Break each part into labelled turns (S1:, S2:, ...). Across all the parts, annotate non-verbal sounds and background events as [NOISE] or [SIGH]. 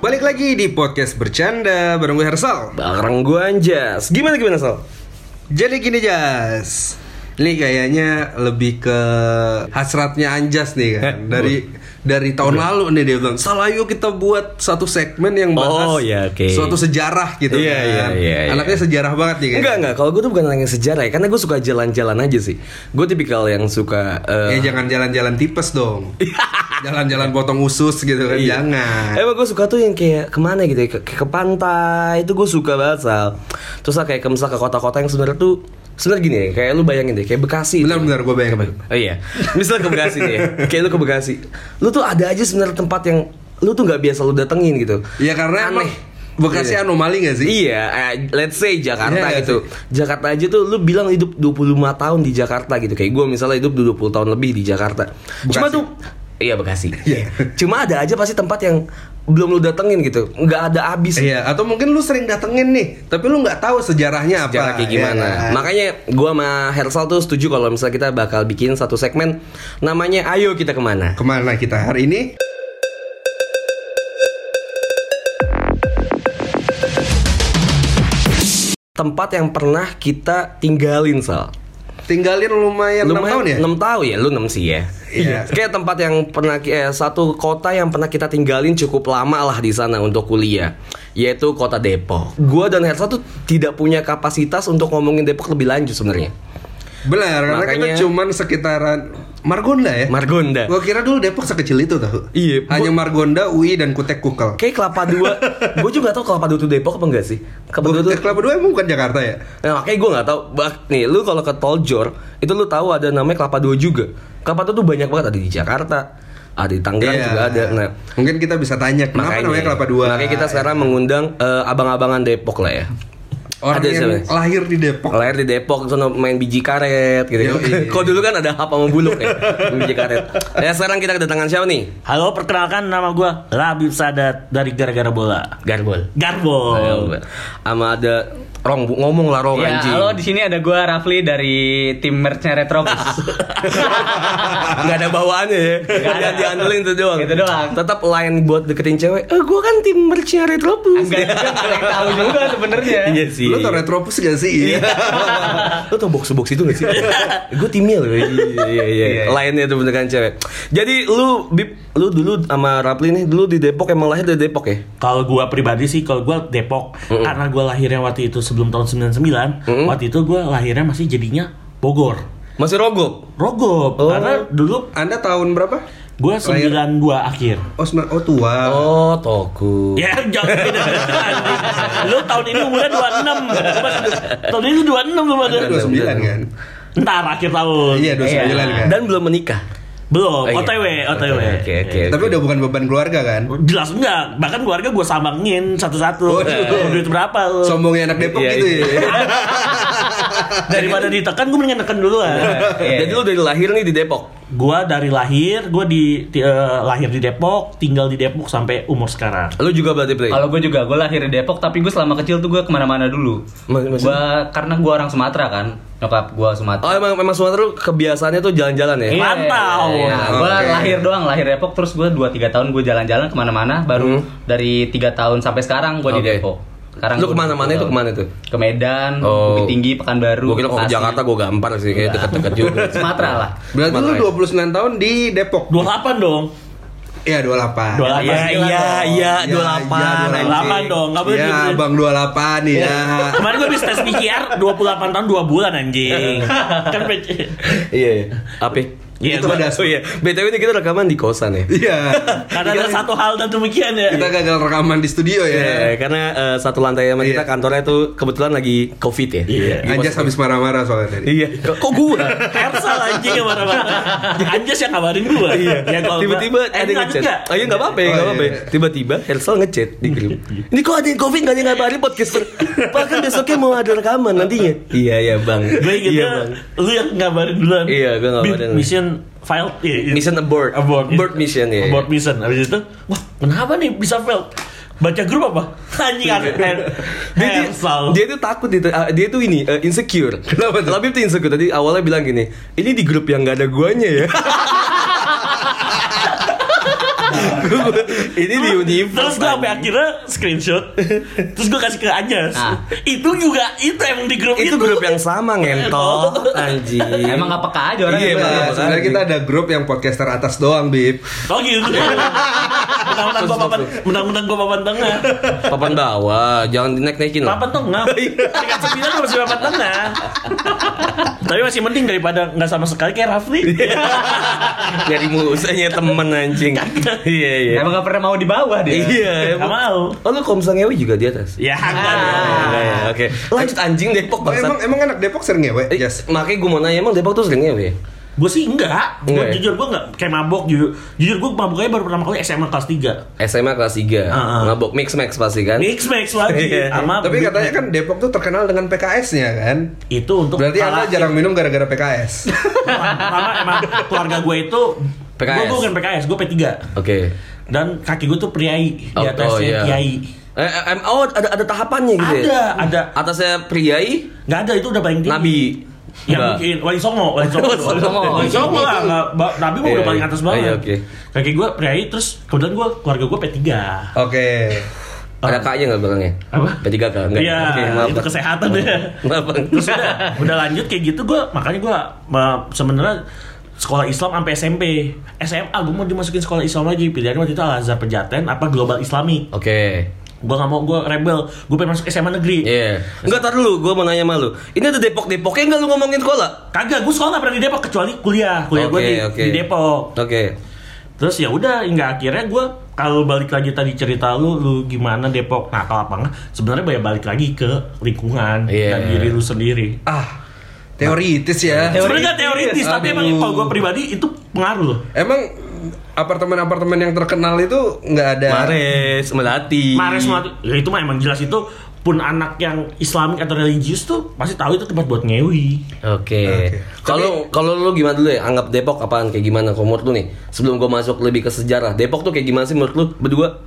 S1: Balik lagi di podcast bercanda bareng gue Hersal.
S2: Bareng gue Anjas Gimana gimana Sal?
S1: Jadi gini Jas. Ini kayaknya lebih ke hasratnya Anjas nih
S2: Eh,
S1: kan. Dari
S2: oh.
S1: dari tahun lalu nih dia bilang, "Sal ayo kita buat satu segmen yang bahas
S2: Oh, iya, oke.
S1: suatu sejarah gitu
S2: Iya,
S1: kan."
S2: iya, iya, iya.
S1: Anaknya sejarah banget nih kan.
S2: Enggak enggak, kalau gue tuh bukan nanya sejarah ya Karena gue suka jalan-jalan aja sih Gue tipikal yang suka eh,
S1: Ya jangan jalan-jalan tipes
S2: [LAUGHS]
S1: dong. jalan-jalan potong usus gitu kan
S2: Iya.
S1: jangan.
S2: Emang gue suka tuh yang kayak kemana gitu ya Ke, kayak ke pantai Itu gue suka banget Sal Terus lah kayak ke, misal ke kota-kota yang sebenarnya tuh sebenarnya gini ya Kayak lu bayangin deh Kayak Bekasi tuh.
S1: Benar-benar gue bayangin.
S2: Oh iya [LAUGHS] Misal ke Bekasi nih ya Kayak lu ke Bekasi Lu tuh ada aja sebenarnya tempat yang Lu tuh nggak biasa lu datengin gitu
S1: Ya karena emang
S2: Aneh
S1: Bekasi
S2: Iya.
S1: anomali gak sih?
S2: Iya, eh, let's say Jakarta
S1: Iya, let's
S2: gitu. Jakarta aja tuh lu bilang hidup 25 tahun di Jakarta gitu. Kayak gue misalnya hidup 20 tahun lebih di Jakarta.
S1: Bekasi.
S2: Cuma tuh iya Bekasi.
S1: Iya.
S2: Cuma ada aja pasti tempat yang belum lu datengin gitu. nggak ada habis
S1: Iya, atau mungkin lu sering datengin nih, tapi lu nggak tahu sejarahnya apa.
S2: Cara kayak gimana? Nah.
S1: ya kan?
S2: Makanya gua sama Hersal tuh setuju kalau misalnya kita bakal bikin satu segmen namanya Ayo Kita
S1: Nah,
S2: Kemana.
S1: Kemana kita hari ini?
S2: Tempat yang pernah kita tinggalin, Sal.
S1: Tinggalin lumayan, enam 6 tahun ya?
S2: 6 tahun ya, lu 6 sih ya.
S1: Iya.
S2: [LAUGHS] Kayak tempat yang pernah eh, satu kota yang pernah kita tinggalin cukup lama lah di sana untuk kuliah, yaitu kota Depok. Gua dan Hersa tuh tidak punya kapasitas untuk ngomongin Depok lebih lanjut sebenarnya.
S1: Benar, karena kita
S2: Makanya-
S1: cuman sekitaran Margonda ya.
S2: Margonda.
S1: Gua kira dulu Depok sekecil itu tahu.
S2: Iya, gua-
S1: Hanya Margonda, UI dan Kutek Kukel.
S2: Kayak Kelapa
S1: [LAUGHS]
S2: Dua, gue juga gak tau Kelapa Dua itu Depok apa enggak sih? Kelapa Dua
S1: Kutek
S2: tuh
S1: Kelapa 2 emang bukan Jakarta ya?
S2: Nah, makanya gue nggak tahu. Bah, nih, lu kalau ke Toljor itu lu tahu ada namanya Kelapa Dua juga. Kelapa Dua tuh banyak banget ada di Jakarta, ada di Tangerang juga ada. Nah,
S1: Iya. Mungkin kita bisa tanya kenapa namanya Kelapa 2?
S2: Makanya kita sekarang mengundang eh, abang-abangan Depok lah ya.
S1: orang
S2: ada
S1: yang
S2: siapa?
S1: lahir di Depok.
S2: Lahir di Depok, sono main biji karet gitu.
S1: Yoi.
S2: Kok dulu kan [LAUGHS] ada hap sama buluk ya, main biji karet. Ya sekarang kita kedatangan siapa nih?
S3: Halo, perkenalkan nama gue Labib Sadat dari Gara-Gara Bola.
S2: Garbol.
S3: Garbo.
S2: Sama ada Rong, Bu- ngomong lah Rong
S4: Ya,
S2: anjing.
S4: halo
S2: [LAUGHS]
S4: di sini ada gua Rafli dari tim merchnya Retrobus.
S2: Gak ada bawaannya ya Gak diandelin itu doang
S4: Itu Gitu doang.
S2: Tetap lain buat deketin cewek Eh gue kan tim merchnya Retrobus
S4: Enggak juga nggak ada yang tahu juga sebenarnya.
S2: Iya sih Iya.
S1: Lu tau Retropus gak sih?
S2: Lo tau box-box itu gak sih? gue timnya loh Iya iya iya Lainnya tuh beneran cewek Jadi lu Bib Lu dulu sama Rapli nih Dulu di Depok emang lahir dari Depok ya?
S3: Kalau gue pribadi sih, kalau gue Depok, karena gue lahirnya waktu itu sebelum tahun 99, waktu itu gue lahirnya masih jadinya Bogor.
S2: Masih rogok?
S3: Rogob,
S2: Oh.
S3: karena dulu
S1: [LAUGHS] Anda tahun berapa?
S3: gue 92 akhir.
S1: Oh, sembilan- oh tua.
S2: Oh toku
S3: Ya, jangan beda-bedaan. Lu tahun ini umurnya 26. Gua masih- Tahun ini lu 26 lu pada.
S1: Anda 29 kan?
S3: Ntar akhir tahun.
S1: Iya, 29 kan.
S2: Dan belum menikah Oh,
S3: Belum,
S2: iya.
S3: OTW, OTW.
S2: Oke oke
S1: Tapi udah bukan beban keluarga kan?
S3: Jelas enggak, bahkan keluarga gue sambangin
S2: Oh,
S3: satu-satu.
S1: Waduh.
S3: Mau duit berapa lu?
S1: Sombongnya anak Depok
S2: Iya,
S1: gitu
S2: iya.
S1: ya.
S3: Daripada ditekan, gue mendingan neken duluan.
S2: Jadi lu dari lahir nih di Depok?
S3: gue dari lahir, gue di, ti- eh, lahir di Depok, tinggal di Depok sampai umur sekarang.
S2: Lu juga berarti Play?
S4: Kalau gue juga, gue lahir di Depok, tapi gue selama kecil tuh gue kemana-mana dulu.
S2: Ma- maksudnya?
S4: Gue karena gue orang Sumatera kan, nyokap gue Sumatera.
S2: Oh emang emang Sumatera tuh kebiasaannya tuh jalan-jalan ya?
S4: Iya,
S3: mantau.
S4: iya, iya. Gua
S1: Oke.
S4: lahir doang, lahir Depok, terus gue 2-3 tahun gue jalan-jalan kemana-mana, baru dari 3 tahun sampai sekarang
S2: Hmm.
S4: gue di
S2: Oke.
S4: Depok. Sekarang
S2: Lu
S4: gua di
S2: kemana-mana
S4: Depok
S2: itu
S4: doang.
S2: kemana tuh?
S4: Ke Medan,
S2: Oh.
S4: Bukit Tinggi, Pekanbaru,
S2: Gue kira kalau ke
S4: Bekasi.
S2: Jakarta gue gampar sih Kayak deket-deket juga
S4: Sumatera lah.
S1: Berarti
S2: Makanya.
S1: lu 29 tahun di Depok.
S3: 28 dong.
S1: Iya, 28.
S3: 28.
S2: Iya iya iya 28
S3: 28. dong, nggak boleh
S1: Iya,
S3: diem, diem.
S1: Bang 28 ya.
S2: Iya.
S3: Kemarin gue habis tes
S2: [LAUGHS]
S3: PCR 28 tahun 2 bulan anjing. kan pe-
S2: Iya iya Apa?
S3: Iya,
S1: itu
S3: gua-
S1: ada.
S2: Oh iya, BTW ini kita rekaman di kosan ya.
S1: [LAUGHS] Iya.
S3: Karena ada satu hal dan demikian ya.
S1: Kita gagal rekaman di studio ya.
S2: Iya, karena eh, satu lantai sama kita
S1: Iya.
S2: kantornya itu kebetulan lagi covid ya.
S3: Iya.
S2: Di
S1: Anjas
S2: pos-
S1: habis marah-marah soalnya tadi.
S3: [LAUGHS]
S2: Iya. Kok, kok gua?
S3: Hersal anjing yang marah-marah. Anjas yang kabarin gua.
S2: Iya.
S3: Ya kalau gua-
S2: Tiba-tiba
S3: eh,
S2: ada yang ngechat.
S3: enggak.
S2: Ayo nggak apa-apa, ya,
S1: Oh,
S2: nggak apa-apa. ya.
S1: iya.
S2: Tiba-tiba Hersal ngechat di
S3: [LAUGHS]
S2: grup. Ini kok ada yang covid nggak ada yang ngabarin podcaster? Bahkan besoknya mau ada rekaman nantinya. Iya iya bang.
S3: Gue
S2: iya
S3: ingetnya lu yang ngabarin duluan.
S2: Iya, gua ngabarin.
S3: Bi- Mission failed. Iya, iya.
S2: Mission abort.
S3: Abort.
S2: Abort mission ya.
S3: Abort mission. Habis itu, wah kenapa nih bisa failed? Baca grup apa? [LAUGHS] Anjing kan.
S2: dia, dia,
S3: Hersal.
S2: dia tuh takut dia tuh, ah, dia tuh ini eh, insecure.
S1: Kenapa tuh?
S2: Labib tuh insecure tadi awalnya bilang gini, ini di grup yang nggak ada guanya ya. [LAUGHS] ini di
S3: Terus
S2: universe.
S3: gue sampai akhirnya screenshot Terus gue kasih ke Anjas
S4: Ah.
S3: Itu juga, itu emang di grup itu
S2: itu grup yang sama ngentot anjing.
S4: Emang gak peka aja orang
S2: Iya,
S4: itu.
S2: Bang.
S1: Nah, sebenarnya kita ada grup yang podcaster atas doang, Bib.
S3: Oh gitu
S2: [LAUGHS]
S3: Menang-menang gue papan Menang-menang gue papan tengah
S2: papan bawah, jangan dinaik-naikin lah.
S3: Papan tengah
S2: Iya.
S3: Peringkat sembilan gue masih papan tengah Tapi masih mending daripada nggak sama sekali kayak Rafli
S2: [LAUGHS] Iya, Nyari musanya temen anjing. Iya iya.
S4: Emang gak pernah mau di bawah dia.
S2: Iya,
S3: Nggak
S2: emang.
S3: mau
S2: Oh lu komsang ngewe juga di atas.
S3: Ya enggak dong.
S2: Enggak ya, Oke. Lanjut anjing Depok
S1: Oh,
S2: bangsat.
S1: emang emang anak Depok sering ya, ngewe,
S2: Eh,
S1: Jas.
S2: Makanya gue mau nanya emang Depok tuh sering ngewe ya?
S3: Gue sih enggak Gue
S2: Enggak ya?
S3: jujur gue enggak Kayak mabok jujur Jujur gue maboknya baru pertama kali SMA kelas 3
S2: SMA kelas 3
S3: Heeh.
S2: Mabok mix max pasti kan
S3: Ah, Mix mix lagi
S2: Iya.
S3: sama
S1: Tapi
S3: Big
S1: katanya
S3: Mac.
S1: kan Depok tuh terkenal dengan PKS-nya kan.
S3: itu untuk
S1: Berarti Anda
S3: kalah-
S1: jarang minum gara-gara
S2: [LAUGHS]
S1: PKS.
S3: Pertama emang keluarga gue itu
S2: PKS.
S3: Gue gue bukan PKS, gue P3
S2: Oke
S3: Dan kaki gue tuh priai Di
S2: Oh, oh,
S3: atasnya
S2: iya.
S3: kiai
S2: Eh, em- Oh ada, ada tahapannya gitu
S3: Ada,
S2: ya
S3: ada
S2: Atasnya priai
S3: Nggak ada, itu udah paling tinggi
S2: Nabi
S3: Ya
S2: Nggak.
S3: mungkin, Wali Songo Wali Songo
S2: Wali Songo.
S3: Wali Songo lah, nggak- ba- Nabi mah
S2: Iya,
S3: udah paling
S2: iya.
S3: atas banget
S2: Iya, oke.
S3: Kaki gue priai, terus kebetulan gue, keluarga gue P3
S1: Oke.
S2: Ada kaknya nggak belakangnya?
S3: Ah. Apa?
S2: P3K enggak
S3: Iya,
S2: Oke, maaf.
S3: itu kesehatan ya
S2: Maaf Bang.
S3: terus udah,
S2: [LAUGHS]
S3: udah lanjut kayak gitu gue makanya gue sebenarnya sekolah Islam sampai SMP SMA gue mau dimasukin sekolah Islam lagi pilihan waktu itu Al Azhar Pejaten apa Global Islami
S2: Oke
S3: gue nggak mau gue rebel gue pengen masuk SMA negeri
S2: Iya Enggak tar dulu gue mau nanya sama lu Ini ada Depok-Depoknya nggak lu ngomongin sekolah?
S3: kagak gue sekolah nggak pernah di Depok kecuali kuliah kuliah gue
S2: Oke,
S3: di,
S2: oke.
S3: di Depok
S2: Oke
S3: terus ya udah hingga akhirnya gue kalau balik lagi tadi cerita lu lu gimana Depok nah kalau apa enggak sebenarnya banyak balik lagi ke lingkungan
S2: Iya.
S3: dan diri lu sendiri
S1: Ah. Teoritis ya.
S4: Teoritis.
S3: sebenarnya nggak teoritis
S4: Iya.
S3: tapi emang
S1: Aduh.
S3: kalau gue pribadi itu pengaruh loh
S1: Emang apartemen-apartemen yang terkenal itu nggak ada
S3: Eh,
S2: Mares Melati
S3: Mares Melati ya itu mah emang jelas itu pun anak yang Islamik atau religius tuh pasti tahu itu tempat buat ngewi.
S2: Oke.
S1: Oke.
S2: Kalau kalau lu gimana dulu ya? Anggap Depok apaan kayak gimana kalau menurut lu nih? Sebelum gua masuk lebih ke sejarah. Depok tuh kayak gimana sih menurut lu berdua?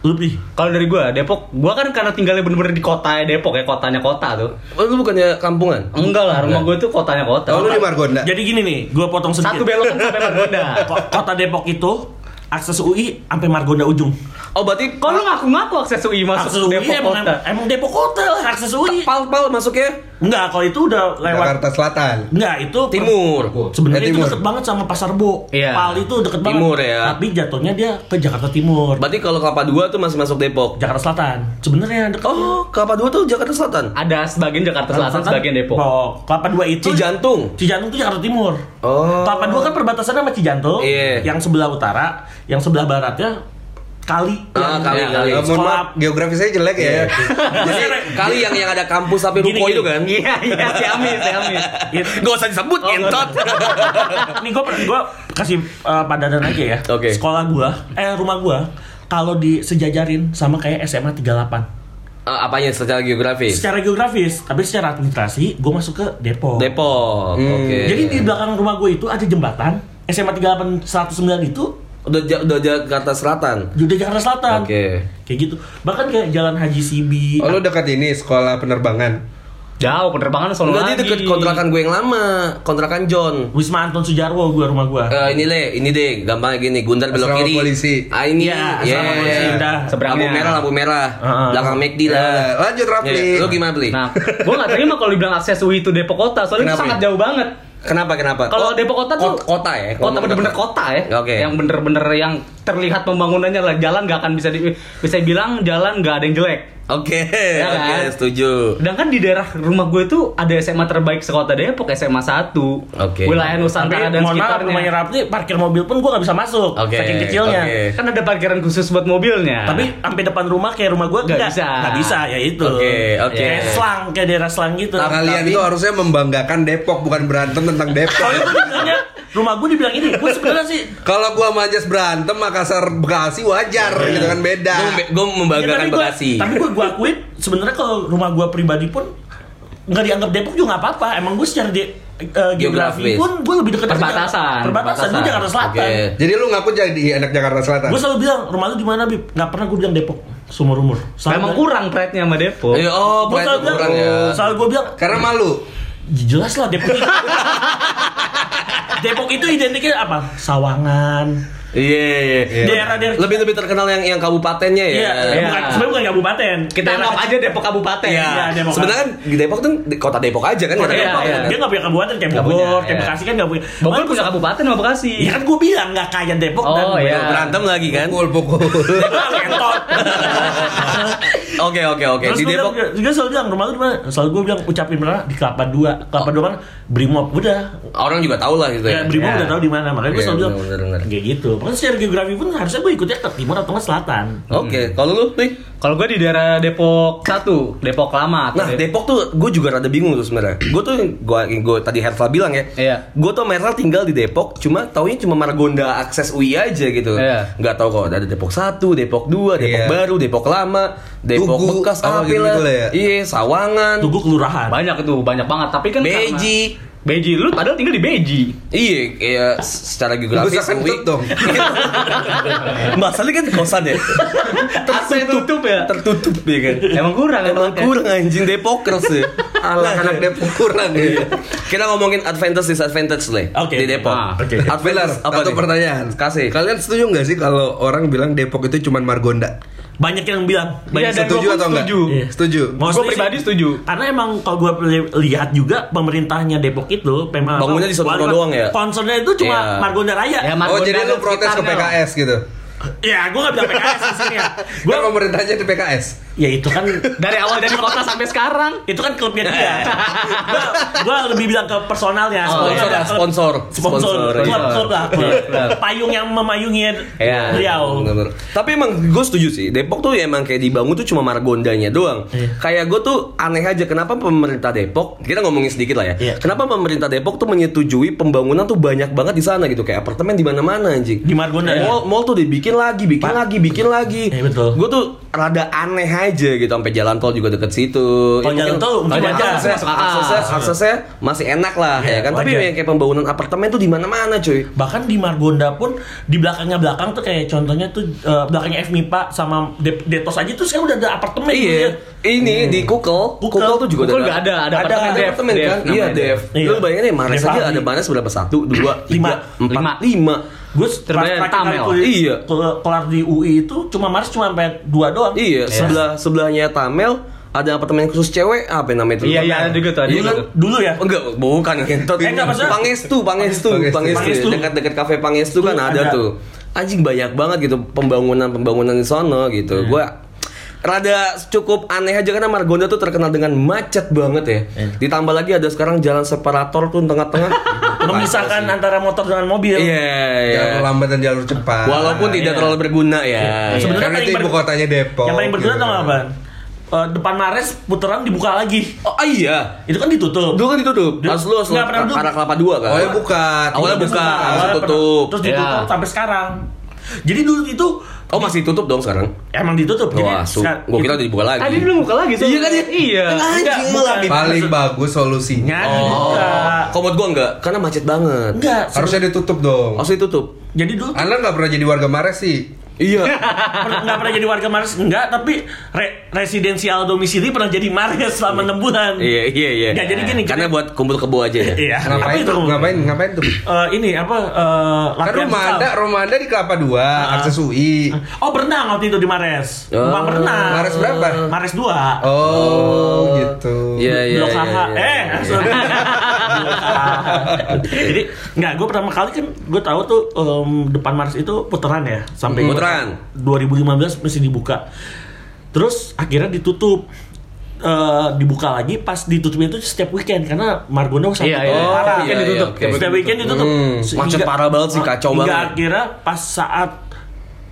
S3: Lebih
S4: Kalau dari gua Depok, gua kan karena tinggalnya bener-bener di kota Depok ya, kotanya kota tuh.
S2: Oh, lu bukannya kampungan?
S4: Enggak lah, rumah gua tuh kotanya kota.
S1: Oh, lu di
S2: Iya,
S1: Margonda.
S3: Jadi gini nih, gue potong sedikit.
S4: Satu belokan sampai Margonda.
S3: Ko- Kota Depok itu akses UI sampai Margonda ujung.
S2: Oh, berarti
S4: Kok lu ngaku-ngaku akses UI
S3: Akses
S4: masuk
S3: UI
S4: Depok
S3: emang,
S4: kota?
S3: emang Depok kota lah akses UI.
S2: pal-pal masuknya
S3: Enggak, kalau itu udah lewat
S1: Jakarta Selatan.
S3: Enggak, itu per-
S2: timur.
S3: Sebenarnya
S1: Eh,
S3: itu
S1: timur.
S3: deket banget sama Pasar Bo.
S4: Iya.
S3: Pal itu deket banget.
S2: Timur ya.
S3: Tapi jatuhnya dia ke Jakarta Timur.
S2: Berarti kalau Kelapa 2 tuh masih masuk Depok.
S3: Jakarta Selatan. Sebenarnya deket.
S2: Oh, Kelapa 2 tuh Jakarta Selatan.
S4: Ada sebagian Jakarta Selatan, sebagian Depok.
S3: Kelapa dua itu
S2: Cijantung.
S3: Cijantung itu Jakarta Timur.
S2: Oh.
S3: Kelapa dua kan perbatasannya sama Cijantung.
S2: Iya.
S3: Yang sebelah utara, yang sebelah baratnya kali. ya,
S2: Ah, kali, kali.
S1: Eh, mohon
S3: Sekolah.
S1: maaf, geografis saya jelek ya.
S2: Iya.
S3: Jadi
S2: Kali yang yang ada kampus sampai
S3: Gini,
S2: ruko
S3: gini.
S2: itu kan?
S4: [LAUGHS]
S2: Oh,
S4: Iya, iya, si Amin, si Amin.
S2: Gak usah disebut, entot.
S3: Ini gue gue kasih uh, padanan aja ya.
S2: Oke.
S3: Sekolah gua, eh rumah gua, kalau disejajarin sama kayak SMA
S2: [LAUGHS]
S3: 38
S2: Eh, apanya secara geografis?
S3: secara geografis tapi secara administrasi gue masuk ke Depok
S2: Depok. iya. Oke.
S3: jadi di belakang rumah gue itu ada jembatan SMA 38 109 itu
S2: udah Ja- udah Jakarta Selatan.
S3: Udah Jakarta Selatan.
S2: Oke.
S3: Kayak gitu. Bahkan kayak Jalan Haji Sibi.
S1: Oh, lu dekat ini sekolah penerbangan.
S4: Jauh penerbangan sono
S2: Enggak
S4: lagi.
S2: dia deket kontrakan gue yang lama, kontrakan John.
S3: Wisma Anton Sujarwo gua rumah gua.
S2: Eh ini le, ini deh, gampangnya gini, Gundar belok
S1: Asrama
S2: kiri.
S1: polisi.
S2: Ah ini,
S3: Iya,
S2: ya.
S3: asrama polisi, udah. Ah,
S2: Lampu
S4: Seberangnya.
S2: merah, lampu merah.
S3: Heeh.
S2: Belakang McD lah.
S1: Ya, lanjut Rafli.
S2: Ya, Lu gimana beli?
S4: Nah, gua gak terima kalau dibilang akses UI itu Depok kota, soalnya itu
S1: Kenapa?
S4: sangat jauh banget.
S2: Kenapa kenapa?
S4: Kalau
S2: Oh,
S4: Depok kota tuh
S2: kot- kota ya.
S4: Kota bener-bener kota ya.
S2: Oke.
S4: Yang bener-bener yang terlihat pembangunannya lah jalan nggak akan bisa di, bisa bilang jalan nggak ada yang jelek
S2: Oke,
S4: Ya
S2: oke,
S4: kan?
S2: setuju.
S4: sedangkan di daerah rumah gue itu ada SMA terbaik sekota Depok SMA 1
S2: Oke.
S4: wilayah
S3: Tapi
S4: Nusantara dan
S3: mohon maaf rumahnya
S4: sekitarnya
S3: Rapli parkir mobil pun gue nggak bisa masuk
S2: Oke,
S3: saking kecilnya.
S2: oke.
S4: kan ada parkiran khusus buat mobilnya
S3: Tapi sampai depan rumah kayak rumah gue
S4: Nggak bisa.
S3: nggak bisa ya itu.
S2: Oke, oke.
S3: Kayak selang kayak daerah selang gitu.
S1: Kalian
S3: [LAUGHS]
S1: itu harusnya membanggakan Depok bukan berantem tentang
S2: [LAUGHS]
S1: Depok.
S3: Soalnya gue dibilangnya rumah gue dibilang ini, gue sebenarnya sih
S1: Kalau gua sama Anjas berantem Makassar Bekasi wajar
S2: Iya.
S1: gitu kan beda.
S2: Gue membanggakan
S3: Iya, tapi gua-
S2: Bekasi.
S3: Tapi gue gue akuin sebenarnya kalau rumah gue pribadi pun nggak dianggap Depok juga nggak apa-apa. Emang gue secara di, eh,
S2: Geografis.
S3: geografi pun gue lebih dekat
S4: Perbatasan,
S3: Perbatasan gue
S4: perbatasan.
S3: Jakarta Selatan.
S2: Oke.
S1: Jadi lu ngaku jadi anak Jakarta Selatan.
S3: Gue selalu bilang rumah lu di mana Bib? Nggak pernah gue bilang Depok seumur umur.
S4: emang kurang pride-nya sama Depok
S2: Ayo, oh,
S3: Gue
S2: Pride
S3: selalu bilang,
S2: kurang ya.
S3: soal gue bilang
S1: Karena malu.
S3: jelas lah Depok.
S4: [LAUGHS]
S3: itu." Depok itu identiknya apa? Sawangan.
S2: Iya, iya.
S1: Iya.
S3: Daerah-daerah
S2: Lebih lebih terkenal yang yang kabupatennya ya.
S3: Iya,
S4: Iya.
S3: bukan, sebenarnya bukan kabupaten.
S4: kita
S3: Daerah
S4: anggap aja Depok kabupaten
S2: Iya.
S3: Iya, Depok.
S2: Sebenarnya kan di Depok tuh di kota Depok aja kan.
S3: kecil.
S2: kota
S4: Iya,
S2: Depok,
S4: iya.
S2: kan?
S3: Dia nggak punya kabupaten kayak
S4: Nggak
S3: Bogor,
S4: punya,
S3: kayak
S4: iya.
S3: Bekasi kan nggak punya.
S4: Bogor
S3: Makanya
S4: punya
S3: gua-
S4: kabupaten sama Bekasi
S2: Iya,
S3: Ya kan gue bilang nggak kayak Depok dan
S4: Oh, iya.
S2: Berantem lagi kan.
S1: Pukul pukul.
S3: Ah, ngentot.
S2: [LAUGHS] Oke, oke, oke.
S3: Terus
S2: Di
S3: gue
S2: Depok.
S3: bilang, juga selalu bilang rumah lu di mana? Selalu gue bilang ucapin mana di Kelapa Dua. Kelapa Dua mana? Brimob udah.
S2: Orang juga tahu lah gitu ya.
S3: Ya, Brimob
S4: Iya.
S3: udah tahu di mana. Makanya gue
S2: Iya,
S3: selalu bilang
S2: bener, bener, bener.
S3: kayak gitu. Makanya secara geografi pun harusnya gue ikutnya ke timur atau ke selatan.
S2: Oke,
S1: Hmm.
S2: kalau lu, Pi?
S4: Kalau gue di daerah Depok 1, Depok Lama. atau
S2: Nah,
S4: Dep-
S2: Depok tuh gue juga rada bingung tuh sebenarnya. Gue tuh gue gue tadi Hersal bilang ya.
S4: Iya.
S2: Gue tuh Hersal tinggal di Depok, cuma taunya cuma Margonda akses UI aja gitu.
S4: Iya.
S2: Nggak tahu kok ada Depok 1, Depok 2, Depok
S1: Iya.
S2: Baru, Depok Lama, Depok
S1: Tugu,
S2: Bekas,
S1: apa
S2: apa
S1: gitu-gitu
S2: lah.
S1: lah ya.
S2: Iya, Sawangan,
S3: Tugu kelurahan.
S4: banyak itu, banyak banget. Tapi kan karena-
S2: Beji.
S4: Beji, lu padahal tinggal di Beji.
S2: [LAUGHS] Iya, iya secara
S1: Gue
S2: geografis
S1: kentut kan
S2: UI.
S1: dong.
S2: Masalahnya kan kosan
S4: [LAUGHS]
S2: ya.
S4: Apa tutup ya?
S2: Tertutup ya kan.
S4: Emang kurang
S2: Emang
S4: tempatnya.
S2: kurang anjing Depokers ya.
S1: Alah anak Depok kurang ya.
S2: Iya. Kita ngomongin advantage disadvantage lah
S3: Oke.
S2: di Depok.
S4: Ah,
S3: oke.
S1: Belar,
S2: Advantage apa
S1: satu
S2: nih?
S1: pertanyaan.
S2: Kasih.
S1: Kalian setuju nggak sih kalau orang bilang Depok itu cuman Margonda?
S3: Banyak yang bilang.
S4: Iya,
S3: Banyak
S4: dan
S1: setuju
S4: gua pun
S1: atau enggak?
S4: setuju.
S3: Iya.
S1: Setuju.
S3: Mostly
S4: Gua pribadi setuju.
S3: Karena emang kalau gue lihat juga pemerintahnya Depok itu memang
S2: Bangunnya di Soekarno doang ya?
S3: Concernnya itu cuma
S2: Iya.
S3: Margonda Raya.
S4: Ya,
S1: Oh
S4: Margonda
S1: jadi
S4: dan
S1: lu protes ke
S4: sekitarnya.
S1: PKS gitu?
S3: Ya, gue gak bilang PKS di sini ya.
S1: Gue
S3: Gue
S1: pemerintahnya di PKS.
S3: ya itu kan
S4: Dari awal dari kota sampai sekarang.
S3: itu kan klubnya dia.
S2: [LAUGHS]
S3: Gua- gua lebih bilang ke personalnya.
S2: Oh,
S3: Soalnya
S2: sponsor lah,
S3: ada klub-
S2: sponsor.
S3: Sponsor,
S2: iya.
S3: klub, klub lah, klub.
S4: Klub.
S3: Payung yang memayungi
S2: Iya.
S3: beliau.
S2: bener-bener. Tapi emang gue setuju sih. Depok tuh ya emang kayak dibangun tuh cuma margondanya doang.
S3: Iya.
S2: Kayak gue tuh aneh aja kenapa pemerintah Depok, kita ngomongin sedikit lah ya.
S3: Iya.
S2: Kenapa pemerintah Depok tuh menyetujui pembangunan tuh banyak banget di sana gitu kayak apartemen di mana-mana anjing.
S3: Di Margonda, ya?
S2: Mall, mall tuh dibikin lagi, bikin lagi, bikin lagi.
S3: Iya, betul.
S2: Gue tuh rada aneh aja gitu sampai jalan tol juga deket situ.
S3: Kalau
S2: mungkin-
S3: jalan tol mungkin
S2: Ada
S3: wajar. Ah,
S2: aksesnya,
S4: Masuk akal.
S2: aksesnya, aksesnya masih enak lah
S3: Iya,
S2: ya kan. Tapi
S3: wajar.
S2: yang kayak pembangunan apartemen tuh di mana-mana cuy.
S3: Bahkan di Margonda pun di belakangnya belakang tuh kayak contohnya tuh eh, belakangnya FMIPA sama De- Detos aja tuh sekarang udah ada apartemen gitu ya.
S2: Iya, ini di Kukel.
S3: Kukel.
S2: Kukel tuh juga
S4: Kukel nggak ada, ada
S2: ada
S4: apartemen Dev,
S2: apartemen
S4: Dev
S2: kan?
S4: namanya
S2: Iya,
S4: Dev.
S2: Dev. Lu
S3: Iya.
S2: bayangin ya, Mares
S3: Dev
S2: aja
S3: Ardi.
S2: ada Mares berapa? Satu, dua, tiga,
S4: Lima.
S2: empat, lima.
S3: Gue
S4: Terbayar Tamel.
S2: Iya.
S3: Kelar di UI itu cuma Mars cuma sampai dua doang.
S2: Iya, sebelah sebelahnya Tamel ada apartemen khusus cewek apa namanya itu?
S4: Iya, iya, ada juga tuh, ada juga
S2: Dulu-
S4: tuh.
S3: Dulu ya.
S2: Oh, Enggak, bukan kentut.
S3: Eh, enggak, maksudnya-
S2: Pangestu, Pangestu,
S1: Pangestu.
S2: Pangestu.
S3: Pangestu.
S2: Dekat-dekat kafe Pangestu kan
S3: Tuh,
S2: ada
S3: ada.
S2: tuh. Anjing banyak banget gitu pembangunan-pembangunan di sono gitu.
S3: Iya.
S2: Gua rada cukup aneh aja karena Margonda tuh terkenal dengan macet banget ya.
S3: Iya.
S2: Ditambah lagi ada sekarang jalan separator tuh
S3: [LAUGHS]
S2: tengah-tengah.
S3: memisahkan antara motor dengan mobil.
S2: Iya, iya.
S1: Jalur lambat dan jalur cepat.
S2: Walaupun tidak
S3: iya.
S2: terlalu berguna ya.
S3: Iya. Sebenarnya
S1: Karena itu
S3: paling
S1: ibu
S3: ber-
S1: kotanya Depok.
S3: Yang paling berguna
S1: gitu
S3: tau
S1: kan.
S3: nggak, Ban? Eh, depan Mares puteran dibuka lagi.
S2: Oh iya.
S3: Itu kan ditutup.
S2: Dulu kan ditutup.
S3: Dulu-
S2: Pas lu harus
S3: Nggak pernah ditutup.
S2: arah kelapa dua kan.
S1: Awalnya buka.
S2: Awalnya
S3: Terus
S2: buka,
S3: dibuka,
S2: langsung
S3: awalnya
S2: tutup.
S3: pernah- Terus ditutup
S4: Ya.
S3: sampai sekarang. Jadi dulu itu
S2: Oh masih tutup dong sekarang?
S3: emang ditutup. Jadi
S2: Wah, su-
S3: sekarang-
S2: gua kira udah dibuka lagi.
S4: Tadi belum buka lagi soalnya.
S2: Iya kan, iya.
S4: Iya.
S3: Enggak, bukan.
S1: Paling bagus solusinya.
S3: Nggak
S2: Oh,
S3: dibuka.
S2: komod gua enggak, karena macet banget. Oh,
S3: Enggak.
S1: Harusnya ditutup dong.
S2: Harusnya ditutup.
S3: Jadi dulu
S1: Anda nggak pernah jadi warga Mares sih.
S2: Iya.
S3: Per- nggak pernah jadi warga Mares enggak tapi re- residensial domisili pernah jadi Mares selama enam bulan
S2: Iya iya iya.
S3: Nggak, jadi gini,
S2: Karena
S3: kita-
S2: buat kumpul kebo aja ya.
S3: iya
S1: Ngapain
S3: Apa
S1: tuh? Ngapain ngapain tuh?
S3: Eh, ini apa eh,
S1: Kan
S3: latihan
S1: rumah
S3: futsal.
S1: anda, rumah anda di Kelapa Dua, akses UI.
S3: oh berenang waktu itu di Mares
S2: Oh.
S3: Rumah berenang
S1: Mares berapa?
S3: Mares 2
S1: Oh, gitu.
S2: Iya iya.
S3: Blok
S2: iya,
S3: HH.
S2: iya,
S3: eh,
S2: iya. [LAUGHS]
S3: sorry. Blok HH. Jadi nggak, gue pertama kali kan gue tahu tuh em, depan Mars itu puteran ya sampai gua-
S2: Hmm. Puteran.
S3: 2015 masih dibuka. Terus akhirnya ditutup. Eh, dibuka lagi pas ditutupnya itu setiap weekend karena Margono sampai
S4: Iya, iya.
S3: parah.
S2: Oh, iya,
S3: kan
S4: Setiap weekend
S2: iya,
S4: ditutup.
S2: oke.
S3: Setiap weekend ditutup.
S1: Hmm.
S3: Se-
S2: Macet
S3: hingga-
S2: parah banget sih, kacau
S3: hingga
S2: banget.
S3: akhirnya pas saat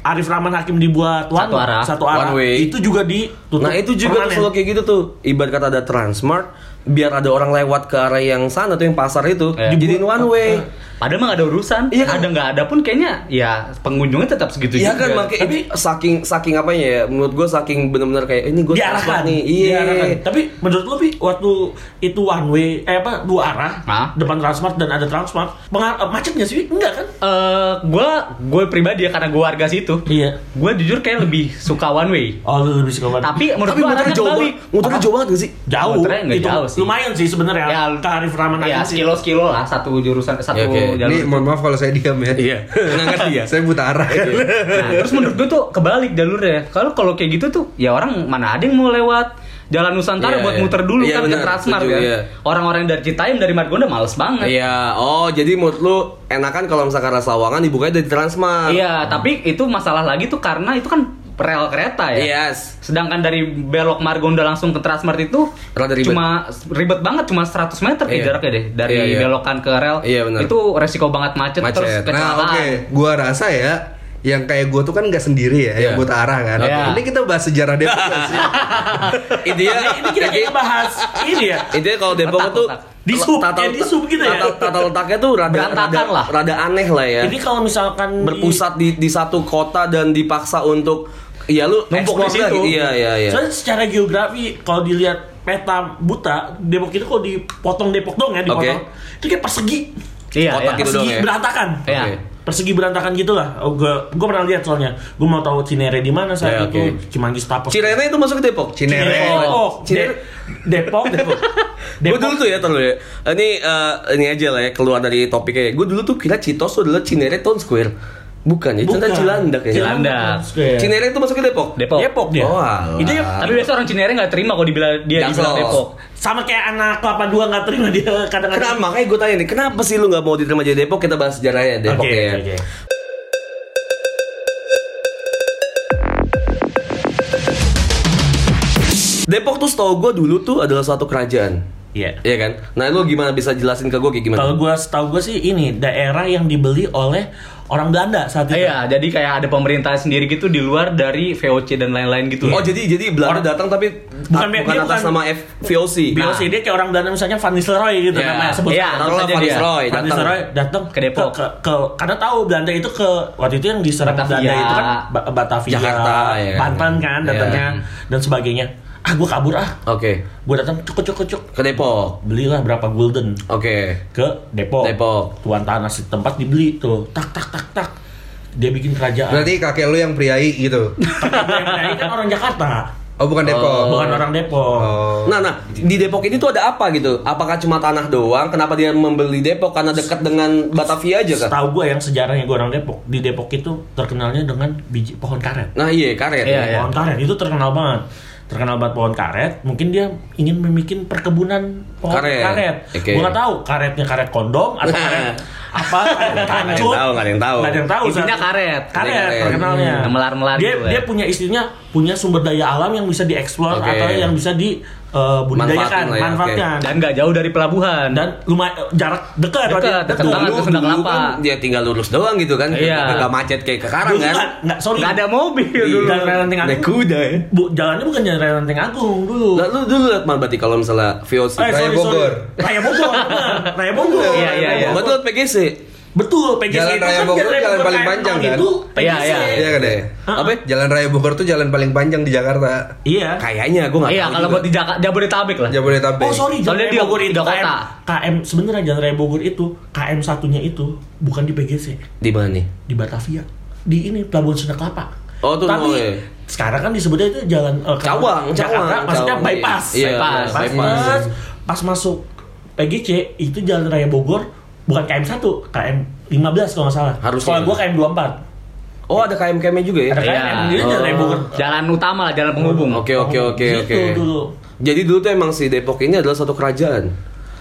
S3: Arif Rahman Hakim dibuat one-
S4: Satu arah.
S3: satu arah,
S2: One way.
S3: itu juga ditutup.
S2: Nah itu juga tuh
S3: permanen.
S2: selalu kayak gitu tuh Ibarat kata ada Transmart Biar ada orang lewat ke arah yang sana tuh yang pasar itu
S4: Iya.
S2: Dijadiin one way
S4: Padahal mah nggak ada urusan.
S2: Iya kan?
S4: Ada nggak ada pun kayaknya ya pengunjungnya tetap segitu
S2: Iya
S4: juga.
S2: kan makanya ini saking saking apa ya menurut gue saking bener-bener kayak ini gue
S3: diarahkan
S2: nih iya
S3: diarahkan. tapi menurut lu Pi, waktu itu one way eh apa dua arah
S4: Hah?
S3: depan transmart dan ada transmart pengar- eh, macet nggak sih Pi? enggak kan
S4: Eh, gua gue pribadi ya karena gue warga situ.
S3: iya
S4: Gue jujur kayak lebih suka one way.
S3: oh lu lebih suka banget
S4: Tapi menurut
S2: tapi
S4: gue
S2: motornya
S4: arahnya
S2: jauh
S4: kebalik.
S2: banget motornya jauh banget gak sih
S3: jauh
S4: Muternya nggak
S3: itu
S4: jauh sih.
S3: lumayan sih sebenarnya ya, ke Arif Rahman
S4: ya
S3: Hakim sih.
S4: sekilo sekilo lah satu jurusan satu
S2: Ya, oke.
S4: jalur.
S1: Ini mohon maaf kalau saya diam ya. Iya.
S2: nggak ngerti ya
S1: Saya buta arah.
S4: Nah, terus menurut gue tuh kebalik jalurnya. Kalau kalau kayak gitu tuh ya orang mana ada yang mau lewat Jalan Nusantara
S2: Iya,
S4: buat
S2: iya.
S4: muter dulu
S2: Iya,
S4: kan
S2: benar,
S4: ke Transmart
S2: setuju,
S4: kan.
S2: iya.
S4: Orang-orang yang dari Citayam dari Margonda males banget.
S2: iya oh jadi menurut lu enakan kalau misalkan arah Sawangan dibukanya dari Transmart
S4: Iya, tapi itu masalah lagi tuh karena itu kan rel kereta ya.
S2: yes
S4: Sedangkan dari belok Margonda langsung ke Transmart itu
S2: Rada ribet.
S4: cuma ribet banget cuma 100 meter kayak
S2: Iya.
S4: jaraknya deh dari
S2: Iya, iya.
S4: belokan ke rel.
S2: Iya, benar.
S4: Itu resiko banget macet,
S2: Macet.
S4: terus
S2: Nah,
S4: kecelakaan.
S1: Nah, oke, gua rasa ya yang kayak gua tuh kan nggak sendiri ya, yang
S2: Iya.
S1: buta arah kan.
S4: Iya.
S1: Ini kita bahas sejarah Depok nggak
S2: [LAUGHS]
S1: sih.
S4: [LAUGHS]
S3: Ini-
S2: intinya
S3: ini kita kayak bahas Iya. ini ya
S2: Intinya kalau Depok
S4: Letak,
S2: tuh
S4: letak.
S3: Di sub, ya, di sub gitu ya.
S2: Tata, tata letaknya tuh rada
S4: Berantakan
S2: rada,
S4: lah.
S2: rada aneh lah
S4: Iya.
S2: ya.
S3: ini kalau misalkan di-
S2: Berpusat di di satu kota dan dipaksa untuk ya lu
S4: Numpuk di
S2: explore
S4: situ.
S2: lagi. Iya iya iya.
S3: Soalnya secara geografi kalau dilihat peta buta Depok itu kalau dipotong Depok dong ya dipotong itu kayak persegi
S4: Iya,
S2: Kotak
S4: iya.
S2: gitu
S3: persegi
S2: doang ya?
S3: berantakan
S4: Iya.
S2: Oke.
S3: persegi berantakan gitulah. Oh, gue gue pernah lihat soalnya. Gue mau tahu Cinere di mana
S2: Ya,
S3: saat
S2: oke.
S3: itu. Cimanggis Tapos.
S2: Cirene itu masuk ke Depok.
S1: Cinere.
S3: Depok.
S2: Cinere.
S3: De- Depok.
S2: [LAUGHS]
S3: Oh, Depok.
S2: Gue dulu tuh ya terus ya. Ini eh, ini aja lah ya keluar dari topiknya. Gue dulu tuh kira Citos tuh adalah Cinere Town Square. Bukan ya, ternyata Cilandak ya.
S4: Cilandak.
S3: Square.
S2: Cinere itu masuk ke Depok.
S4: Depok.
S3: Depok dia.
S2: Oh, alah.
S3: Itu ya, dia
S4: Tapi biasa orang Cinere nggak terima kalau dibilang dia
S2: Jaksel.
S4: dibilang Depok.
S3: sama kayak anak kelapa dua nggak terima dia
S2: Kenapa?
S3: kadang-kadang.
S2: Makanya gue tanya nih, kenapa sih lu nggak mau diterima jadi Depok? Kita bahas sejarahnya Depok
S3: Oke,
S2: ya.
S3: oke.
S2: Depok tuh setahu gue dulu tuh adalah suatu kerajaan.
S3: Iya.
S2: Iya kan? Nah lu gimana bisa jelasin ke gue kayak gimana?
S3: Kalau gue setahu gue sih ini daerah yang dibeli oleh orang Belanda saat itu.
S4: Iya, jadi kayak ada pemerintah sendiri gitu di luar dari VOC dan lain-lain gitu.
S2: Oh jadi jadi Belanda datang tapi
S3: Bukan,
S2: at-
S3: dia
S2: bukan atas
S3: bukan-
S2: nama F VOC.
S3: BOC dia kayak orang Belanda misalnya Van Nistelrooy gitu
S2: Iya.
S3: namanya sebut.
S4: Iya,
S2: taruhlah
S4: Iya,
S2: Van Nistelrooy
S3: Van
S2: datang.
S3: Nistelrooy datang
S4: Ke Depok.
S3: ke, ke, karena tahu Belanda itu ke waktu itu yang diserang
S4: Batavia.
S3: Belanda itu kan Ba- Batavia,
S2: Jakarta, ya kan?
S3: Banten kan datangnya dan sebagainya. Ah gue kabur ah,
S2: Oke.
S3: gue datang cuk cuk cuk
S2: Ke Depok.
S3: belilah berapa gulden
S2: Oke.
S3: ke Depok.
S2: Depok.
S3: Tuan tanah setempat dibeli tuh tak tak tak tak dia bikin kerajaan.
S1: Berarti kakek lu yang priai gitu.
S3: Kakek gue yang naik kan orang Jakarta,
S1: Oh, bukan Depok.
S3: bukan orang Depok.
S1: Oh.
S2: Nah nah di Depok ini tuh ada apa gitu? Apakah cuma tanah doang? Kenapa dia membeli Depok? Karena dekat dengan Batavia aja kan?
S3: Tahu gue yang sejarahnya gue orang Depok. Di Depok itu terkenalnya dengan biji pohon karet.
S2: Nah iya karet.
S4: Iya, iya.
S3: Pohon karet itu terkenal banget. Terkenal banget pohon karet. Mungkin dia ingin membuat perkebunan pohon
S2: Karet.
S3: karet.
S2: Oke.
S3: Gue nggak tahu karetnya karet kondom
S2: [LAUGHS]
S3: atau karet apa
S2: Nggak ada
S3: karet
S2: yang
S3: kancut.
S2: tahu, nggak ada yang tahu.
S3: Nggak ada yang tahu.
S4: Intinya
S3: Sa-
S4: karet.
S3: Karet,
S2: Karet.
S3: terkenalnya.
S4: Hmm, melar-melar
S3: Dia
S4: gitu ya.
S3: dia punya istrinya punya sumber daya alam yang bisa dieksplor
S2: Oke.
S3: atau yang bisa di eh, budidayakan,
S2: Manfaatin lah ya, oke.
S3: manfaatkan. Dan,
S4: Dan nggak jauh dari pelabuhan.
S3: lumayan jarak dekat.
S4: Dekat,
S3: waktu-
S4: dekat
S3: Dulu-
S4: banget.
S2: Dulu,
S4: ke Sunda
S2: dulu
S4: Kelapa.
S2: kan dia tinggal lurus doang gitu kan,
S4: Iya.
S2: Gak macet kayak sekarang
S3: Dulu
S2: kan?
S3: nggak- nggak, sorry.
S4: Nggak ada mobil
S2: Iya.
S4: dulu.
S3: Jalan Ranting
S2: Naik
S3: Agung.
S2: kuda ya.
S3: Bu, jalannya bukan jalan Ranting Agung dulu.
S2: Lah, lu dulu liat mana berarti kalau misalnya VOC?
S3: Eh,
S1: Raya
S3: sorry,
S1: Bogor.
S3: sorry. Raya Bogor. benar. Raya Bogor.
S4: Iya, iya, iya.
S2: Berarti lu liat PGC.
S3: Betul, PGC
S1: Jalan
S3: itu
S1: Raya
S3: kan
S1: Bogor
S3: jalan
S1: jalan
S3: Bogor
S1: paling
S3: KM
S1: panjang,
S3: tahun
S1: kan?
S3: Itu PGC.
S4: Iya, iya.
S1: Iya kan ya?
S2: Apa? ya?
S1: Jalan Raya Bogor tuh jalan paling panjang di Jakarta.
S3: Iya.
S2: Kayaknya gue nggak
S4: Iya,
S2: tahu
S4: kalau
S2: juga.
S4: buat di Jakarta Jabodetabek lah.
S1: Jabodetabek.
S3: Oh sorry, jalan
S4: Soalnya
S3: Raya
S4: dia
S3: Bogor itu
S4: tiga
S3: KM,
S4: kota.
S3: KM sebenarnya jalan Raya Bogor itu KM satunya itu bukan di PGC,
S2: di mana nih?
S3: di Batavia. di ini Pelabuhan Sunda Kelapa.
S2: Oh, tuh
S3: Tapi
S2: mulai.
S3: sekarang kan disebutnya itu jalan eh, ke-
S2: Cawang,
S3: Jakarta,
S2: Cawang,
S3: maksudnya
S2: Cawang, iya.
S3: bypass.
S2: Iya,
S3: bypass.
S2: bypass.
S3: Bypass. Pas masuk PGC itu jalan raya Bogor bukan KM 1, KM 15 kalau nggak salah.
S2: Harusnya.
S3: Kalau gua KM 24.
S2: Oh ada KMKM-nya juga ya?
S3: Ada KM, jadi jalan raya Bogor.
S4: Iya. Jalan utama lah, jalan penghubung.
S2: Oke oke oke
S3: Gitu
S2: oke.
S3: dulu.
S2: Jadi dulu tuh emang si Depok ini adalah satu kerajaan.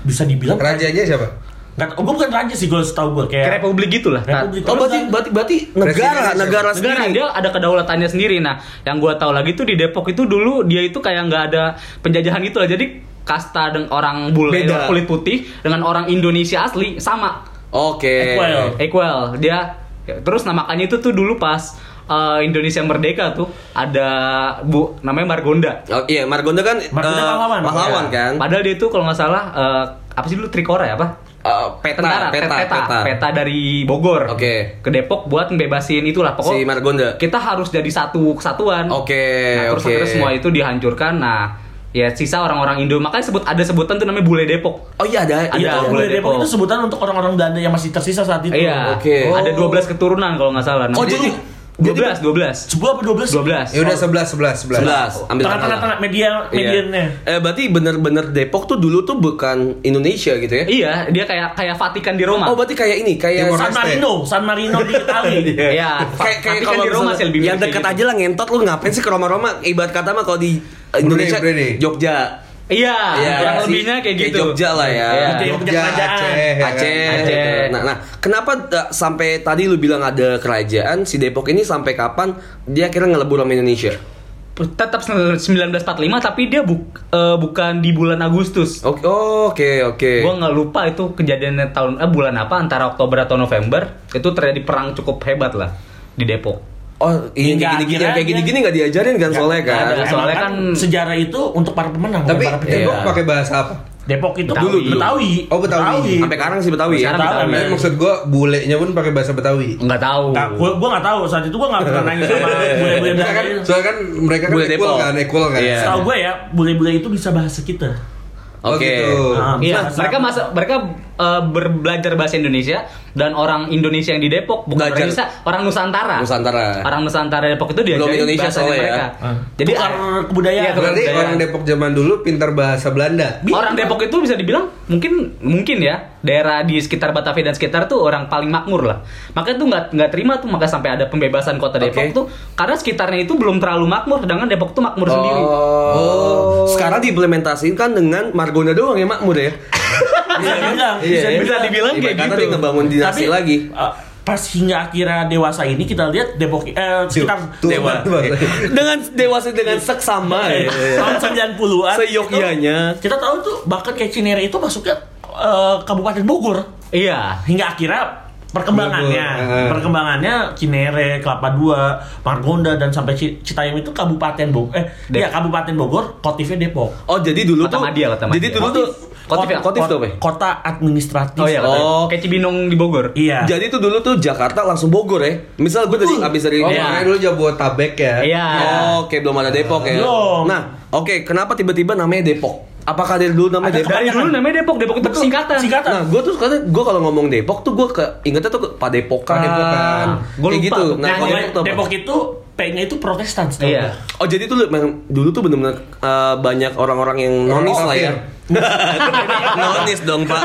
S3: Bisa dibilang
S1: Rajanya siapa?
S3: Nggak tahu, gua bukan raja sih gua setahu gua
S4: Kayak
S3: kayak
S4: republik gitulah. Nah,
S3: Republik.
S2: Oh berarti berarti berarti negara
S1: Presidennya
S2: negara
S4: negara
S2: sendiri.
S4: dia ada kedaulatannya sendiri. Nah, yang gua tahu lagi tuh di Depok itu dulu dia itu kayak nggak ada penjajahan gitu lah. Jadi kasta dengan orang bule
S2: Beda.
S4: kulit putih dengan orang Indonesia asli sama
S2: Oke.
S3: Equal.
S4: equal dia ya, terus nah makanya itu tuh dulu pas eh, Indonesia merdeka tuh ada bu namanya Margonda
S2: Oh, iya Margonda kan
S3: Margonda
S2: eh,
S3: pahlawan.
S2: pahlawan
S3: Iya.
S2: kan.
S4: padahal dia tuh kalau nggak salah eh, apa sih dulu Trikora ya apa
S2: Eh, peta,
S4: Tentara,
S2: peta, peta,
S4: peta peta dari Bogor
S2: Oke.
S4: ke Depok buat ngebebasin itulah pokok
S2: Si Margonda.
S4: kita harus jadi satu kesatuan
S2: Oke,
S4: nah, terus
S2: oke.
S4: akhirnya semua itu dihancurkan nah ya sisa orang-orang Indo makanya sebut ada sebutan tuh namanya bule Depok
S2: Oh iya ada.
S4: Ada.
S2: iya.
S3: itu
S4: boleh
S3: Bule Depok
S4: Depok.
S3: itu sebutan untuk orang-orang Belanda yang masih tersisa saat itu.
S4: Iya,
S2: Oke.
S4: ada 12 keturunan kalau nggak salah. Nah,
S2: Oh,
S4: dulu-
S2: jadi-
S4: 12, 12.
S3: 10 apa 12?
S4: 12.
S1: Ya udah 11 11 11.
S2: Sebelas. Ambil
S3: Tengah-tengah media
S2: Iya.
S3: mediannya.
S2: Eh berarti bener-bener Depok tuh dulu tuh bukan Indonesia gitu ya?
S4: Iya, dia kayak kayak Vatikan di
S2: Oh
S4: Roma.
S2: berarti kayak ini kayak
S1: Timur
S3: San
S1: Leste.
S3: Marino, San Marino di
S2: [LAUGHS]
S3: Itali.
S4: Iya,
S2: kayak kayak
S4: Vatikan di Roma sih lebih
S2: yang dekat
S4: mirip kayak gitu.
S2: aja lah ngentot lu ngapain sih ke Roma-Roma ibarat kata mah kalau di eh,
S1: Brunei,
S2: Indonesia
S1: Brunei.
S2: Jogja
S4: gitu. Iya, kurang
S2: sih.
S4: lebihnya kayak gitu.
S2: Jogja lah ya.
S4: Iya.
S3: Jogja, Jogja
S1: Jogja,
S3: Kerajaan.
S1: Aceh. ya kan?
S2: Aceh,
S4: Aceh.
S2: gitu. Nah, nah, kenapa da- sampai tadi lu bilang ada kerajaan si Depok ini sampai kapan dia akhirnya ngelebur sama Indonesia?
S4: Tetap 1945 tapi dia buk- eh, bukan di bulan Agustus.
S2: Oke, oh, oke, oke.
S4: Gua nggak lupa itu kejadiannya tahun eh, bulan apa antara Oktober atau November. Itu terjadi perang cukup hebat lah di Depok.
S2: Oh, ini kayak gini,
S3: Hingga akhirnya
S2: yang kayak
S3: dia-
S2: gini-gini nggak diajarin kan soalnya kan?
S4: nggak ada.
S3: Soalnya
S4: Soalnya
S3: kan
S4: kan-
S3: sejarah itu untuk para pemenang, bukan
S1: Tapi
S3: para
S2: Iya.
S3: pejuang.
S1: Depok pakai bahasa apa?
S3: Depok itu
S4: Dulu, dulu.
S3: Betawi.
S1: Oh, Betawi.
S2: Sampai sekarang sih Betawi ya.
S4: Sekarang
S3: Betawi.
S1: Tapi maksud gua bulenya pun pakai bahasa Betawi.
S4: Nggak tahu.
S3: Nggak, gua gua nggak tahu saat itu gua nggak pernah nanya sama
S4: Iya,
S3: bule-bule
S1: Soalnya kan,
S3: dari
S1: soalnya kan mereka kan
S2: Bule
S1: equal
S2: Depok.
S1: kan, equal kan.
S2: Iya.
S3: Tahu gue ya, bule-bule itu bisa bahasa kita.
S1: Oh,
S2: Oke.
S1: gitu.
S3: Nah,
S4: Iya,
S3: bisa
S4: mereka
S3: bahasa-
S4: masa mereka eh, ber- belajar bahasa Indonesia dan orang Indonesia yang di Depok
S2: Belajar.
S4: bukan orang Indonesia, orang Nusantara.
S2: Nusantara.
S4: Orang Nusantara Depok itu dia
S2: Belum Indonesia soalnya ya.
S4: mereka.
S3: Ah.
S4: Jadi
S3: Tukar
S4: eh,
S3: kebudayaan.
S4: iya, tukar
S1: Berarti
S4: kebudayaan.
S1: orang Depok zaman dulu pintar bahasa Belanda.
S4: Orang Depok itu bisa dibilang mungkin mungkin ya daerah di sekitar Batavia dan sekitar tuh orang paling makmur lah. Makanya tuh nggak nggak terima tuh maka sampai ada pembebasan kota Depok
S2: Oke.
S4: tuh karena sekitarnya itu belum terlalu makmur sedangkan Depok tuh makmur sendiri.
S2: Oh. Sekarang diimplementasikan dengan Margonda doang ya makmur
S4: [LAUGHS]
S2: ya.
S3: bisa dibilang, bisa
S2: ya.
S4: bisa dibilang kayak
S2: Ibarat kata
S4: gitu.
S2: dia ngebangun dinasti lagi.
S3: eh, pas hingga akhirnya dewasa ini kita lihat Depok eh, sekitar
S1: Tuh,
S2: Dewa.
S1: tuh, tuh.
S2: dengan dewasa dengan seksama ya.
S4: Eh, iya,
S3: tahun 90-an
S2: Seyogyanya.
S4: gitu.
S3: itu kita tahu tuh bahkan kayak Cinere itu masuknya eh, Kabupaten Bogor
S4: Iya.
S3: hingga akhirnya perkembangannya
S1: Bogor, eh.
S3: perkembangannya Cinere, Kelapa Dua, Margonda dan sampai Ci- Citayam itu Kabupaten Bogor eh ya
S4: Dep-
S3: Kabupaten Bogor kotifnya Depok
S2: Oh jadi dulu tuh.
S4: Kota Madia, Kota
S2: Jadi
S4: Madia.
S2: dulu tuh
S4: Kotif ya?
S2: Kotif tuh apa? ya?
S3: kota administratif
S4: Oh iya.
S2: Oh.
S4: Kayak Cibinong di Bogor.
S3: iya
S2: Jadi tuh dulu tuh Jakarta langsung Bogor ya. Misal gue tadi abis dari
S1: Oh,
S4: Iya.
S1: makanya dulu Jabodetabek ya.
S4: Iya.
S2: Oh, oke belum ada Depok ya.
S3: Belum.
S2: Nah, oke kenapa tiba-tiba namanya Depok? Apakah dari dulu namanya
S3: Ada
S2: Depok?
S4: Dari dulu namanya Depok, Depok itu
S3: Betul.
S4: singkatan.
S3: Singkatan.
S2: Nah, gue tuh kadang gue kalau ngomong Depok tuh gue ke ingetnya tuh ke Padepokan,
S1: Padepokan.
S2: kayak
S4: Gua lupa
S2: gitu.
S4: tuh.
S2: Nah,
S3: Nah,
S2: kalau Depok tuh apa?
S3: Depok itu P-nya itu Protestan setahu
S4: Iya.
S2: Oh
S3: gua.
S2: jadi tuh lu- memang dulu tuh bener-bener eh, banyak orang-orang yang nonis lah ya. [LAUGHS] nonis dong pak.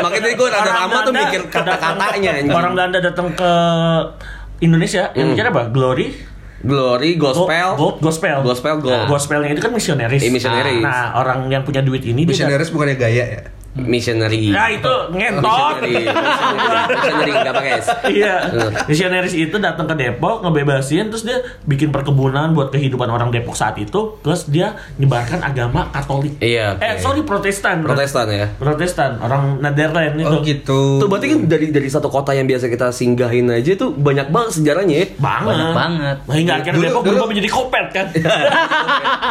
S2: Makanya tadi gue Eh, rada lama tuh
S3: Belanda
S2: mikir kata-katanya.
S3: datang-
S2: anjing.
S3: Orang Belanda datang ke Indonesia, yang dikira apa? Glory,
S2: Glory,
S3: Gold,
S2: gospel,
S3: Gold, Gospel.
S2: Gospel, gold.
S3: Gospelnya itu kan misionaris.
S2: Eh, misionaris.
S3: Nah, orang yang punya duit ini dia
S1: Missionaries bukannya gaya ya.
S2: missionary.
S3: Ya itu ngentot.
S2: Missionary, missionary, missionary, nggak pakai S.
S3: Iya, misionaris itu datang ke Depok ngebebasin, terus dia bikin perkebunan buat kehidupan orang Depok saat itu, terus dia nyebarkan agama Katolik.
S2: Iya, oke.
S3: Eh sorry Protestan.
S2: Protestan ya.
S3: Protestan, orang Netherlands itu.
S1: Oh gitu.
S2: Tuh
S4: Iya.
S2: berarti kan dari dari satu kota yang biasa kita singgahin aja tuh banyak banget sejarahnya ya.
S3: banget.
S4: Banyak banget.
S3: Nah, hingga akhirnya
S1: Dulu-
S3: Depok
S1: dulu-
S3: berubah menjadi kopet kan.
S2: [LAUGHS]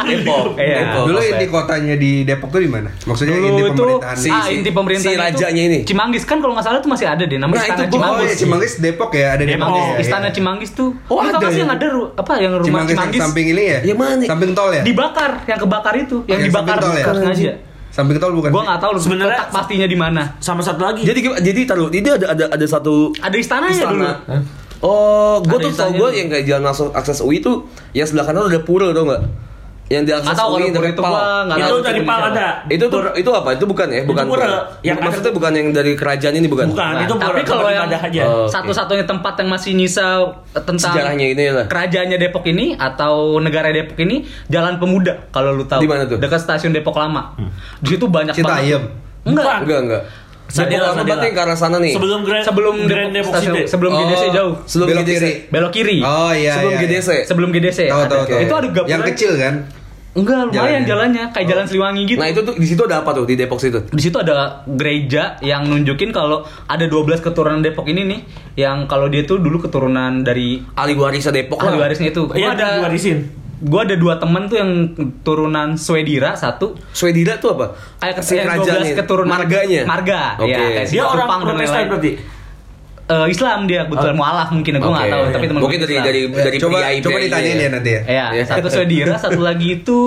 S2: Ah, Depok.
S4: Iya.
S2: Depok.
S1: Dulu
S2: Apa
S1: inti
S2: ya?
S1: kotanya di Depok tuh di mana? Maksudnya
S4: Dulu
S1: inti
S4: itu
S1: pemerintahan
S4: si, ah, inti pemerintahan
S2: si rajanya ini.
S4: Cimanggis kan kalau nggak salah tuh masih ada deh namanya
S2: Nah,
S4: Istana
S2: itu gua-
S1: Oh
S4: Cimanggis.
S1: ya Cimanggis Depok ya, ada
S3: Depok.
S1: Depok. ya, ya.
S4: Istana Cimanggis tuh.
S2: Oh,
S4: Lu
S2: ada
S4: tau gak sih
S2: ya?
S4: yang ada ru- apa yang Oh, rumah
S1: Cimanggis, yang
S4: Cimanggis,
S1: samping ini ya?
S2: Ya, mana?
S1: Samping tol ya?
S4: dibakar, yang kebakar itu, yang
S1: Yang
S4: dibakar
S1: samping tol ya?
S4: bukan
S2: Iya.
S4: sengaja.
S1: Samping tol bukan.
S4: Gua nggak tahu lu
S3: Sebenarnya-
S4: letak pastinya di mana.
S3: Sama satu lagi.
S2: Jadi jadi taruh itu ada ada ada satu
S4: Ada istananya
S2: Istana.
S4: dulu.
S2: Hah? Oh, gue
S4: Ada
S2: tuh tau
S4: istilahnya
S2: gue
S4: tuh.
S2: yang kayak jalan masuk akses UI tuh yang sebelah kanan udah pura tau nggak? Yang di akses
S4: Nggak tahu
S2: UI
S4: kalau pura
S2: dari
S4: itu
S2: Pal.
S4: gua nggak
S3: Itu
S4: tahu
S3: dari
S4: itu
S3: Pal
S4: Indonesia.
S3: ada.
S2: Itu tuh itu apa? Itu bukan ya? Bukan.
S3: pura. Yang ada-
S2: maksudnya bukan yang dari kerajaan ini bukan?
S3: Bukan,
S4: Nah,
S3: itu
S4: tapi
S3: pura-
S4: kalau
S3: tempat
S4: yang-
S3: ibadah aja.
S2: Oh. Oke.
S4: Satu-satunya tempat yang masih nyisa tentang
S2: Sejarahnya ini lah.
S4: Kerajaannya Depok ini atau negara Depok ini Jalan Pemuda kalau lu tahu.
S2: Di mana tuh?
S4: Dekat stasiun Depok Lama.
S1: Hmm.
S4: Di situ banyak
S1: Citayam.
S4: banget. Enggak.
S3: Bukan.
S2: Enggak enggak. Depok
S3: Sadela,
S2: lama
S3: Sadela.
S2: berarti yang ke arah sana nih.
S3: Sebelum Grand
S4: Sebelum
S3: Grand
S4: Depok
S3: Depok
S4: stasiun,
S3: City.
S4: sebelum
S2: Oh,
S4: GDC jauh.
S2: Sebelum
S1: Belok
S2: GDC.
S1: kiri.
S4: Belok kiri.
S1: Oh iya.
S2: Sebelum
S1: iya,
S2: GDC.
S1: iya.
S4: Sebelum GDC.
S1: Tahu
S4: ada.
S1: tahu tahu.
S4: Itu ada gapura.
S1: Yang kecil kan?
S4: Enggak, lumayan
S1: Jalannya. Oh.
S4: jalannya kayak jalan Sliwangi gitu.
S2: Nah itu tuh di situ ada apa tuh di Depok situ?
S4: di situ ada gereja yang nunjukin kalau ada 12 keturunan Depok ini nih yang kalau dia tuh dulu keturunan dari
S2: Ahli warisnya Depok
S4: ahli
S2: lah.
S4: warisnya itu.
S3: Iya, ada diwarisin.
S4: Gua ada dua temen tuh yang turunan Swedira satu
S2: Swedira tuh apa?
S4: kayak
S2: Si
S4: yang
S2: kerajaan
S4: 12 eh, keturunan
S2: marganya.
S4: Marga.
S2: Oke.
S4: ya, kayak
S3: Dia
S4: Jepang
S3: orang
S4: dan
S3: Protestan
S4: lain-lain.
S3: berarti.
S4: Eh, Islam dia kebetulan mualaf mungkin gua
S2: Oh.
S4: enggak
S2: Oke. iya.
S4: tahu tapi temen
S2: Mungkin dari dari
S1: Eh,
S2: dari
S1: coba
S2: priai-
S1: coba
S2: priai-
S1: ditanyain ya nanti ya.
S4: ya,
S2: Iya.
S4: satu Swedira, satu lagi itu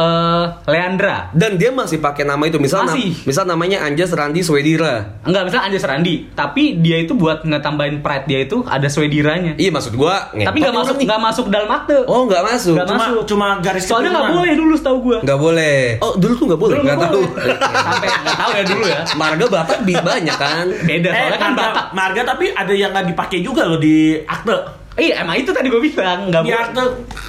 S4: eh Leandra.
S2: Dan dia masih pakai nama itu misal nam-
S4: Masih.
S2: misal namanya Anjas Randi Swedira.
S4: Enggak, misalnya Anjas Randi, tapi dia itu buat ngetambahin pride dia itu ada Swediranya.
S2: Iya maksud gua.
S4: Tapi
S2: nggak
S4: nggak masuk nggak masuk dalam akte.
S2: Oh nggak masuk.
S4: Nggak
S3: Cuma
S4: masuk.
S3: cuma garis
S4: Soalnya nggak boleh
S3: keturunan.
S4: dulu setahu gua.
S1: Enggak boleh.
S2: Oh dulu tuh nggak boleh.
S4: Dulu
S1: nggak
S4: nggak
S1: tahu.
S4: boleh. Sampai nggak tahu ya dulu ya.
S2: Marga Batak bi- banyak kan.
S4: Beda
S3: Eh,
S4: soalnya kan
S3: marga,
S4: Batak.
S3: marga tapi ada yang nggak dipakai juga loh di akte.
S4: Iya, emang itu tadi gua bilang nggak
S3: Di
S4: boleh.
S3: akte,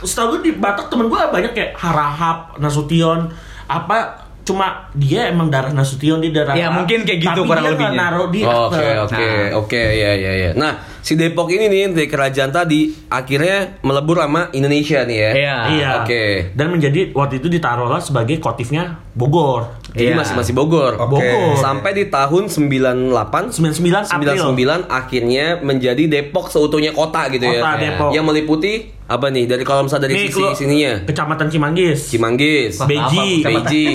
S3: setahu gue di Batak temen gue banyak kayak Harahap, Nasution, apa cuma dia emang darah Nasution di darah.
S4: Ya,
S3: Harahap.
S4: mungkin kayak gitu
S3: Tapi
S4: kurang
S3: dia
S4: lebihnya.
S3: nggak naruh di akte.
S2: Oh, Oke oke
S4: Nah.
S2: oke ya ya ya. Nah si Depok ini nih dari kerajaan tadi akhirnya melebur sama Indonesia nih ya.
S4: Iya.
S3: Iya.
S2: Oke.
S3: Dan menjadi waktu itu ditaruhlah sebagai kotifnya Bogor.
S2: Jadi
S4: Iya.
S2: masih masih Bogor. Nah,
S1: Oke.
S3: Oh, Bogor.
S2: Sampai di tahun 98
S3: 99 April.
S2: 99 akhirnya menjadi Depok seutuhnya kota gitu ya.
S3: Kota Depok.
S2: Yang meliputi apa nih? Dari kalau misalnya dari
S3: Nih,
S2: sisi
S3: kalau-
S2: sininya
S3: Kecamatan Cimanggis.
S2: Cimanggis,
S4: Wah,
S3: Beji.
S4: apa, aku sama-
S2: Beji,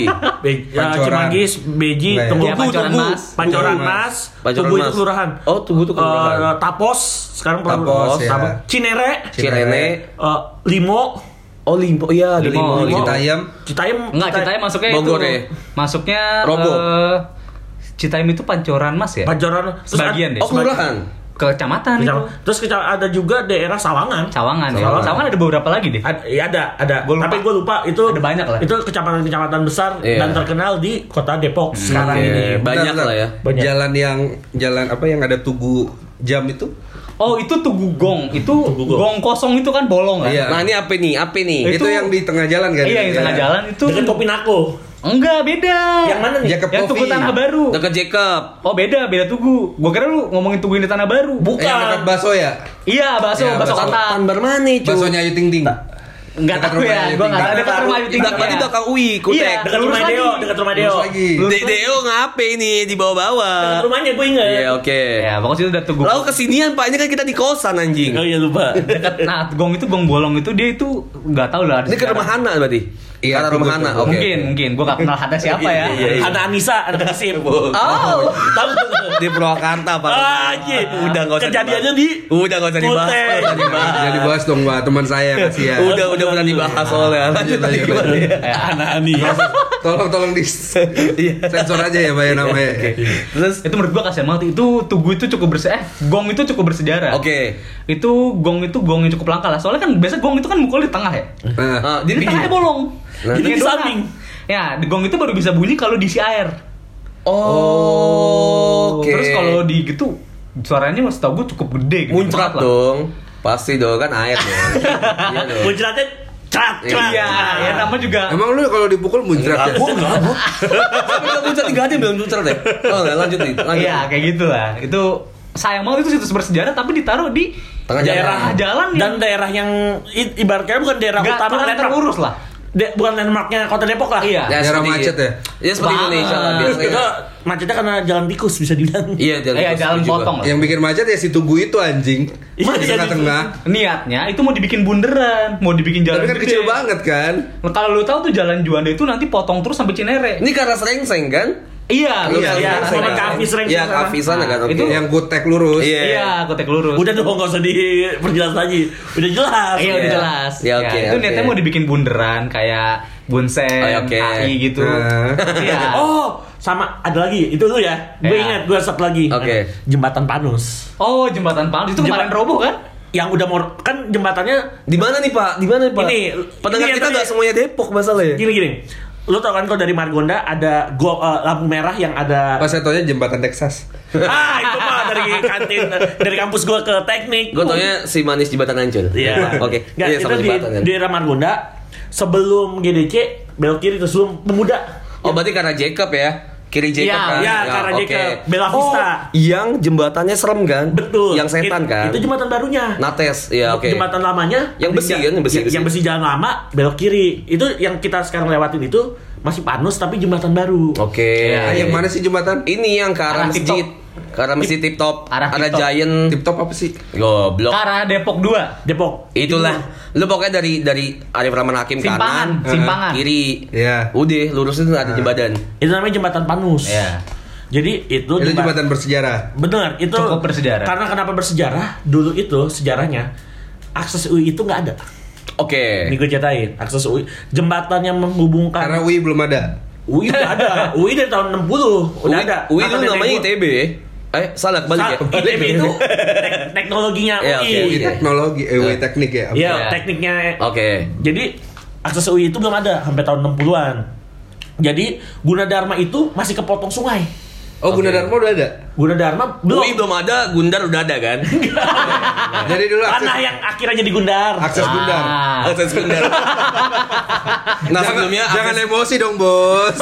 S3: Be- ya,
S1: Pancoran.
S3: Cimanggis, Beji,
S1: Iya.
S3: Tunggu,
S4: Iya, Pancoran
S3: Tugu,
S4: Mas.
S3: Pancoran
S1: Tugu.
S3: Mas,
S2: Pancoran
S3: Tugu itu
S2: Mas.
S3: kelurahan.
S2: Oh, Tugu itu kelurahan.
S3: Eh, Tapos, sekarang
S1: Tapos,
S3: kelurahan.
S1: ya.
S3: Tapos. Cinere,
S2: Cirene,
S3: eh, Limo,
S2: oh Limpo, iya ada Limau,
S4: Limau, Limau.
S2: Citayam.
S1: Citayam.
S3: Citayam,
S4: Enggak, Citayam masuknya itu.
S2: Bogor ya?
S4: Masuknya
S2: Robo.
S4: eh, Citayam itu pancoran Mas ya?
S3: Pancoran, Terus
S4: Sebagian
S3: ada-
S4: deh.
S2: Oh kelurahan.
S4: Kecamatan itu.
S3: Kecamatan. Terus keca- ada juga daerah Sawangan.
S4: Cawangan. ya?
S2: Sawangan.
S4: Cawangan ada beberapa lagi deh.
S3: Ada, ya ada, ada.
S4: Gua lupa.
S3: Tapi gue lupa itu
S4: Ada banyak lah.
S3: Itu kecamatan-kecamatan besar
S2: Iya.
S3: dan terkenal di kota Depok
S4: Hmm,
S3: sekarang
S2: Oke,
S3: Nah, ini.
S2: banyak
S1: Bentar,
S2: lah ya.
S1: bentar.
S3: Banyak.
S1: Jalan yang jalan apa yang ada tugu jam itu?
S4: Oh, itu Tugu Gong. Itu
S3: Gong.
S4: gong kosong itu kan bolong kan?
S1: Iya.
S2: Nah ini apa nih? Apa nih?
S4: Itu-
S1: Itu, yang di tengah jalan kan?
S4: Iya, yang tengah jalan itu.
S3: Dekat Kopinako.
S4: Enggak, beda.
S3: Yang mana nih?
S1: Jacob
S4: Yang Tugu
S1: Coffee.
S4: Tanah Baru.
S2: Dekat Jacob.
S4: Oh beda, beda tugu. Gua kira lu ngomongin tugu ini tanah baru.
S1: Eh, yang dekat
S3: Bukan.
S1: bakso ya?
S4: Iya, bakso,
S1: Iya,
S4: bakso
S1: bakso.
S4: kota.
S2: Tanbar mana cuy?
S1: Baksonya Ayu Ting Ting.
S4: Enggak
S1: Dekat
S4: tahu
S1: rumah
S4: ya,
S1: Ayu
S4: gua enggak
S1: Ting
S4: tahu
S1: Ting.
S4: dekat rumah Ayu Ting.
S2: Dak- Berarti udah UI,
S4: Iya,
S2: kutek.
S3: Dekat
S4: Lurus
S3: rumah
S4: lagi.
S3: Deo, dekat rumah Deo.
S1: Terus lagi.
S2: De- Deo ngape ini di
S3: Dekat
S2: bawah-bawah?
S3: Eh, rumahnya gue inget.
S2: Iya oke.
S4: Ya, pokoknya itu udah tugu.
S2: Lalu kesinian pak, ini kan kita di kosan anjing.
S3: Oh iya lupa.
S4: Dekat nah, gong itu gong bolong itu dia itu enggak tahu lah. ada
S2: Ini ke rumah
S4: sejarah.
S2: Hana berarti?
S1: Iya,
S2: Karena rumah
S1: betul,
S2: Hana,
S1: betul.
S2: oke.
S4: Mungkin, mungkin gua enggak kenal
S2: [LAUGHS]
S4: hata siapa ya.
S2: Iya, iya.
S3: Ada Anissa, ada
S4: [LAUGHS]
S3: Kesip.
S2: Oh,
S3: Tahu.
S2: di Purwakarta pak.
S3: Ah, iya.
S2: Udah nggak usah
S3: Kejadiannya
S2: dibahas.
S3: di-
S2: Udah nggak usah dibahas.
S3: Kutek.
S2: nggak usah dibahas.
S1: Jadi bahas dong Pak, teman saya ya. kasihan.
S2: Udah udah pernah dibahas soalnya.
S1: Iya,
S2: Lanjut lagi
S1: lanjut,
S2: gimana ya?
S4: Iya.
S3: Eh, anak Ani.
S1: Tolong tolong di sensor aja ya Pak ya namanya.
S2: Terus,
S4: Itu menurut gua kasihan banget. Itu tugu itu cukup bersejarah. Eh, gong itu cukup bersejarah.
S2: oke.
S4: Itu gong itu gong yang cukup langka lah. Soalnya kan biasa gong itu kan mukul di tengah ya.
S1: Nah,
S2: Ah,
S4: Jadi
S2: Jadi
S4: tengahnya bolong.
S2: Nah.
S3: Jadi
S4: Jadi donat.
S3: samping.
S4: Ya, the gong itu baru bisa bunyi kalau diisi air.
S2: Oh, oke.
S4: Terus kalau di gitu suaranya mas tau gue cukup gede. gede
S2: muncrat
S4: banget lah.
S2: dong. Pasti dong kan air dong.
S4: [LAUGHS]
S2: Iya dong.
S3: Muncratnya crat crat.
S4: Iya, ya nama juga.
S1: emang lu kalau dipukul muncrat ya?
S2: Gua enggak, gua. Tapi enggak muncrat tiga hari belum muncrat deh. Oh, enggak lanjut nih. Lanjut.
S4: Iya, kayak gitulah. Itu sayang banget itu situs bersejarah tapi ditaruh di
S2: Tengah
S3: Daerah
S4: jalan. Jalan
S3: dan
S4: yang
S3: daerah yang i- ibaratnya bukan daerah
S4: nggak
S3: utama
S4: kurang
S3: landmark.
S4: terurus lah.
S3: De- bukan landmarknya kota Depok lah.
S4: Iya.
S2: Ya,
S1: Daerah
S2: seperti-
S1: macet ya?
S2: Ya seperti
S4: Banget.
S2: Indonesia lah
S3: Itu
S2: biasanya.
S3: macetnya karena jalan tikus bisa dibilang.
S2: Iya, jalan,
S4: Iya,
S2: tikus
S4: jalan
S2: juga.
S4: potong lah.
S1: Yang bikin macet ya si tugu itu anjing. Di
S3: Iya, iya,
S1: tengah-tengah.
S4: Niatnya itu mau dibikin bundaran, mau dibikin
S1: Tapi
S4: jalan
S1: kan
S4: gede.
S1: kecil banget kan?
S4: Nah, Kalau lu tahu tuh jalan Juanda itu nanti potong terus sampai Cinere.
S2: Ini karena serengseng kan?
S4: Iya, lu
S3: Iya,
S4: bisa
S3: iya,
S4: lihat.
S3: sama
S4: Nah,
S3: Kavi sering
S2: Iya,
S3: sana.
S2: kafe sana kan.
S4: Nah,
S2: Oke.
S4: itu
S1: Yang kutek lurus.
S2: Iya.
S4: Iya, kotek lurus.
S3: Udah dong nggak usah diperjelas lagi. Udah jelas.
S4: Iya udah
S2: Iya.
S4: jelas.
S2: Iya, oke,
S4: itu niatnya
S2: oke.
S4: mau dibikin bunderan kayak bunsen,
S2: Oh, iya, oke.
S4: AI gitu.
S1: Nah.
S4: Iya.
S3: [LAUGHS] Oh, sama ada lagi itu lu ya gue
S4: Ya.
S3: ingat gue satu lagi
S2: Oke.
S3: jembatan Panus
S4: Oh, jembatan Palu itu kemarin
S3: Jembat-
S4: roboh kan?
S3: yang udah mau kan jembatannya
S2: Di mana nih Pak? Di mana nih Pak?
S3: Ini,
S2: pendengar
S3: ini yang
S2: kita
S3: tadi-
S2: nggak semuanya Depok masalahnya.
S3: gini gini lu tau kan kalau dari Margonda ada go, eh, lampu merah yang ada
S1: Pas saya taunya jembatan Texas.
S3: ah itu mah
S2: [LAUGHS]
S3: dari kantin dari kampus gue ke teknik
S2: Gue taunya si manis jembatan Ancol.
S3: Iya.
S2: Oke.
S3: Nggak,
S2: Iya
S3: itu
S2: sama
S3: di,
S2: jembatan kan.
S3: di daerah Margonda sebelum GDC belok kiri terus sebelum pemuda.
S2: Oh berarti karena Jacob ya? Kiri Jacob
S4: Iya,
S2: kan?
S3: iya,
S2: Ya,
S3: karena
S2: oke.
S3: Jacob. Bella Vista.
S2: Oh, yang jembatannya serem kan?
S3: Betul.
S2: Yang setan
S3: It-
S2: kan?
S3: Itu jembatan barunya.
S2: Nates. Ya oke.
S3: Jembatan lamanya
S2: Yang besi kan,
S3: ada-
S2: yang besi,
S3: ya-
S2: besi.
S3: yang besi jalan lama belok kiri. Itu yang kita sekarang lewatin itu masih panus tapi jembatan baru.
S2: Oke.
S1: Ah, yang mana sih jembatan?
S2: Ini yang ke arah
S4: Arah tip
S2: masjid. Ke arah masjid tip top.
S4: Arah
S2: Ada
S4: tip top.
S2: giant.
S1: Tip top apa sih?
S4: Ke
S2: Goblok.
S4: arah Depok 2.
S3: Depok.
S2: Itulah. Lu pokoknya dari dari Arif Rahman Hakim kanan,
S4: Simpangan, simpangan.
S2: kiri.
S1: Iya.
S2: Udah, lurusin tuh ada jembatan.
S3: Itu namanya jembatan panus.
S4: Iya.
S3: Jadi itu,
S1: Itu
S3: jembat-
S1: jembatan bersejarah.
S3: Benar, itu
S4: Cukup bersejarah.
S3: Karena kenapa bersejarah? Dulu itu sejarahnya akses UI itu nggak ada.
S2: Oke.
S3: Ini gue ceritain akses UI jembatan yang menghubungkan
S1: Karena UI belum ada.
S3: UI udah
S2: [LAUGHS]
S3: ada. UI dari tahun 60 udah
S2: Ui-
S3: ada.
S2: Ui
S3: Kata
S2: dulu
S3: nenek
S2: namanya
S3: gua.
S2: ITB. Eh, salah kebalik
S3: Sa-
S2: ya.
S3: ITB itu tek- teknologinya UI.
S2: Iya, oke,
S1: UI
S2: Iya.
S1: teknologi, eh, UI teknik ya.
S3: Iya,
S2: Iya.
S3: tekniknya.
S2: Oke.
S3: Jadi akses UI itu belum ada sampai tahun 60-an. Jadi Gunadarma itu masih kepotong sungai.
S1: Oh,
S2: Oke.
S1: Gunadarma udah ada.
S3: Gunadarma belum.
S2: Ui belum ada, Gundar udah ada [LAUGHS] kan?
S1: Jadi dulu akses
S3: Tanah yang akhirnya jadi Gundar.
S1: akses Gundar.
S4: Ah.
S2: Akses Gundar. Nah,
S1: jangan,
S2: sebelumnya
S1: jangan
S2: akses,
S1: emosi dong, Bos.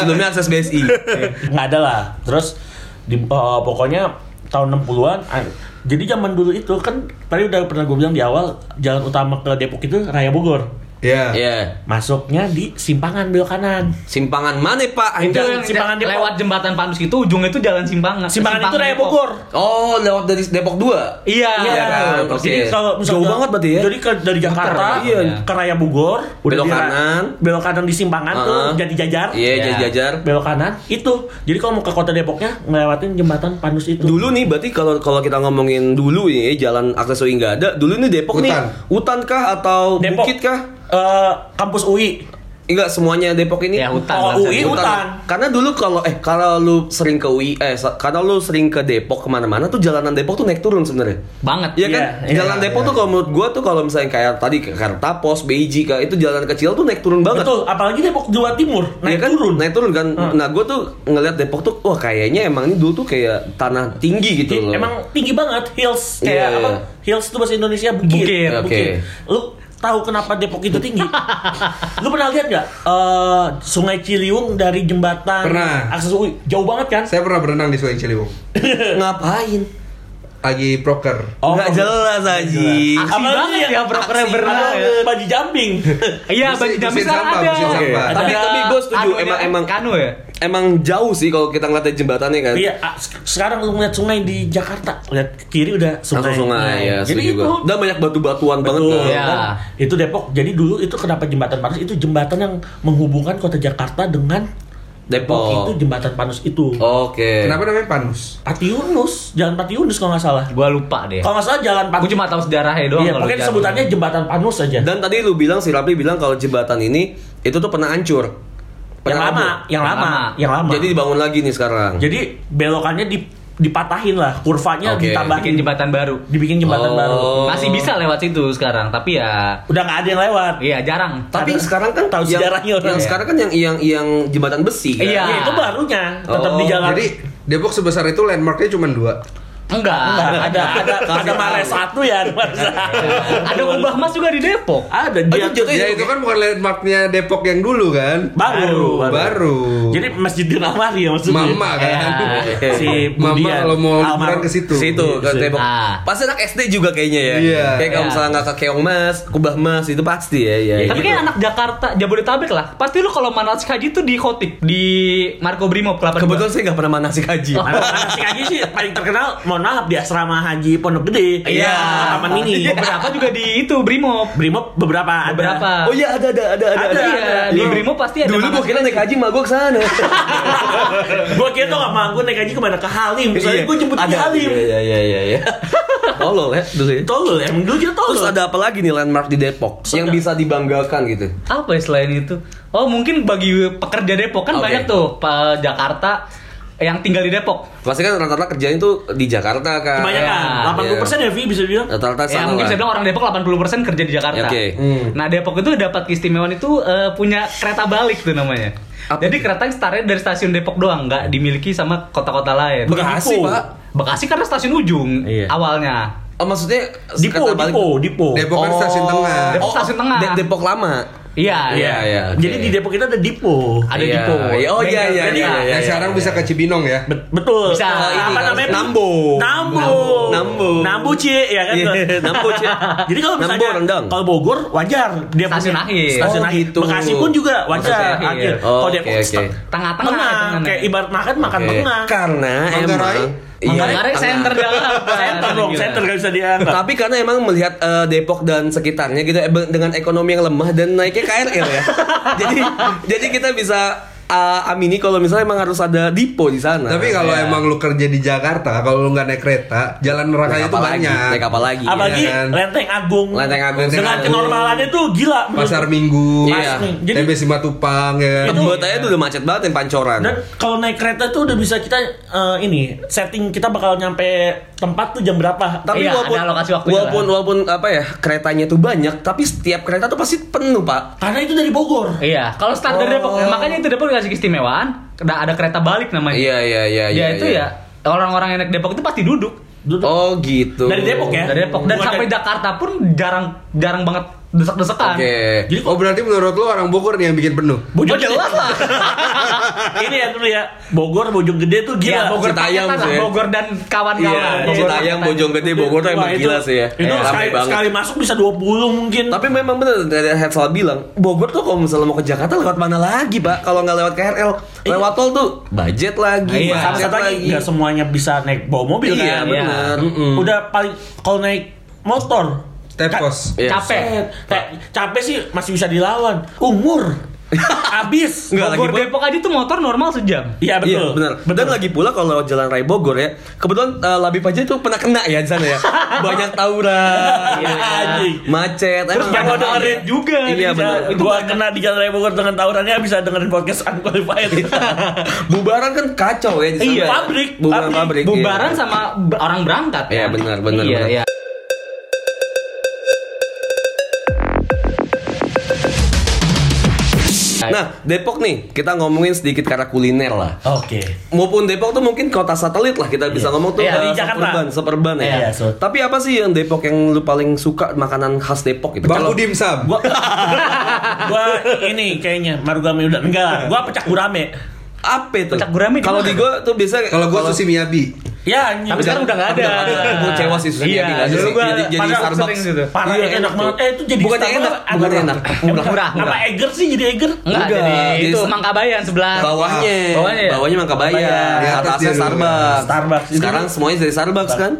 S2: sebelumnya akses BSI.
S3: nggak ada lah terus di eh, pokoknya tahun 60-an an- jadi zaman dulu itu kan tadi udah pernah gue bilang di awal jalan utama ke Depok itu Raya Bogor
S1: Iya.
S2: Iya.
S3: masuknya di simpangan belok kanan
S2: Simpangan mana, Pak?
S4: Itu
S2: Hindar.
S4: yang
S3: Simpangan Depok.
S4: lewat jembatan Pandus itu ujungnya itu jalan simpangan.
S3: simpangan, itu Raya
S4: Depok.
S3: Bogor
S2: Oh, lewat dari Depok 2.
S4: Iya.
S2: Iya, kan?
S3: Betul.
S2: Oke.
S3: Jadi kalau misalnya-
S2: Jauh banget berarti ya?
S3: Jadi ke- dari Jakarta
S4: Muter, iya.
S3: ke Raya Bogor,
S2: Belok
S3: di-
S2: kanan.
S3: belok kanan di simpangan tuh
S2: Heeh.
S3: jadi jajar.
S2: Iya,
S4: Iya.
S2: jadi jajar.
S3: Belok kanan itu. Jadi kalau mau ke kota Depoknya ngelewatin jembatan Pandus itu.
S2: Dulu nih berarti kalau kalau kita ngomongin dulu nih jalan akses UI nggak ada. Dulu nih Depok nih
S1: Hutan.
S2: hutan kah atau
S3: Depok.
S2: bukit kah?
S3: Eh, kampus UI.
S2: Enggak semuanya Depok ini.
S4: Ya, hutan
S3: Oh,
S4: lah.
S3: UI
S4: Hutan.
S3: hutan.
S2: Karena dulu kalau eh kalau lu sering ke UI eh sa- karena lu sering ke Depok kemana-mana tuh jalanan Depok tuh naik turun sebenarnya.
S4: Banget.
S2: Iya kan?
S3: Iya,
S2: jalan
S1: iya,
S2: Depok
S1: iya.
S2: tuh kalau menurut gua tuh kalau misalnya kayak tadi ke Kartapos, Beiji kayak itu jalan kecil tuh naik turun banget.
S3: Betul, apalagi Depok Jawa Timur
S2: Iya
S3: naik
S2: kan?
S3: turun.
S2: Naik turun kan. Nah, gua tuh ngelihat Depok tuh wah kayaknya emang ini dulu tuh kayak tanah tinggi gitu
S3: Jadi
S2: loh.
S3: Iya, emang tinggi banget hills kayak
S2: Iya,
S3: apa?
S2: iya.
S3: Hills itu bahasa Indonesia bukit.
S4: Bukit.
S2: Oke.
S3: Lu tahu kenapa Depok itu tinggi?
S2: [LAUGHS]
S3: Lu pernah lihat nggak eh, Sungai Ciliwung dari jembatan
S1: Pernah.
S3: akses UI jauh banget kan?
S1: Saya pernah berenang di Sungai Ciliwung.
S2: [LAUGHS] ngapain?
S1: Lagi proker.
S3: Oh,
S2: nggak jelas anjing.
S4: Aksi banget ya, brokernya berenang ya.
S3: Baju
S2: [LAUGHS]
S3: jambing.
S4: Iya,
S1: Busi-
S4: baju jam
S1: busin
S4: sekarang
S1: sampah,
S4: ada.
S1: busin sampah.
S4: Ada-
S2: Tapi- tapi gua setuju,
S4: anu,
S2: emang-
S4: dia-
S2: emang-
S4: kanu ya.
S2: Emang jauh sih kalau kita ngeliat dari jembatannya kan.
S3: Iya, ah, se- sekarang lu ngeliat sungai di Jakarta, lihat ke kiri udah sungai. Iya.
S2: Langsung sungai ya,
S3: Jadi
S2: setuju
S3: itu
S2: gua. Dan banyak batu-batuan banget
S3: Betul.
S2: kan.
S4: Iya.
S3: Dan Itu Depok. Jadi dulu itu kenapa jembatan Panus itu jembatan yang menghubungkan kota Jakarta dengan
S2: Depok. Oh.
S3: itu jembatan Panus itu.
S2: Oke.
S1: Kenapa namanya Panus?
S3: Pati Yunus, Jalan Pati Yunus kalau nggak salah.
S4: Gua lupa deh.
S2: Iya.
S3: Kalau nggak salah Jalan Pati.
S4: Gua cuma tahu sejarahnya doang
S3: Iya,
S4: kalau
S3: pokoknya
S4: jauh.
S3: sebutannya jembatan Panus aja.
S2: Dan tadi lu bilang si Rapli bilang kalau jembatan ini itu tuh pernah hancur.
S3: yang
S2: Pernah
S3: lama,
S2: ambruk.
S3: yang lama, yang lama.
S2: Jadi dibangun lagi nih sekarang.
S3: Jadi belokannya di- dipatahin lah, kurvanya
S2: Oke.
S3: ditambahin,
S4: bikin jembatan baru.
S3: dibikin
S2: Oh.
S3: jembatan baru.
S4: Masih bisa lewat situ sekarang, tapi ya
S3: Udah nggak ada yang lewat.
S4: iya jarang.
S2: Tapi
S3: Karena
S2: sekarang kan
S3: tahu
S2: yang,
S3: sejarahnya orang
S2: yang
S3: ya.
S2: sekarang kan yang yang yang jembatan besi kan.
S4: Iya.
S3: Iya, itu barunya, tetap
S2: Oh,
S3: di jalan.
S1: Jadi Depok sebesar itu landmarknya cuma dua.
S4: Enggak.
S3: Nggak, ada ada ada
S2: Kasih
S3: mare satu ya, ada Mare satu.
S4: Ada kubah mas juga di Depok.
S3: Ada
S2: Oh,
S3: dia
S2: itu jatuh
S1: Ya itu kan bukan landmarknya Depok yang dulu kan?
S3: baru,
S1: Baru.
S3: Jadi Masjidil Anwar ya maksudnya.
S1: Mama kan.
S4: Iya.
S3: si
S1: Mama
S3: Budian.
S1: kalau mau
S3: Almarhum.
S1: liburan ke situ.
S2: Situ ke
S3: Iya.
S2: Depok.
S4: Ah.
S2: Pasti anak SD juga kayaknya ya.
S1: Iya.
S2: Kayak kalau
S4: Iya.
S2: misalnya nggak ke Keong Mas, Kubah Mas itu pasti ya. ya,
S4: Tapi kan
S2: gitu.
S4: kayak anak Jakarta, Jabodetabek lah. Pasti lu kalau manasik haji tuh di Khotib, di Marco Brimob Kelapa
S3: Oh.
S4: Dua.
S2: kebetulan saya nggak pernah manasik haji.
S3: Nah, Manasik Haji sih paling terkenal mohon nahap di asrama haji Pondok Gede.
S4: Iya.
S3: Taman mini.
S4: [LAUGHS] Beberapa juga di itu Brimob.
S3: Brimob beberapa ada.
S4: Beberapa.
S2: Oh iya ada ada ada ada.
S4: Ada, iya. Di
S2: Dulu-
S4: Brimob pasti ada
S2: Dulu
S4: makanan.
S2: gua kira naik haji mah gua ke sana.
S3: Gua kira tuh gak mampu naik haji kemana ke Halim. Misalnya
S2: Iya.
S3: gua jemput di
S2: Ada,
S3: Halim.
S2: Iya iya iya iya, iya. Tolol ya dulu ya.
S3: Tolol ya, emang dulu kita tolol.
S2: Terus ada apa lagi nih landmark di Depok yang bisa dibanggakan gitu?
S4: apa ya selain itu? Oh mungkin bagi pekerja Depok kan
S2: Oke.
S4: banyak tuh Pak Jakarta yang tinggal di Depok.
S2: Pasti kan rata-rata kerjanya tuh di Jakarta kan.
S3: Kebanyakan,
S4: Ya,
S3: 80% ya Vi bisa dibilang.
S2: Rata-rata
S4: ya
S2: sana
S4: mungkin
S2: lah.
S4: saya bilang orang Depok 80% kerja di Jakarta.
S2: Oke.
S4: Nah Depok itu dapat keistimewaan itu eh, punya kereta balik tuh namanya.
S2: Apa
S4: Jadi kereta yang startnya dari stasiun Depok doang, nggak dimiliki sama kota-kota lain.
S2: Bekasi,
S4: Dipo.
S2: Pak.
S4: Bekasi karena stasiun ujung
S3: Iya.
S4: awalnya.
S2: Oh maksudnya
S3: Dipo,
S2: kereta balik-
S3: Dipo, Dipo.
S1: Depok kan stasiun tengah.
S4: Depok stasiun tengah.
S2: Oh, De- Depok lama.
S4: Iya,
S2: Iya, iya, oke.
S3: Jadi di Depok kita ada Dipo.
S4: Ada
S2: Iya,
S4: Dipo.
S2: iya. Oh iya iya
S3: Jadi,
S2: iya.
S1: Nah,
S2: iya,
S1: sekarang
S2: iya,
S1: bisa
S2: iya.
S1: ke Cibinong ya.
S3: Bet- betul.
S4: Bisa,
S3: Nah,
S4: ini
S3: apa
S2: kan,
S3: namanya?
S2: Nambo.
S3: Nambo.
S2: Nambo.
S3: Nambo Cie, ya kan?
S2: Iya, Nambo, Cie.
S3: [LAUGHS] Jadi kalau
S2: Nambo,
S3: misalnya
S2: rendang.
S3: kalau Bogor wajar dia
S4: Stasiun
S3: punya-
S4: akhir.
S3: Stasiun
S2: Oh,
S3: akhir.
S2: gitu.
S3: Bekasi pun juga
S4: Stasiun
S3: wajar
S4: akhir.
S3: akhir.
S2: Oh,
S3: Kalau
S2: oke,
S3: Depok
S2: oke.
S3: step-
S4: Tengah-tengah,
S3: Tengah.
S4: tengah-tengah.
S3: Kayak ibarat makan makan
S2: Oke.
S3: tengah.
S2: Karena
S1: Manggarai?
S2: emang Iya,
S4: Manggarai
S2: tengah.
S4: center jalan.
S3: Center dong,
S2: Iya.
S3: center gak bisa dianggap.
S2: Tapi karena emang melihat eh, Depok dan sekitarnya gitu eh, be- dengan ekonomi yang lemah dan naiknya KRL ya. jadi jadi kita bisa eh, amini kalau misalnya emang harus ada Dipo di sana.
S1: Tapi kalau emang lu kerja di Jakarta, kalau lu nggak naik kereta, jalan nerakanya
S2: iya. naik
S1: itu
S2: apa lagi?
S1: banyak.
S2: Naik apa lagi?
S3: Apalagi
S1: Iya kan?
S3: Lenteng Agung.
S2: Lenteng Agung.
S3: Dengan
S1: Lenteng Agung.
S3: kenormalannya tuh gila. menurut
S1: Pasar
S3: gua.
S1: Minggu,
S2: Iya.
S3: Jadi-
S1: TB Simatupang ya kan.
S2: Tebet aja tuh udah macet banget yang pancoran.
S3: Dan kalau naik kereta tuh udah bisa kita eh, ini setting kita bakal nyampe tempat tuh jam berapa.
S2: tapi
S4: Iya,
S2: walaupun
S4: ada alokasi waktunya
S2: walaupun walaupun apa ya keretanya tuh banyak tapi setiap kereta tuh pasti penuh pak
S3: Karena itu dari Bogor.
S4: Iya, kalau start
S2: Oh.
S4: dari Depok, nah, makanya itu Depok dikasih keistimewaan. Ada, ada kereta balik namanya.
S2: iya iya iya
S4: ya, itu ya orang-orang yang naik Depok itu pasti duduk.
S3: Duduk.
S2: oh gitu
S3: ya. Dari Depok ya?
S4: Dari Depok dan
S3: Bukan
S4: sampai
S3: dari-
S4: Jakarta pun jarang jarang banget desek-desekan.
S2: oke ya?
S3: Jadi
S1: Oh berarti menurut lu orang Bogor nih yang bikin penuh?
S4: Bojong jelas
S2: [LAUGHS]
S4: lah.
S3: [LAUGHS] ini ya dulu ya Bogor Bojong Gede tuh
S4: Iya,
S3: gila.
S4: Bogor
S2: Citayam
S4: Paketan lah,
S2: sih ya.
S4: Bogor dan kawan-kawan.
S2: Iya,
S4: Bogor
S2: Citayam,
S4: Paketan.
S2: Bojonggede, Bogor tuh emang
S3: Wah, itu-
S2: gila sih ya.
S3: Itu
S2: Eh, ramai
S3: sekali,
S2: banget.
S3: sekali masuk bisa 20 mungkin.
S2: Tapi memang bener dari Hetzal bilang Bogor tuh kalau misalnya mau ke Jakarta lewat mana lagi pak? Kalau nggak lewat KRL, lewat tol tuh budget lagi,
S4: Iya,
S3: sama
S2: macet
S3: Iya. satu lagi nggak semuanya bisa naik bawa mobil
S2: Iya
S3: kan.
S2: benar.
S3: Mm. Udah paling kalau naik motor
S1: Tepos.
S2: Iya.
S4: Capek.
S3: Set. Kayak capek sih masih bisa dilawan.
S2: [LAUGHS]
S3: Umur habis.
S2: Nggak lagi,
S4: Bogor
S2: Pak.
S4: Depok aja tuh motor normal sejam.
S3: Iya
S2: Iya
S3: betul.
S2: benar. Dan lagi pula kalau lewat Jalan Raya Bogor ya, kebetulan eh, Labib aja tuh pernah kena ya di
S3: [LAUGHS]
S2: sana ya. Banyak tawuran,
S3: Iya, [LAUGHS] anjing.
S2: macet.
S3: Terus
S2: Emang
S3: jangan
S2: ramai.
S3: dengerin juga.
S2: Iya
S3: bisa.
S2: benar.
S3: Gua kena di Jalan Raya Bogor dengan tawurannya bisa dengerin podcast Unqualified. [LAUGHS]
S2: Bubaran kan kacau ya di sana.
S3: Iya, pabrik,
S2: Bubaran
S3: pabrik.
S2: pabrik.
S4: Bubaran
S2: iya.
S4: sama b- orang berangkat.
S2: Iya,
S4: kan?
S2: benar, benar,
S4: Iya,
S2: benar.
S4: iya.
S2: Nah, Depok nih, kita ngomongin sedikit karena kuliner lah.
S3: Oke.
S2: Maupun Depok tuh mungkin kota satelit lah kita bisa ngomong tuh
S3: Iya, di
S2: eh,
S3: Jakarta.
S2: seperban, seperban ya.
S3: Iya, so-
S2: Tapi apa sih yang Depok yang lu paling suka makanan khas Depok gitu?
S1: Bangku
S2: Kalau-
S1: dimsum.
S3: Gua [LAUGHS] gua ini kayaknya marugame udah enggak lah. Gua pecak gurame.
S2: apa itu?
S4: Kocak gurame
S2: Kalau
S4: gimana?
S2: di gua tuh biasa
S1: Kalau gua sushi miyabi.
S3: Ya, anjing.
S4: Tapi sekarang udah nggak ada.
S2: Udah nggak ada. Gua kecewa sih, Susan
S4: Iya,
S2: Yadi nggak ada
S4: dulu
S2: sih.
S4: gua
S2: Jadi- jadi
S4: padahal
S2: Starbucks.
S4: sering gitu.
S3: Parah
S2: Iya,
S3: enak,
S2: enak
S3: banget.
S2: tuh.
S3: Eh itu jadi
S2: Bukannya
S3: Starbucks
S2: enak,
S3: agak
S2: bukannya
S3: murah.
S2: enak.
S3: Eh,
S2: Murah,
S4: murah,
S3: Kenapa
S4: murah.
S3: Eger sih jadi Eger?
S4: Enggak,
S2: Enggak,
S4: jadi
S2: jadi
S4: itu
S2: se-
S4: Mangkabayan sebelah.
S2: bawahnya
S4: Bawahnya. ya? Iya,
S2: bawahnya Mangkabayan
S1: Di atas dia
S2: atasnya
S1: dulu.
S2: Starbucks
S3: Starbucks.
S2: sekarang semuanya dari Starbucks kan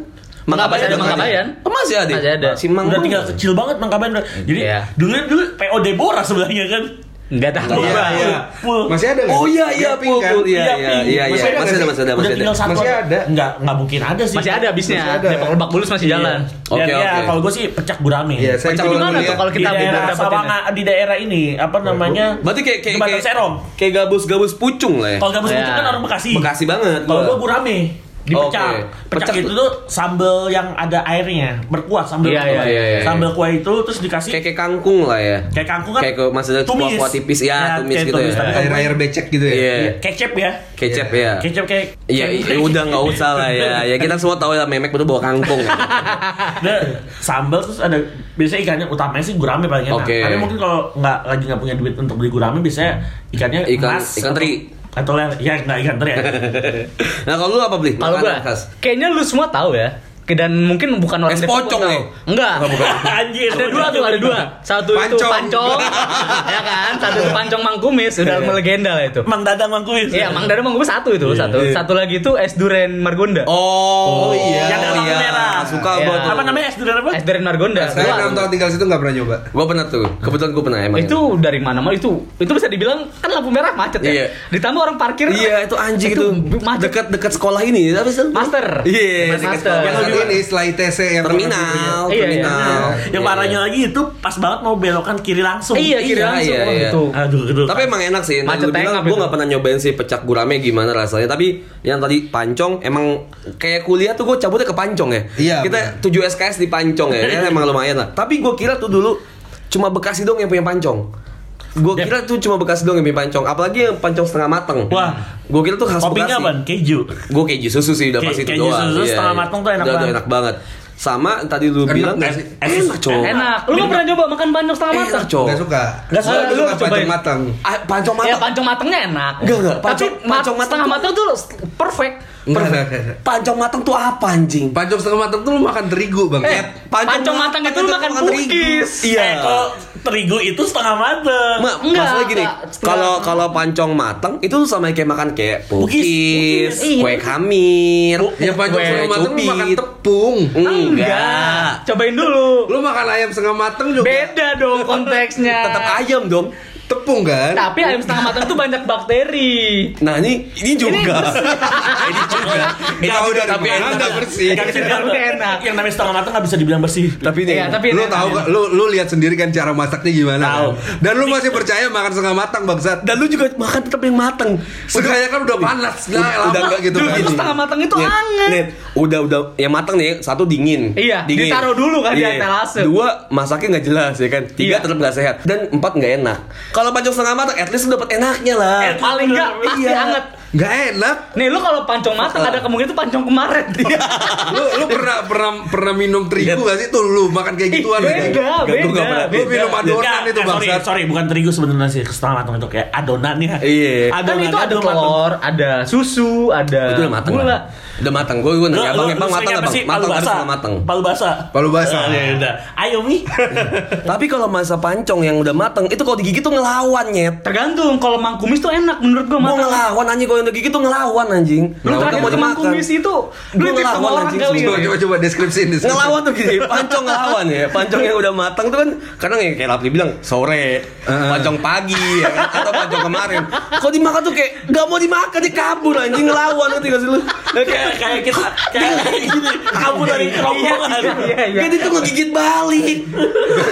S4: Mangkabayan ada Mangkabayan.
S2: Oh, masih ada
S4: Masih ada.
S2: si Mang
S3: udah tinggal kecil banget Mangkabayan. udah. Jadi
S4: Iya.
S3: dulu dulu PO Deborah sebelahnya kan.
S4: Enggak tahu.
S3: Iya,
S4: Bang.
S3: iya. Full.
S1: Masih ada nggak?
S2: oh iya
S1: Dia
S2: iya
S1: pink
S2: pul
S1: kan?
S2: pul iya
S3: Iya,
S2: iya
S3: pink.
S2: iya
S1: Masih
S2: iya.
S1: ada
S2: masih ada
S1: nggak
S2: masih ada
S3: udah
S2: masih ada
S3: tinggal satu.
S1: Masih ada.
S3: Enggak, enggak mungkin ada sih.
S4: Masih ada bisnya.
S1: Masih ada.
S4: Depok Lebak Bulus
S2: Iya.
S4: masih jalan.
S3: Oke,
S2: Oke,
S3: ya,
S2: oke.
S3: kalau gue sih pecak gurame.
S1: Iya, saya
S2: Macam
S1: kalau
S4: gimana tuh
S1: ngeliat-
S4: kalau
S3: di
S4: kita beda
S3: daerah
S4: dapetinnya?
S3: Sawanga, di daerah ini apa namanya?
S2: berarti kayak kayak
S3: Jembatan
S2: kayak-
S3: Serom.
S2: kayak gabus-gabus pucung lah ya
S3: Kalau gabus
S4: Iya.
S3: itu kan orang Bekasi.
S2: Bekasi banget
S3: Kalau
S2: gua.
S3: gue gurame di
S2: Oke.
S3: pecak. Pecak,
S2: Pecak
S3: itu tuh sambel yang ada airnya, berkuah sambel
S4: Iya,
S2: iya,
S3: berkuah.
S2: iya, iya.
S3: Sambel kuah itu terus dikasih
S2: kayak kayak kangkung lah ya
S3: Kayak kangkung kan
S2: kayak ke- maksudnya
S3: tumis.
S2: kuah-kuah tipis ya,
S3: Ya,
S2: tumis
S3: kayak
S2: gitu
S3: tumis,
S2: ya
S3: tapi-
S1: Air-air becek gitu ya.
S2: iya
S3: kecap ya.
S2: kecap ya
S3: Kecap kayak
S2: Iya, iya, udah
S3: [LAUGHS]
S2: nggak usah lah ya. Ya kita semua tahu lah memek itu bawa kangkung.
S3: Nah, sambal terus ada biasanya ikannya utamanya sih gurame paling enak.
S2: Oke.
S3: Tapi mungkin kalau nggak lagi nggak punya duit untuk beli gurame biasanya ikannya
S2: Ikan-
S3: emas
S2: ikan
S3: atau-
S2: teri.
S3: atau
S2: [LAUGHS]
S3: lele. Ya nggak ikan teri. ya.
S2: Nah kalau lu apa beli?
S4: Kalau gua,
S2: Makanan khas.
S4: kayaknya lu semua tahu ya. dan mungkin bukan orang
S2: Es
S4: Depok
S2: pocong
S4: gua tahu.
S2: nih.
S4: Enggak.
S3: Anjir.
S4: [LAUGHS] ada dua tuh, ada dua. Satu itu
S1: Pancong.
S2: [LAUGHS]
S4: pancong, ya kan? Satu itu pancong mangkumis, udah
S2: Iya.
S4: melegenda lah itu.
S3: Mang Dadang Mang Kuis.
S4: Iya, Mang Dadang mangkumis satu itu, satu. Satu lagi itu es duren Margonda.
S2: Iya, Oh, iya.
S3: Yang ada
S2: oh,
S3: lampu
S2: iya.
S3: merah.
S2: Suka
S4: Iya.
S2: gua tuh.
S3: Apa namanya es durian apa?
S4: Es duren Margonda.
S1: Saya
S4: Dua.
S1: enam tahun tinggal situ nggak pernah nyoba.
S2: Gua pernah tuh. Kebetulan gua pernah emang.
S4: itu dari mana mah itu itu bisa dibilang kan lampu merah macet
S2: Iya.
S4: ya ditambah orang parkir kan?
S2: Iya, itu anjing itu.
S4: Itu macet.
S2: Dekat dekat sekolah ini. Apa sih?
S4: master
S2: Iya, dekat
S4: master
S2: sekolah.
S1: Yang lebih
S2: Yang
S1: ini setelah ITC yang
S2: terminal,
S4: Iya, iya.
S2: terminal.
S3: Yang
S2: Iya.
S3: parahnya lagi itu pas banget mau belokan kiri langsung.
S4: iya kiri
S2: Iya,
S4: langsung
S2: iya,
S4: orang
S2: iya.
S4: itu
S3: Aduh, aduh.
S2: Tapi emang enak sih.
S4: Macet
S2: Macet bilang,
S4: tengah
S2: gue
S4: itu.
S2: nggak pernah nyobain sih pecak gurame gimana rasanya. Tapi yang tadi pancong emang kayak kuliah tuh gue cabutnya ke pancong ya.
S1: Iya,
S2: Kita tujuh SKS di pancong ya. Kan emang lumayan lah. Tapi gue kira tuh dulu cuma Bekasi dong yang punya pancong. Gue
S3: Dep.
S2: kira tuh cuma Bekasi dong yang punya pancong. Apalagi yang pancong setengah mateng.
S3: Wah.
S2: Gue kira tuh khas
S3: kopinya
S2: Bekasi.
S3: ban keju.
S2: Gue keju susu sih udah
S3: Ke-
S2: pasti itu
S3: keju
S2: doang. Iya,
S3: susu setengah mateng tuh enak
S2: Udah- udah
S3: banget.
S2: enak banget. Sama tadi lu
S1: Enak
S2: bilang
S1: nggak
S3: sih?
S2: enak cowok.
S4: enak lu nggak pernah coba makan pancong setengah matang
S2: Enak cowok.
S1: Gak suka.
S4: Nggak suka,
S1: Gua
S4: lu
S1: suka
S4: cobain.
S1: pancong matang.
S2: Ah, Pancong
S3: Iya,
S4: ya
S2: mateng.
S4: pancong matangnya enak
S2: Enggak, enggak.
S4: tapi
S2: Pancong- pancong
S4: ma-
S2: matang
S4: setengah
S2: tuh-
S4: matang tuh perfect
S1: Enggak, enggak, enggak.
S2: Pancong mateng tuh apa anjing?
S1: Pancong setengah matang tuh lu makan terigu bang.
S4: Eh, pancong, matang itu lu makan
S2: terigu.
S4: pukis.
S2: Iya.
S3: Eh, kalau terigu itu setengah mateng.
S2: Ma,
S4: Enggak,
S2: maksudnya gini,
S4: enggak, setengah-
S2: kalau kalau pancong mateng itu tuh sama kayak makan kayak
S3: Pukis,
S2: pukis,
S4: pukis.
S2: kue kamir,
S1: Ya pancong
S2: kue
S1: setengah matang lu makan
S2: cubit.
S1: tepung.
S2: Iya. Enggak.
S4: cobain dulu
S1: Lu makan ayam setengah matang juga.
S4: beda dong konteksnya
S2: Tetap ayam dong.
S1: Tepung kan?
S4: tapi ayam setengah matang tuh banyak bakteri
S2: Nah ini ini juga. [LAUGHS] Ini juga. Ini
S1: Tahu
S2: juga
S1: dari
S2: tapi
S1: mana
S2: enak.
S1: nggak bersih.
S3: Nggak bisa dibilang
S4: Tapi Iya. enak.
S3: Yang namanya setengah matang nggak bisa dibilang bersih.
S2: Tapi ini.
S4: Iya, tapi
S1: Lu
S4: enak.
S1: tahu kan? Lu lu lihat sendiri kan cara masaknya gimana?
S3: Tahu.
S1: kan? Dan lu masih percaya makan setengah matang bangsat.
S2: Dan lu juga makan tetap yang mateng.
S1: Sekaya kan udah panas, nah, lama gitu
S4: dulu
S1: kan.
S4: itu setengah matang itu
S2: Net,
S4: anget.
S2: net, Iya. udah udah yang matang nih satu dingin.
S4: Iya,
S2: dingin.
S4: ditaruh dulu kan di
S2: Iya.
S4: etalase.
S2: Dua masaknya nggak jelas ya kan. Tiga
S4: Iya.
S2: tetap nggak sehat dan empat nggak enak. Kalau pancong setengah matang, at least lu dapat enaknya lah.
S3: At least.
S4: paling enggak pasti
S2: Iya.
S4: anget
S1: Nggak enak.
S4: Nih lu kalau pancong matang ada kemungkinan itu pancong kemarin.
S2: Iya.
S4: [LAUGHS]
S1: Lu lu pernah pernah pernah minum terigu gak sih tuh lu makan kayak gituan
S4: Ih,
S1: gitu.
S4: beda,
S2: Gua nggak
S4: beda,
S2: pernah.
S1: Lu minum
S4: beda.
S1: adonan itu
S3: sorry,
S1: bangsat.
S3: sorry, bukan terigu sebenarnya sih setengah matang itu kayak adonan ya.
S2: Iya.
S4: Kan
S3: Adonan
S4: itu ada
S3: matang.
S4: telur, ada susu, ada
S2: Itu udah matang.
S4: gula.
S2: lah. Udah matang. Gue gue
S3: Lu-
S2: nanya
S3: lu-
S2: abang,
S3: lu
S2: abang matang
S3: sering apa
S2: abang.
S3: sih?
S2: Matang
S3: Palu
S2: tapi
S3: basah.
S2: setengah matang.
S3: Palu basah.
S1: Palu basah.
S3: Ah, ya udah. Ayo mi.
S2: Tapi kalau masa pancong yang udah mateng, itu kalau digigit tuh ngelawan nyet.
S4: Tergantung kalau mangkumis tuh enak menurut gua
S2: Mau
S4: matang.
S2: ngelawan anjing kalau yang digigit tuh ngelawan anjing.
S4: Lu
S2: Ngelawan mau
S4: terakhir ke
S2: dimakan.
S4: mangkumis itu lu
S2: Gua
S4: tip sama
S2: ngelawan,
S4: orang
S2: anjing,
S4: kali.
S1: Coba
S4: ya.
S1: coba coba deskripsiin deskripsiin.
S2: ngelawan tuh gini pancong ngelawan ya pancong yang udah matang tuh kan kadang yang kayak Rafli bilang sore pancong pagi ya kan? atau pancong kemarin kalau dimakan tuh kayak gak mau dimakan dia kabur anjing ngelawan ngerti gak sih lu Nah,
S4: Iya,
S2: kayak
S3: Kayak kayak kita kayak gini. Kamu dari rombongan.
S4: [LAUGHS] Iya, iya.
S2: kayak dia tuh ngegigit balik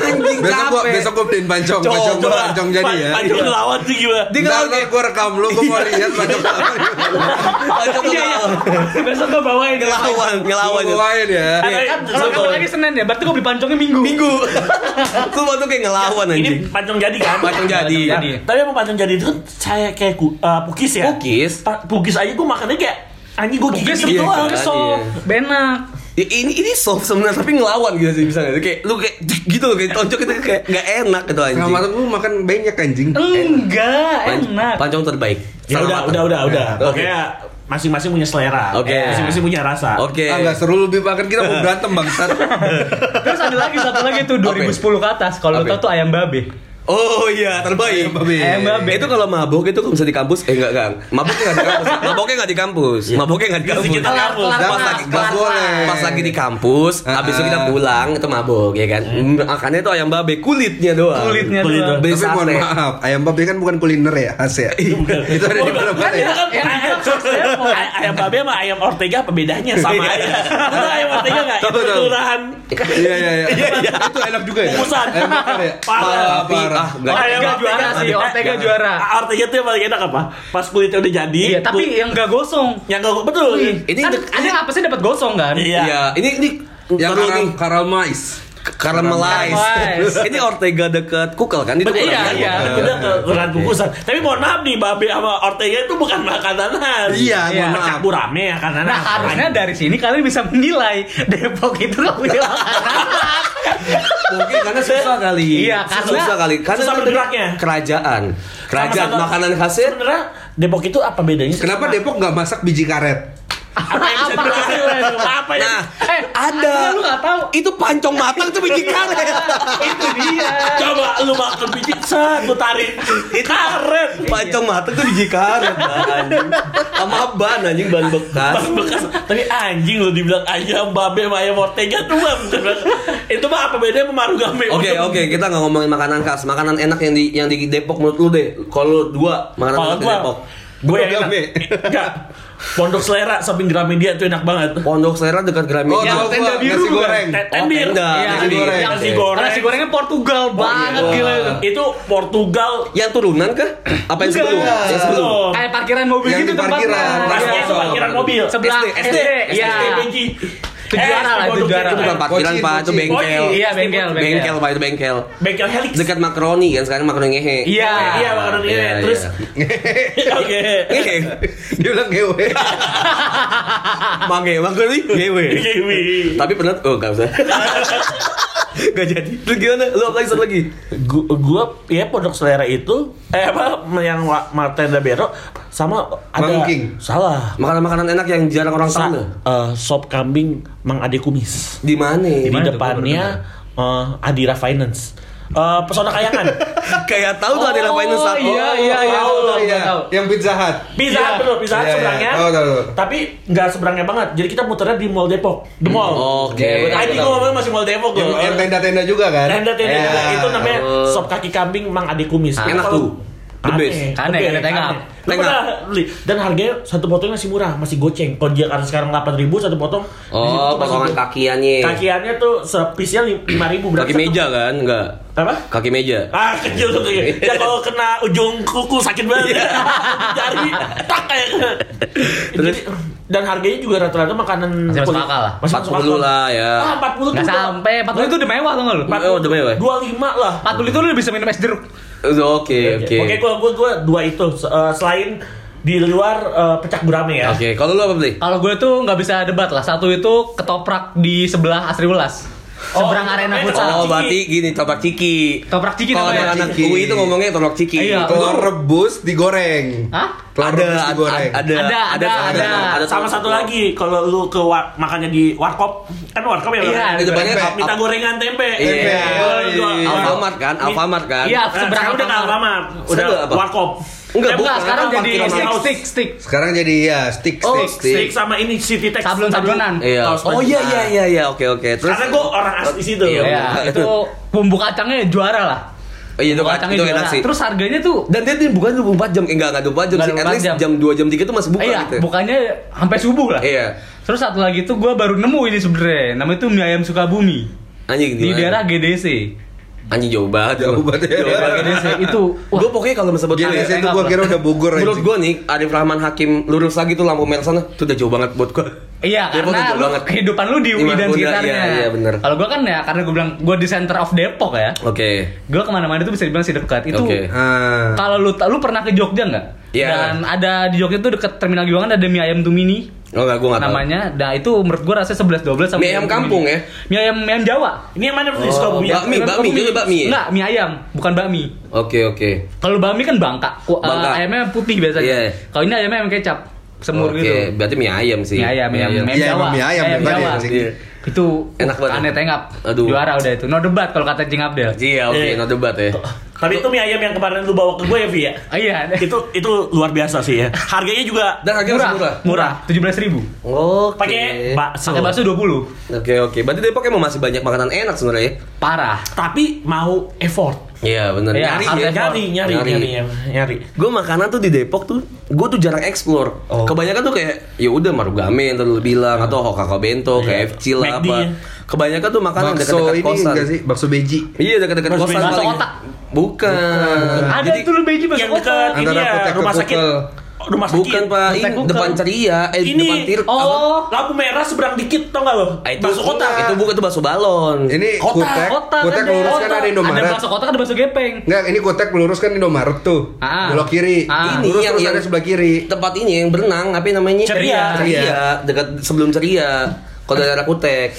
S2: anjing
S1: Besok gua
S2: capek
S1: besok gua beliin pancong,
S2: Coba,
S1: pancong gua
S3: Coba,
S1: pancong jadi
S3: pan-
S1: ya.
S3: Pancong ngelawan tuh
S2: dia
S3: gimana?
S1: Ntar
S2: ngelawan
S1: ntar
S2: kayak
S1: gua rekam lu, gua mau lihat pancong
S2: pancong
S4: Iya, iya.
S2: ngelawan
S4: Besok gua bawain
S2: ngelawan ngelawan
S1: Gua bawain ya.
S4: Kan
S2: Iya,
S4: kalau
S2: besok
S4: besok lagi Senin ya, berarti gua beli pancongnya Minggu.
S2: minggu semua tuh kayak ngelawan
S3: Ini
S2: anjing
S3: pancong jadi kan?
S2: pancong jadi
S4: Pancong jadi.
S3: Tapi emang pancong jadi itu kan saya kayak ku- eh, pukis ya.
S2: Pukis?
S3: Pa- pukis aja gue makannya kayak anjing gue gigit
S4: Pukis
S3: gitu
S4: iya,
S3: doang
S2: iya.
S3: kesel.
S4: Benak.
S2: Ya, ini ini soft sebenarnya tapi ngelawan gitu sih bisa nggak sih? Kayak lu kayak gitu loh kayak tonjok itu kayak nggak enak gitu anjing.
S1: Setengah matang gua makan banyak anjing.
S4: Hmm. Enggak,
S2: Pan-
S4: enak.
S2: Pancong terbaik.
S3: Ya
S2: Setengah
S3: udah,
S2: matang.
S3: udah, udah, udah.
S2: Oke.
S3: Oke. Masing-masing punya selera.
S2: Oke.
S3: Masing-masing punya rasa.
S2: Oke.
S1: Ah nggak seru lebih makan kita mau berantem bangsat.
S4: Terus ada lagi satu lagi tuh 2010 ke atas. Kalau lu
S2: Apa?
S4: tau tuh ayam babe.
S2: Oh iya, terbaik.
S1: Babe.
S4: Ayam babe.
S2: Itu kalau mabuk itu kalau bisa di kampus, eh enggak, enggak. Mabuknya enggak di kampus.
S4: [LAUGHS]
S2: Mabuknya enggak di kampus. Mabuknya enggak di
S3: Jadi
S2: kampus.
S3: kita ngapus.
S4: Kelar,
S2: Pas
S4: kelar,
S2: lagi,
S4: kelar,
S2: pas,
S1: kelar.
S2: pas lagi di kampus, habis itu kita pulang itu mabuk ya kan. Hmm, Makannya itu ayam babe, kulitnya doang.
S4: Kulitnya
S3: Kulit
S4: doang.
S2: Beli
S1: Tapi mohon
S2: sate.
S1: maaf, ayam babi kan bukan kuliner ya, khas ya.
S3: Iya.
S1: Itu ada di mana-mana ya.
S3: Kan ayam- ay- Ayam babe sama ayam Ortega apa bedanya sama aja. Betul ayam Ortega enggak?
S2: Betul, betul.
S3: Kelurahan.
S1: Iya iya iya. Itu enak juga ya.
S3: Bungkusan.
S1: Ayam bakar ya.
S3: Parah.
S1: Parah, parah.
S2: Ah, enggak.
S4: Ortega juara sih, Ortega juara.
S3: Ah, Ortega tuh yang paling enak apa? Pas kulitnya udah jadi.
S4: Iya, tapi
S3: kul-
S4: yang gak gosong.
S3: yang enggak betul.
S4: Ini
S2: Ini
S4: kan,
S2: dek-
S4: ada yang apa sih dapat gosong kan?
S3: Iya.
S2: Iya, ini ini
S1: Yang
S2: perlu
S1: karam,
S2: nih.
S1: karamais.
S4: Caramelize.
S2: Caramelize. ini Ortega deket Kukel kan? Itu
S4: Betul,
S2: Kukel,
S4: iya,
S2: kan?
S4: iya.
S3: Udah ke kelurahan kukusan. Tapi mohon maaf nih, babe sama Ortega itu bukan makanan.
S1: Iya,
S4: Iya.
S1: mohon
S3: Kacang
S1: maaf.
S3: burame ya kanan.
S4: Nah, harusnya dari sini kalian bisa menilai Depok itu gak [LAUGHS] punya makanan.
S2: Mungkin karena susah kali.
S4: Iya, karena-
S2: susah kali. Karena
S3: Susah
S2: kan
S3: bergeraknya.
S2: Kerajaan. Kerajaan
S3: Sama-sama.
S2: makanan khasnya
S3: Sebenarnya Depok itu apa bedanya? sih
S1: Kenapa
S3: sama-
S1: Depok nggak masak biji karet?
S3: Apa yang bisa
S4: Apa
S3: dilakukan?
S4: hasilnya tuh?
S3: Apa yang
S2: Nah,
S4: Eh,
S2: ada.
S4: Lu nggak tahu. Iya.
S2: Itu pancong matang tuh biji karet.
S4: Itu dia.
S3: Coba lu makan biji set, lu tarik karet.
S2: pancong matang tuh biji karet, Bang, anjing. Sama ban anjing ban bekas.
S3: Bang bekas tadi anjing lu dibilang ayam babe sama ayam ortega tuh bang bukan Bang. itu mah apa bedanya sama marugame
S2: Oke oke kita nggak ngomongin makanan khas makanan enak yang di yang di Depok menurut lu deh kalau lu dua makanan
S3: kalau
S2: enak di
S3: gua
S2: Depok
S3: gua yang enak
S1: Marugame.
S3: enggak pondok selera samping Gramedia itu enak banget
S2: Pondok Selera
S1: Oh,
S2: dekat Gramedia
S4: Yang
S1: yang
S4: tenda
S1: nasi
S4: biru kan?
S1: goreng.
S3: Ten-
S2: Oh,
S3: tendir
S2: tenda,
S4: Iya,
S1: nasi goreng.
S3: yang nasi
S1: Oke.
S3: goreng
S4: Nasi gorengnya Portugal banget
S2: iya.
S4: gila. itu.
S3: itu Portugal
S2: yang turunan kah apa yang sebelum
S1: Enggak.
S2: yang sebelum
S3: Belum.
S4: Kayak parkiran mobil
S1: Yang
S4: gitu
S1: di parkiran.
S3: Rasanya
S4: tempatnya.
S3: itu parkiran mobil.
S4: Sebelah
S2: SD,
S4: SD, iya.
S3: STBG.
S4: Itu juara
S3: Eh,
S4: lah, itu
S3: Pondok
S4: juara.
S2: itu bukan
S3: Selera.
S2: parkiran
S1: Koci,
S2: pak itu
S1: koci.
S2: bengkel
S3: Koci.
S4: Iya, bengkel,
S2: bengkel pak itu bengkel
S3: Bengkel Helix.
S2: dekat makaroni kan sekarang makaroni ngehe
S4: Iya.
S3: Iya, makanan ini.
S2: Iya,
S3: Terus [LAUGHS] Oke.
S2: Ngehe.
S1: [LAUGHS] Dia bilang ngewe.
S2: Mange, makaroni ngewe
S3: Kiwi.
S2: tapi pernah oh nggak usah Gak jadi Lu gimana? Lu apa lagi satu lagi?
S3: Gu- gua ya pondok selera itu eh apa yang wa- Martin Bero sama ada
S1: Mangking.
S3: salah
S2: Makanan-makanan enak yang jarang orang tahu
S3: Sa-
S2: loh.
S3: eh, sop kambing Mang Ade Kumis
S2: Di mana?
S3: di
S4: mana tuh?
S3: depannya eh, Adira Finance Eh, pesona
S1: [LAUGHS]
S3: kayangan
S2: Kayak tahu tuh ada yang lain
S4: Oh, iya, iya, iya.
S1: Oh,
S4: Tahu, tahu,
S1: iya.
S4: tahu.
S1: Yang pizza hut.
S3: Pizza Hut
S4: Iya.
S3: betul, Pizza
S1: Iya,
S3: Hut
S1: iya.
S3: seberangnya
S1: Tahu, tahu, tahu.
S3: tapi nggak seberangnya banget jadi kita muternya di Mall Depok the Mall
S2: Oke.
S3: tadi gua ngomongnya masih Mall
S1: Oh,
S3: Depok
S1: Yang,
S3: gua.
S1: yang tenda-tenda juga kan?
S3: tenda tenda
S1: Ya.
S3: tenda. itu namanya
S2: Oh.
S3: sop kaki kambing mang ade kumis
S2: Ah,
S3: Itu
S2: enak
S3: kalau-
S2: tuh. The
S3: Aneh,
S2: best.
S4: Aneh,
S3: the
S4: ada
S3: best,
S4: tengah.
S3: aneh. Lu
S2: Tengah.
S3: pernah beli dan harganya satu potongnya masih murah masih goceng kalau dia karena sekarang 8.000 satu potong di situ
S2: Oh,
S3: tuh masih
S2: potongan
S3: go-
S2: kakiannya.
S3: kakiannya tuh sepisnya lima ribu
S2: Kaki meja kan? Enggak.
S3: apa
S2: Kaki meja.
S3: Ah kecil tuh kayak. Ya kalau kena ujung kuku sakit banget.
S2: Iya.
S3: Jari tak kayak. Jadi, dan harganya juga rata-rata makanan
S4: Masih masuk
S3: kulit-
S4: akal lah.
S3: Masih masuk
S2: 40
S3: akal.
S2: lah ya.
S3: Ah, 40 tuh
S4: Nggak
S3: udah-
S4: sampai. 40 itu udah mewah tau nggak lu?
S3: 40
S2: Oh, udah mewah ya?
S3: 25 lah.
S4: 40 itu lu udah bisa minum es jeruk.
S2: Oke,
S3: Oke,
S2: oke.
S3: Oke, gua gua gua dua itu Se- eh, selain di luar eh, pecak gurame ya.
S2: Oke, kalau lu apa beli?
S4: Kalau gue tuh nggak bisa debat lah. Satu itu ketoprak di sebelah Asri Ulas.
S3: Oh,
S4: Seberang
S3: iya,
S4: arena futsal.
S2: Oh,
S3: Ciki.
S2: berarti gini, toprak ciki.
S4: Toprak ciki
S2: Kalau
S4: namanya.
S2: anak-anak
S1: Ciki.
S2: UI itu ngomongnya toprak ciki.
S4: Iya.
S1: Telur rebus digoreng.
S4: Hah?
S1: Telur
S2: Ada,
S1: rebus
S2: ada,
S1: digoreng.
S2: ada,
S4: Ada, ada, ada.
S3: Ada sama satu lagi kalau lu ke war- makannya di warkop kan warkop ya.
S4: Iya,
S3: kan?
S2: Itu banyak
S1: Tempe.
S3: minta gorengan tempe. Oh,
S2: Iya.
S3: Gua- gua-
S1: Iya.
S2: Alfamart kan?
S3: Min-
S2: Alfamart kan?
S4: Iya,
S3: Nah,
S4: seberang
S3: sekarang udah nggak
S4: Alfamart.
S3: Alfamart, udah
S2: Sekarang apa?
S3: warkop.
S2: Enggak,
S3: Eh,
S4: Ya, Bukan, sekarang
S2: Sekarang
S4: jadi
S2: parkiran
S4: stick,
S3: house.
S4: stick, stick.
S1: Sekarang jadi ya stick
S3: Oh,
S1: stick
S3: steak. sama ini city tax.
S4: Sablon-sablonan.
S2: Iya.
S3: Kaos
S2: Oh
S3: baju.
S2: iya iya iya iya, oke oke. Terus
S3: Karena gue orang asli situ.
S2: Iya.
S4: Ya, itu bumbu kacangnya juara lah.
S2: Oh, iya, itu
S4: Bumbu
S2: kan itu enak sih.
S4: Terus harganya tuh
S2: dan dia tuh bukan 24 jam, eh, enggak enggak 24 jam
S4: Enggak
S2: sih. At
S4: 24
S2: least
S4: jam.
S2: jam 2 jam 3 tuh masih buka
S4: eh, iya,
S2: gitu.
S4: bukannya sampai subuh lah.
S2: Iya.
S4: Terus satu lagi tuh gue baru nemu ini sebenernya Namanya tuh mie ayam Sukabumi
S2: Anjing
S4: Di
S2: gimana?
S4: daerah GDC
S2: anjing jauh banget.
S1: Jauh banget ya.
S4: Daerah GDC itu
S2: Gue pokoknya kalau misalnya
S1: Jadi
S2: buat gue
S1: di
S2: ya,
S1: situ gua kira udah Bogor
S2: Menurut
S1: aja.
S2: gue nih, Arif Rahman Hakim lurus lagi tuh lampu merah sana Itu udah jauh banget buat gue
S4: Iya,
S2: Depok
S4: karena
S2: jauh
S4: lu,
S2: banget.
S4: kehidupan lu di
S2: Iya,
S4: UI dan
S2: udah,
S4: sekitarnya.
S2: Iya, iya bener
S4: Kalau gue kan ya, karena gue bilang gue di center of Depok ya.
S2: Oke
S4: Gue kemana-mana tuh bisa dibilang sih dekat. Itu
S2: Oke.
S1: Ah.
S4: kalau lu lu pernah ke Jogja nggak?
S2: Iya.
S4: Dan ada di Jogja tuh deket Terminal Giwangan ada mie ayam Tumini
S2: Oh enggak, gue gak tau
S4: namanya. Nah itu menurut gue rasanya 11 12 sama
S2: Mie ayam kampung
S4: Tumini.
S2: ya?
S4: Mie ayam mie ayam Jawa.
S3: Ini yang mana tuh di Sukabumi?
S2: Bang. Bakmi, bakmi,
S4: Bukan
S2: jadi bakmi ya?
S4: Nggak, mie ayam, bukan bakmi.
S2: Oke oke
S4: Kalau bakmi kan bangka, Ku- eh,
S2: Bangka.
S4: ayamnya putih biasanya.
S2: Iya.
S4: Kalau ini ayamnya ayam kecap, semur
S2: Oke,
S4: gitu.
S2: berarti mie ayam sih
S4: Mie ayam, mie ayam, mie ayam
S1: Iya,
S4: Jawa.
S1: emang mie ayam, bukan
S4: Jawa.
S1: ya, Jing?
S4: Iya. Itu
S2: Enak banget.
S4: Aneh tengap.
S2: Aduh.
S4: Juara udah itu. No debat kalau kata Jing Abdel.
S2: Iya oke,
S3: Iya.
S2: no debat ya
S3: Tapi itu mie ayam yang kemarin lu bawa ke gue ya, Vi ya?
S4: Ah, iya.
S3: itu itu luar biasa sih ya. Harganya juga
S2: Dan harganya masih murah
S4: Murah, 17.000.
S2: Oke
S3: pakai bakso.
S4: Pakai bakso 20.
S2: Oke oke, berarti Depok emang masih banyak makanan enak sebenarnya ya?
S4: Parah.
S3: Tapi mau effort.
S2: Iya bener Nyari
S4: Iya, harus
S2: ya.
S4: effort.
S3: Nyari, nyari,
S2: Nyari.
S3: nyari, nyari. nyari.
S2: gue makanan tuh di Depok tuh gue tuh jarang explore
S3: Oh.
S2: kebanyakan tuh kayak ya udah marugame yang tadi lu bilang atau hokaka bento
S3: Iya.
S2: kayak FC lah
S3: McD
S2: apa
S3: ya.
S2: kebanyakan tuh
S4: kan
S2: makanan yang
S1: bakso
S2: dekat-dekat
S1: ini
S2: kosan
S1: enggak sih? Bakso beji.
S2: iya dekat-dekat
S3: Bakso
S2: kosan
S3: bakso
S2: paling.
S4: otak.
S2: bukan,
S4: Ada
S2: Nah, Jadi,
S4: itu lu beji bakso
S3: Yang dekat
S4: kotak.
S1: Antara
S3: ini ya,
S1: apotek ke
S3: rumah sakit. Oh,
S1: Google.
S3: Rumah sakit.
S2: bukan pak ini
S4: Bukan.
S2: depan ceria eh
S3: Ini.
S2: depan tir
S4: Oh,
S3: Lampu merah seberang dikit tau gak lo?
S2: Ah, itu
S3: Bakso kotak.
S2: itu bukan itu bakso balon
S1: Ini
S3: Kotak,
S1: kutek.
S4: kotak.
S1: Kutek
S4: ada
S1: lurus kan
S4: kotak.
S1: ada
S4: Ada
S1: Indomaret.
S4: bakso kotak, ada bakso gepeng.
S1: Enggak, ini kutek lurus kan Indomaret tuh.
S4: Ah.
S1: Belok kiri.
S4: Ah.
S1: Ini lurus
S2: yang-
S1: terus
S2: yang-
S1: ada sebelah kiri.
S2: tempat ini yang berenang apa namanya Iya,
S3: Ceria.
S2: ceria,
S1: Iya.
S2: dekat sebelum ceria kalau dari daerah kutek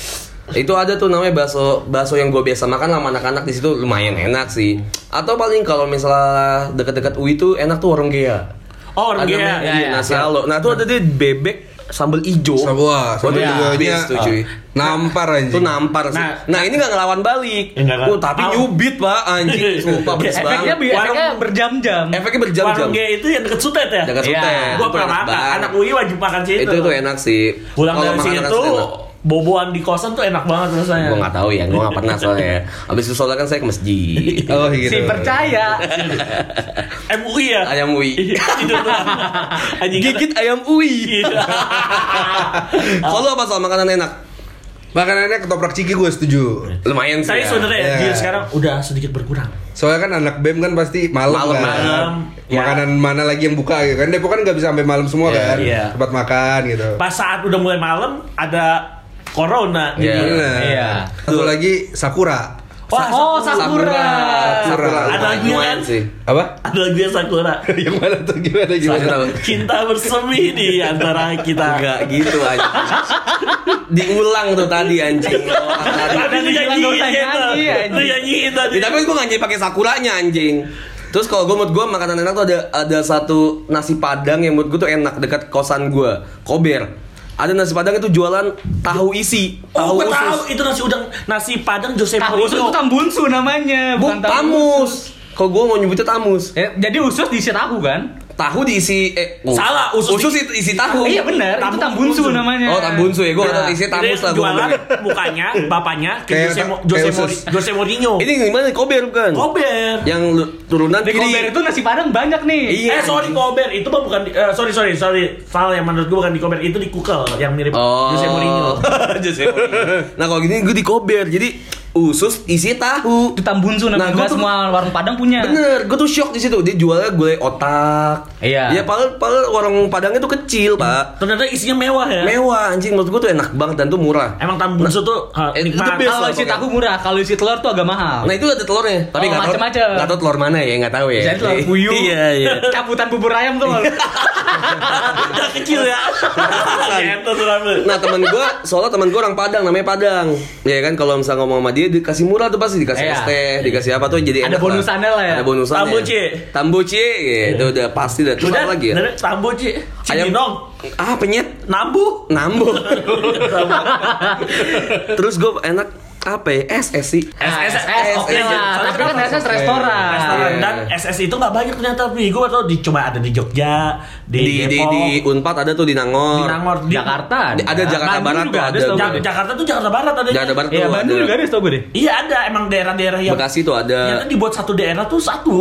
S2: itu ada tuh namanya bakso bakso yang gue biasa makan sama anak-anak di situ lumayan enak sih atau paling kalau misalnya dekat-dekat UI tuh enak tuh warung Gea
S3: Oh, orang
S2: ada
S3: gila.
S2: namanya,
S4: Iya,
S2: iya,
S4: iya.
S2: nasi halo nah tuh ada dia bebek sambal ijo.
S1: Sam- wah, sambal
S2: Waduh,
S1: ijonya,
S2: best tuh, cuy.
S1: ah, nampar, anjing.
S2: Itu nampar sih.
S3: Nah,
S2: Nah, ini nggak ngelawan balik.
S3: Ya, nggak-
S2: Oh, tapi
S3: Au.
S2: nyubit, Pak,
S3: [LAUGHS]
S2: anjing. Sumpah pedes banget.
S4: Efeknya, bi- efeknya
S3: Warung-
S4: berjam-jam.
S2: Efeknya berjam-jam.
S3: Warung G itu yang deket Sutet ya?
S2: Jangan
S4: Iya.
S2: sutet.
S3: Gue pernah
S2: Enak
S3: makan.
S2: banget.
S3: Anak UI wajib makan sih itu.
S2: Itu tuh enak sih.
S3: gitu. Pulang
S2: Kalau
S3: dari
S2: makan
S3: situ,
S2: anak enak.
S3: boboan di kosan tuh enak banget rasanya.
S2: Gue nggak tahu ya, gue nggak pernah soalnya. Abis itu soalnya kan saya ke
S3: [LAUGHS]
S2: masjid.
S1: Oh gitu.
S4: Si percaya.
S3: MUI ya?
S2: Ayam UI.
S3: [LAUGHS] Itu
S2: [LAUGHS]
S3: tuh. Anjing
S2: Gigit ayam UI.
S3: Gitu.
S2: Kalau apa soal makanan enak?
S1: Makanannya ketoprak ciki gue setuju.
S2: Lumayan sih.
S3: Saya
S2: ya.
S3: sebenarnya
S1: Iya.
S3: dia sekarang udah sedikit berkurang.
S1: Soalnya kan anak BEM kan pasti malam,
S2: Malam,
S1: kan.
S3: malam. Ya.
S1: Makanan mana lagi yang buka gitu kan. Depok kan nggak bisa sampai malam semua
S2: Iya,
S1: kan.
S3: iya.
S1: Tempat makan gitu.
S3: Pas saat udah mulai malam ada corona
S2: Iya.
S3: gitu.
S1: Bener.
S4: Iya.
S1: Satu lagi Sakura.
S3: Wah,
S4: Oh,
S3: Sakura.
S4: Sakura.
S1: Sakura.
S3: Ada lagi
S2: Lumayan
S3: kan?
S2: sih.
S1: Apa?
S3: Ada lagi [LAUGHS] yang Sakura.
S1: yang mana tuh gimana
S2: Saya tahu.
S1: gimana?
S3: Cinta bersemi di antara kita.
S2: Enggak gitu aja.
S3: [LAUGHS]
S2: Diulang tuh tadi anjing. Orang tadi.
S3: Tapi lu
S4: Nggak
S3: nyanyiin
S4: usah nyanyi,
S3: tadi. Lu
S4: anjing.
S3: nyanyiin tadi.
S2: Ya, tapi gue nggak nyanyi pakai sakuranya anjing. Terus kalau gue menurut gue makanan enak tuh ada ada satu nasi padang yang menurut gue tuh enak dekat kosan gue, Kober. Ada nasi padang itu jualan tahu isi,
S3: Oh,
S2: tahu
S3: gue tahu
S2: usus.
S3: itu nasi udang, nasi padang Jose
S4: Tahu Nah, usus itu
S3: Mourinho.
S4: tambunsu namanya,
S2: Bu,
S4: bukan tamu.
S2: tamus. Kalau gue mau nyebutnya tamus.
S4: Eh, jadi usus diisi tahu kan?
S2: Tahu diisi eh oh.
S3: Salah, usus
S2: usus
S3: di-
S2: itu isi tahu.
S4: iya benar, itu
S3: Tambunsu.
S4: tambunsu namanya.
S2: Oh, tambunsu ya. Gue nah,
S4: Nah,
S2: isi tamus
S3: Jadi
S2: lah gua
S3: Jualan
S2: ngomongnya.
S3: mukanya, bapaknya
S1: Kayak
S3: ke Jose, Mo-
S1: kayak
S3: Jose,
S1: usus.
S3: Mori- Jose Mourinho.
S2: Ini gimana? Kober bukan?
S3: Kober.
S2: Yang lu- turunan
S4: Di Kober itu nasi padang banyak nih.
S2: Iya.
S3: Eh sorry Kober itu mah bukan di, eh, sorry sorry sorry salah yang menurut gue bukan di Kober itu di Kukel yang mirip
S2: Oh.
S3: Jose Mourinho.
S2: Jose Mourinho. [LAUGHS] Nah kalau gini gue di Kober jadi usus isi tahu.
S4: Itu tambunsu
S2: Nah, gua
S4: namanya. Nggak
S2: tuh-
S4: semua warung padang punya.
S2: Bener, gue tuh shock di situ. Dia jualnya gulai otak.
S4: Iya.
S2: Iya, padahal, padahal warung Padangnya tuh kecil, Pak.
S3: Ternyata isinya mewah ya.
S4: Iya.
S2: Mewah anjing menurut gue tuh enak banget dan tuh murah.
S3: Emang tambunsu tuh ha,
S2: Eh, itu
S3: nikmat.
S2: best
S4: Kalau
S2: lah
S4: isi
S2: pokoknya.
S4: tahu murah, kalau isi telur tuh agak mahal.
S2: Nah itu ada telurnya, tapi
S4: Iya. Oh,
S2: nggak tahu
S4: macem-macem.
S2: nggak tahu telur mana ya, nggak tahu ya.
S4: Jadi telur puyuh.
S2: [LAUGHS] Iya iya.
S4: [LAUGHS] Cabutan bubur ayam tuh.
S3: [LAUGHS] Udah kecil
S2: [LAUGHS]
S3: ya. Nyentuh tuh rambut.
S2: Iya. Nah temen gue, soalnya temen gue orang Padang, namanya Padang. Ya kan, kalau misalnya ngomong sama dia, dikasih murah tuh pasti dikasih
S4: Iya.
S2: es teh, dikasih apa tuh jadi
S4: Ada
S2: enak
S4: bonusannya lah ya.
S2: Ada bonusannya.
S3: Tambuci.
S2: Tambuci, itu udah pasti udah Terus
S3: Udah
S2: apa lagi ya.
S3: dari Tambo Ci.
S2: Ayam-
S3: Cibinong.
S2: Ah penyet,
S3: Nambu.
S2: nambung. Terus gue enak apa ya? SS sih.
S3: SSS,
S4: Nah,
S3: oke
S4: oke lah.
S3: lah.
S4: Tapi kan SS
S3: Restoran
S4: restoran.
S2: Iya.
S3: dan SS itu nggak banyak ternyata nih. Gue tau di cuma ada di Jogja,
S2: Di,
S3: di,
S2: di,
S3: Depok,
S2: di
S3: di,
S2: Unpad ada tuh di Nangor.
S3: Nangor, di
S4: Jakarta.
S2: Di- ada Jakarta Barat
S4: Bandung juga
S2: tuh,
S4: ada.
S2: ada.
S4: setahu
S3: Ja-
S4: gue deh.
S3: Jakarta tuh Jakarta Barat ada.
S2: Jakarta Barat
S4: Iya,
S2: tuh
S4: Bandung
S2: ada.
S4: juga ada setahu gue deh.
S3: Iya ada emang daerah-daerah yang
S2: Bekasi eh. tuh ada.
S3: Ternyata dibuat satu daerah tuh satu.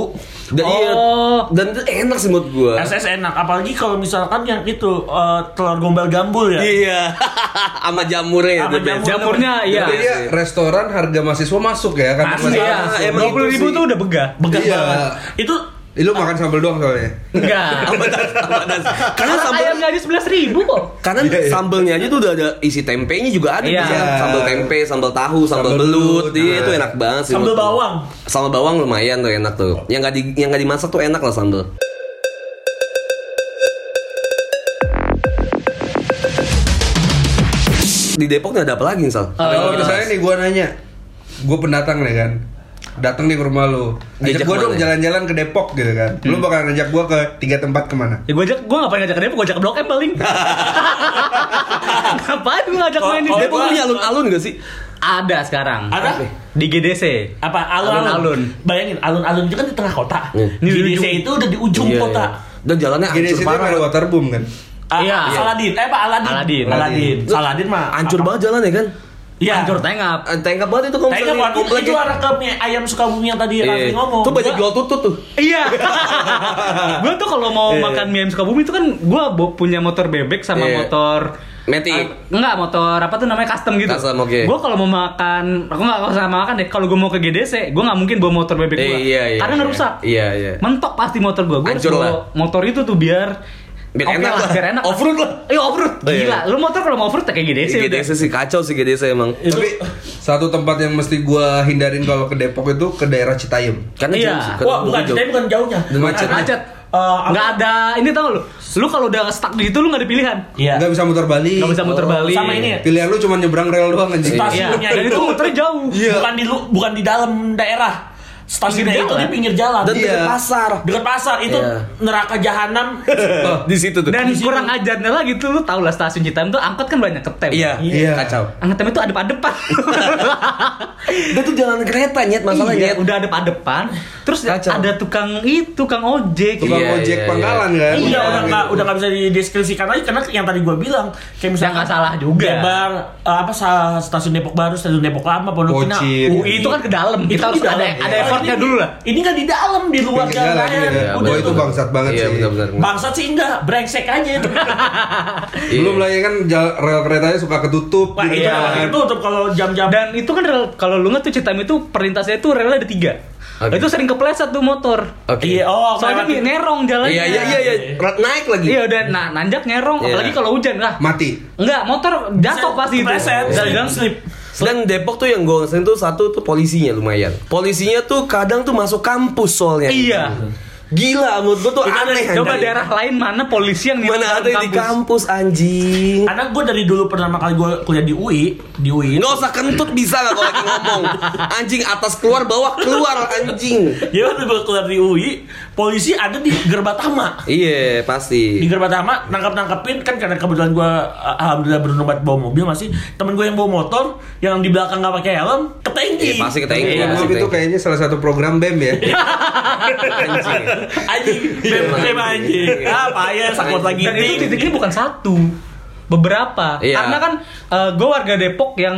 S2: Dan iya,
S4: Oh.
S2: dan itu enak sih menurut gue.
S3: SS enak apalagi kalau misalkan yang itu eh, telur gombal gambul ya.
S2: Iya, [LAUGHS] sama jamurnya. ya,
S3: Sama
S2: the best.
S3: jamur.
S4: Jamurnya iya.
S1: Jadi dia restoran harga mahasiswa masuk ya kan?
S3: Masuk,
S4: Iya,
S2: Ah, emang
S4: dua puluh ribu
S2: itu sih.
S4: tuh udah begah.
S3: Begas
S1: Iya.
S3: banget. Itu
S1: Eh, Lu makan sambal doang soalnya.
S4: Enggak.
S2: [LAUGHS] Sama das- sama das. Karena
S4: Anak
S2: sambal
S4: ayamnya aja sebelas ribu kok.
S2: karena
S1: Iya, iya.
S2: sambelnya aja tuh udah ada isi tempenya juga ada
S4: Iya.
S2: bisa. sambal tempe, sambal tahu, sambal,
S1: Sambal
S2: belut,
S1: belut,
S2: iya
S1: nah.
S2: itu enak banget sih.
S3: sambal
S2: menurut gua.
S3: bawang.
S2: Sambal bawang lumayan tuh enak tuh. Yang nggak di yang nggak dimasak tuh enak lah sambal. Di Depok nih ada apa lagi Sal?
S4: Eh,
S1: Kalau misalnya nih gua nanya, gua pendatang nih kan. Datang nih ke rumah lu.
S2: Diajak
S1: Ajak gua dong
S2: kemana?
S1: jalan-jalan ke Depok gitu kan. Lu bakal ngajak gua ke tiga tempat kemana?
S4: Ya gue ajak, gue ngapain ngajak ke Depok, gue ajak ke Blok M
S2: [LAUGHS]
S4: paling Ngapain gue ngajak main di
S2: Depok
S3: Kalau-
S4: Depok
S3: kalau
S2: Oh, punya alun-alun gak sih?
S4: Ada sekarang
S3: Ada?
S4: Di GDC
S3: Apa alun-alun?
S4: Alun-alun.
S3: Bayangin alun-alun itu kan di tengah kota.
S2: Iya.
S3: Di
S4: Di
S3: DC
S4: ujung.
S3: itu udah di ujung
S2: Iya,
S3: kota.
S2: iya. Dan jalannya
S1: Gini
S2: hancur
S1: situ
S2: parah.
S1: ada waterboom kan.
S3: Ah,
S4: Iya.
S3: Saladin. Eh Pak Aladin.
S4: Aladin.
S3: Aladin. Saladin mah
S2: Hancur
S3: apa-
S2: banget jalan ya kan?
S3: Iya.
S4: Hancur tengap
S2: Eh, Tengkap banget itu kalau
S3: Tapi
S2: misalnya
S3: kan
S2: di komplek
S3: itu
S2: ya.
S3: arah ke mie ayam Sukabumi yang tadi Raffi
S2: Iya.
S3: ngomong.
S2: Tuh banyak
S3: Gua-
S2: jual tutut tuh.
S4: [LAUGHS] Iya Gue tuh kalau mau makan mie ayam Sukabumi itu kan Gue bo- punya motor bebek sama
S2: Iya.
S4: motor
S2: Matic.
S4: Ah, enggak motor apa tuh namanya custom gitu.
S2: Custom, oke.
S4: Gue kalau mau makan, aku nggak usah makan deh. Kalau gue mau ke GDC, gue nggak mungkin bawa motor bebek gue.
S2: Eh, iya, iya,
S4: Karena
S2: iya.
S4: ngerusak.
S2: Iya, iya.
S4: Mentok pasti motor gue. Gue harus
S2: Hancur
S4: bawa
S2: lah.
S4: motor itu tuh biar
S2: Biar
S4: oke
S2: enak lah.
S4: biar enak.
S2: Off-road lah.
S4: Iya off-road.
S2: Iya.
S4: Gila, lu motor kalau mau off-road kayak GDC, udah.
S2: GDC sih kacau sih GDC emang.
S1: Tapi satu tempat yang mesti gua hindarin kalau ke Depok itu ke daerah Citayam.
S2: Karena
S4: Iya.
S2: jauh sih, karena
S3: Wah, bukan
S2: jauh.
S3: tapi bukan jauhnya.
S1: Dan macet.
S4: Macet.
S3: Eh, apa-
S4: nggak ada ini tau lu. Lu kalau udah stuck di situ lu nggak ada pilihan.
S3: Iya.
S1: Nggak bisa muter balik.
S4: Nggak bisa
S2: Oh,
S4: muter balik.
S3: Sama ini ya?
S1: Pilihan lu cuma nyebrang rel doang anjing.
S3: Stasiun.
S4: Iya.
S3: Stasiunnya
S4: Dan
S3: itu.
S4: itu muter jauh.
S3: Bukan di lu- bukan di dalam daerah. stasiunnya
S4: Pinggir
S3: itu di
S4: jalan.
S3: pinggir jalan.
S2: Dan dekat
S1: Iya.
S2: pasar.
S3: Dekat pasar itu
S2: Iya.
S3: neraka jahanam.
S2: Oh, di situ tuh.
S4: Dan
S3: Di sini.
S4: kurang ajarnya lagi tuh lu tau lah stasiun Citayam tuh angkot kan banyak ketem.
S2: iya,
S1: Iya.
S2: kacau.
S4: Angkotnya itu
S2: [LAUGHS]
S4: adep-adepan.
S2: Dan tuh jalan kereta nyet
S4: Iya,
S2: masalahnya.
S4: udah adep-adepan. Terus
S2: Oh, Kacau.
S4: ada tukang itu, tukang ojek.
S1: Tukang
S2: Iya,
S1: ojek
S2: iya,
S1: pangkalan kan?
S3: Iya udah
S1: Gitu.
S3: nggak udah nggak bisa dideskripsikan lagi karena yang tadi gue bilang kayak
S4: Ya
S3: misalnya
S4: nggak salah juga.
S3: Jabar eh, apa sa- stasiun Depok Baru, stasiun Depok Lama, Pondok Pinang,
S1: Pocin.
S4: UI itu kan ke dalam.
S3: Itu
S4: Kita
S3: di
S4: harus
S3: dalam.
S4: ada ada
S3: Iya.
S4: effortnya dulu lah.
S3: Ini nggak di dalam di luar
S1: Pinggir
S3: jalan.
S1: jalan, iya.
S3: raya.
S1: Gua
S3: Udah
S1: itu
S3: tuh.
S1: bangsat banget
S2: iya,
S1: sih.
S2: Benar-benar.
S3: Bangsat sih enggak, brengsek aja itu.
S2: Iya.
S1: Belum lagi kan jal- rel keretanya suka ketutup
S3: Wah, itu
S1: gitu
S3: emang
S1: kan.
S3: itu untuk kalau jam-jam
S4: Dan itu kan rel- kalau lu nggak tuh Citayam itu perlintasnya itu relnya ada tiga.
S2: Oke.
S4: Itu sering kepleset tuh motor.
S2: Oke.
S3: Iya, oh,
S4: Soalnya
S3: kelewat.
S4: nerong jalannya.
S2: Iya, iya, iya, iya. Rat naik lagi.
S4: Iya udah nah nanjak nyerong
S2: Iya.
S4: apalagi kalau hujan lah.
S1: Mati.
S4: Enggak, motor jatuh pasti itu.
S3: Kepleset,
S4: Dari dalam
S3: slip.
S2: Dan Depok tuh yang gue ngeselin tuh satu tuh polisinya lumayan. Polisinya tuh kadang tuh masuk kampus soalnya.
S4: Iya.
S2: Gila menurut gue tuh aneh.
S4: Coba
S2: anjing.
S4: daerah lain mana polisi yang nyetir
S2: mana ada
S4: dalam
S2: di kampus anjing.
S3: Karena gue dari dulu pertama kali gue kuliah di UI, di UI. [LAUGHS]
S2: Nggak usah kentut bisa nggak kalau lagi ngomong Anjing atas keluar bawah keluar anjing
S3: Ya waktu gue keluar di UI, polisi ada di Gerbatama.
S2: Iya
S3: Di
S2: pasti
S3: Gerbatama nangkap-nangkepin kan karena kebetulan gue alhamdulillah bernobat bawa mobil masih temen gue yang bawa motor yang di belakang nggak pakai helm
S2: Iya,
S3: ketenggi.
S2: pasti ketenggi,
S3: Iya.
S1: Mohon
S2: pasti.
S1: Maaf itu kayaknya salah satu program BEM ya.
S2: anjing
S3: Anjing,
S2: Iya,
S3: bem
S2: emang.
S3: anjing. Apa ya sakot lagi
S4: Dan itu
S3: ting.
S4: titiknya bukan satu, beberapa.
S2: Iya.
S4: Karena kan gue warga Depok yang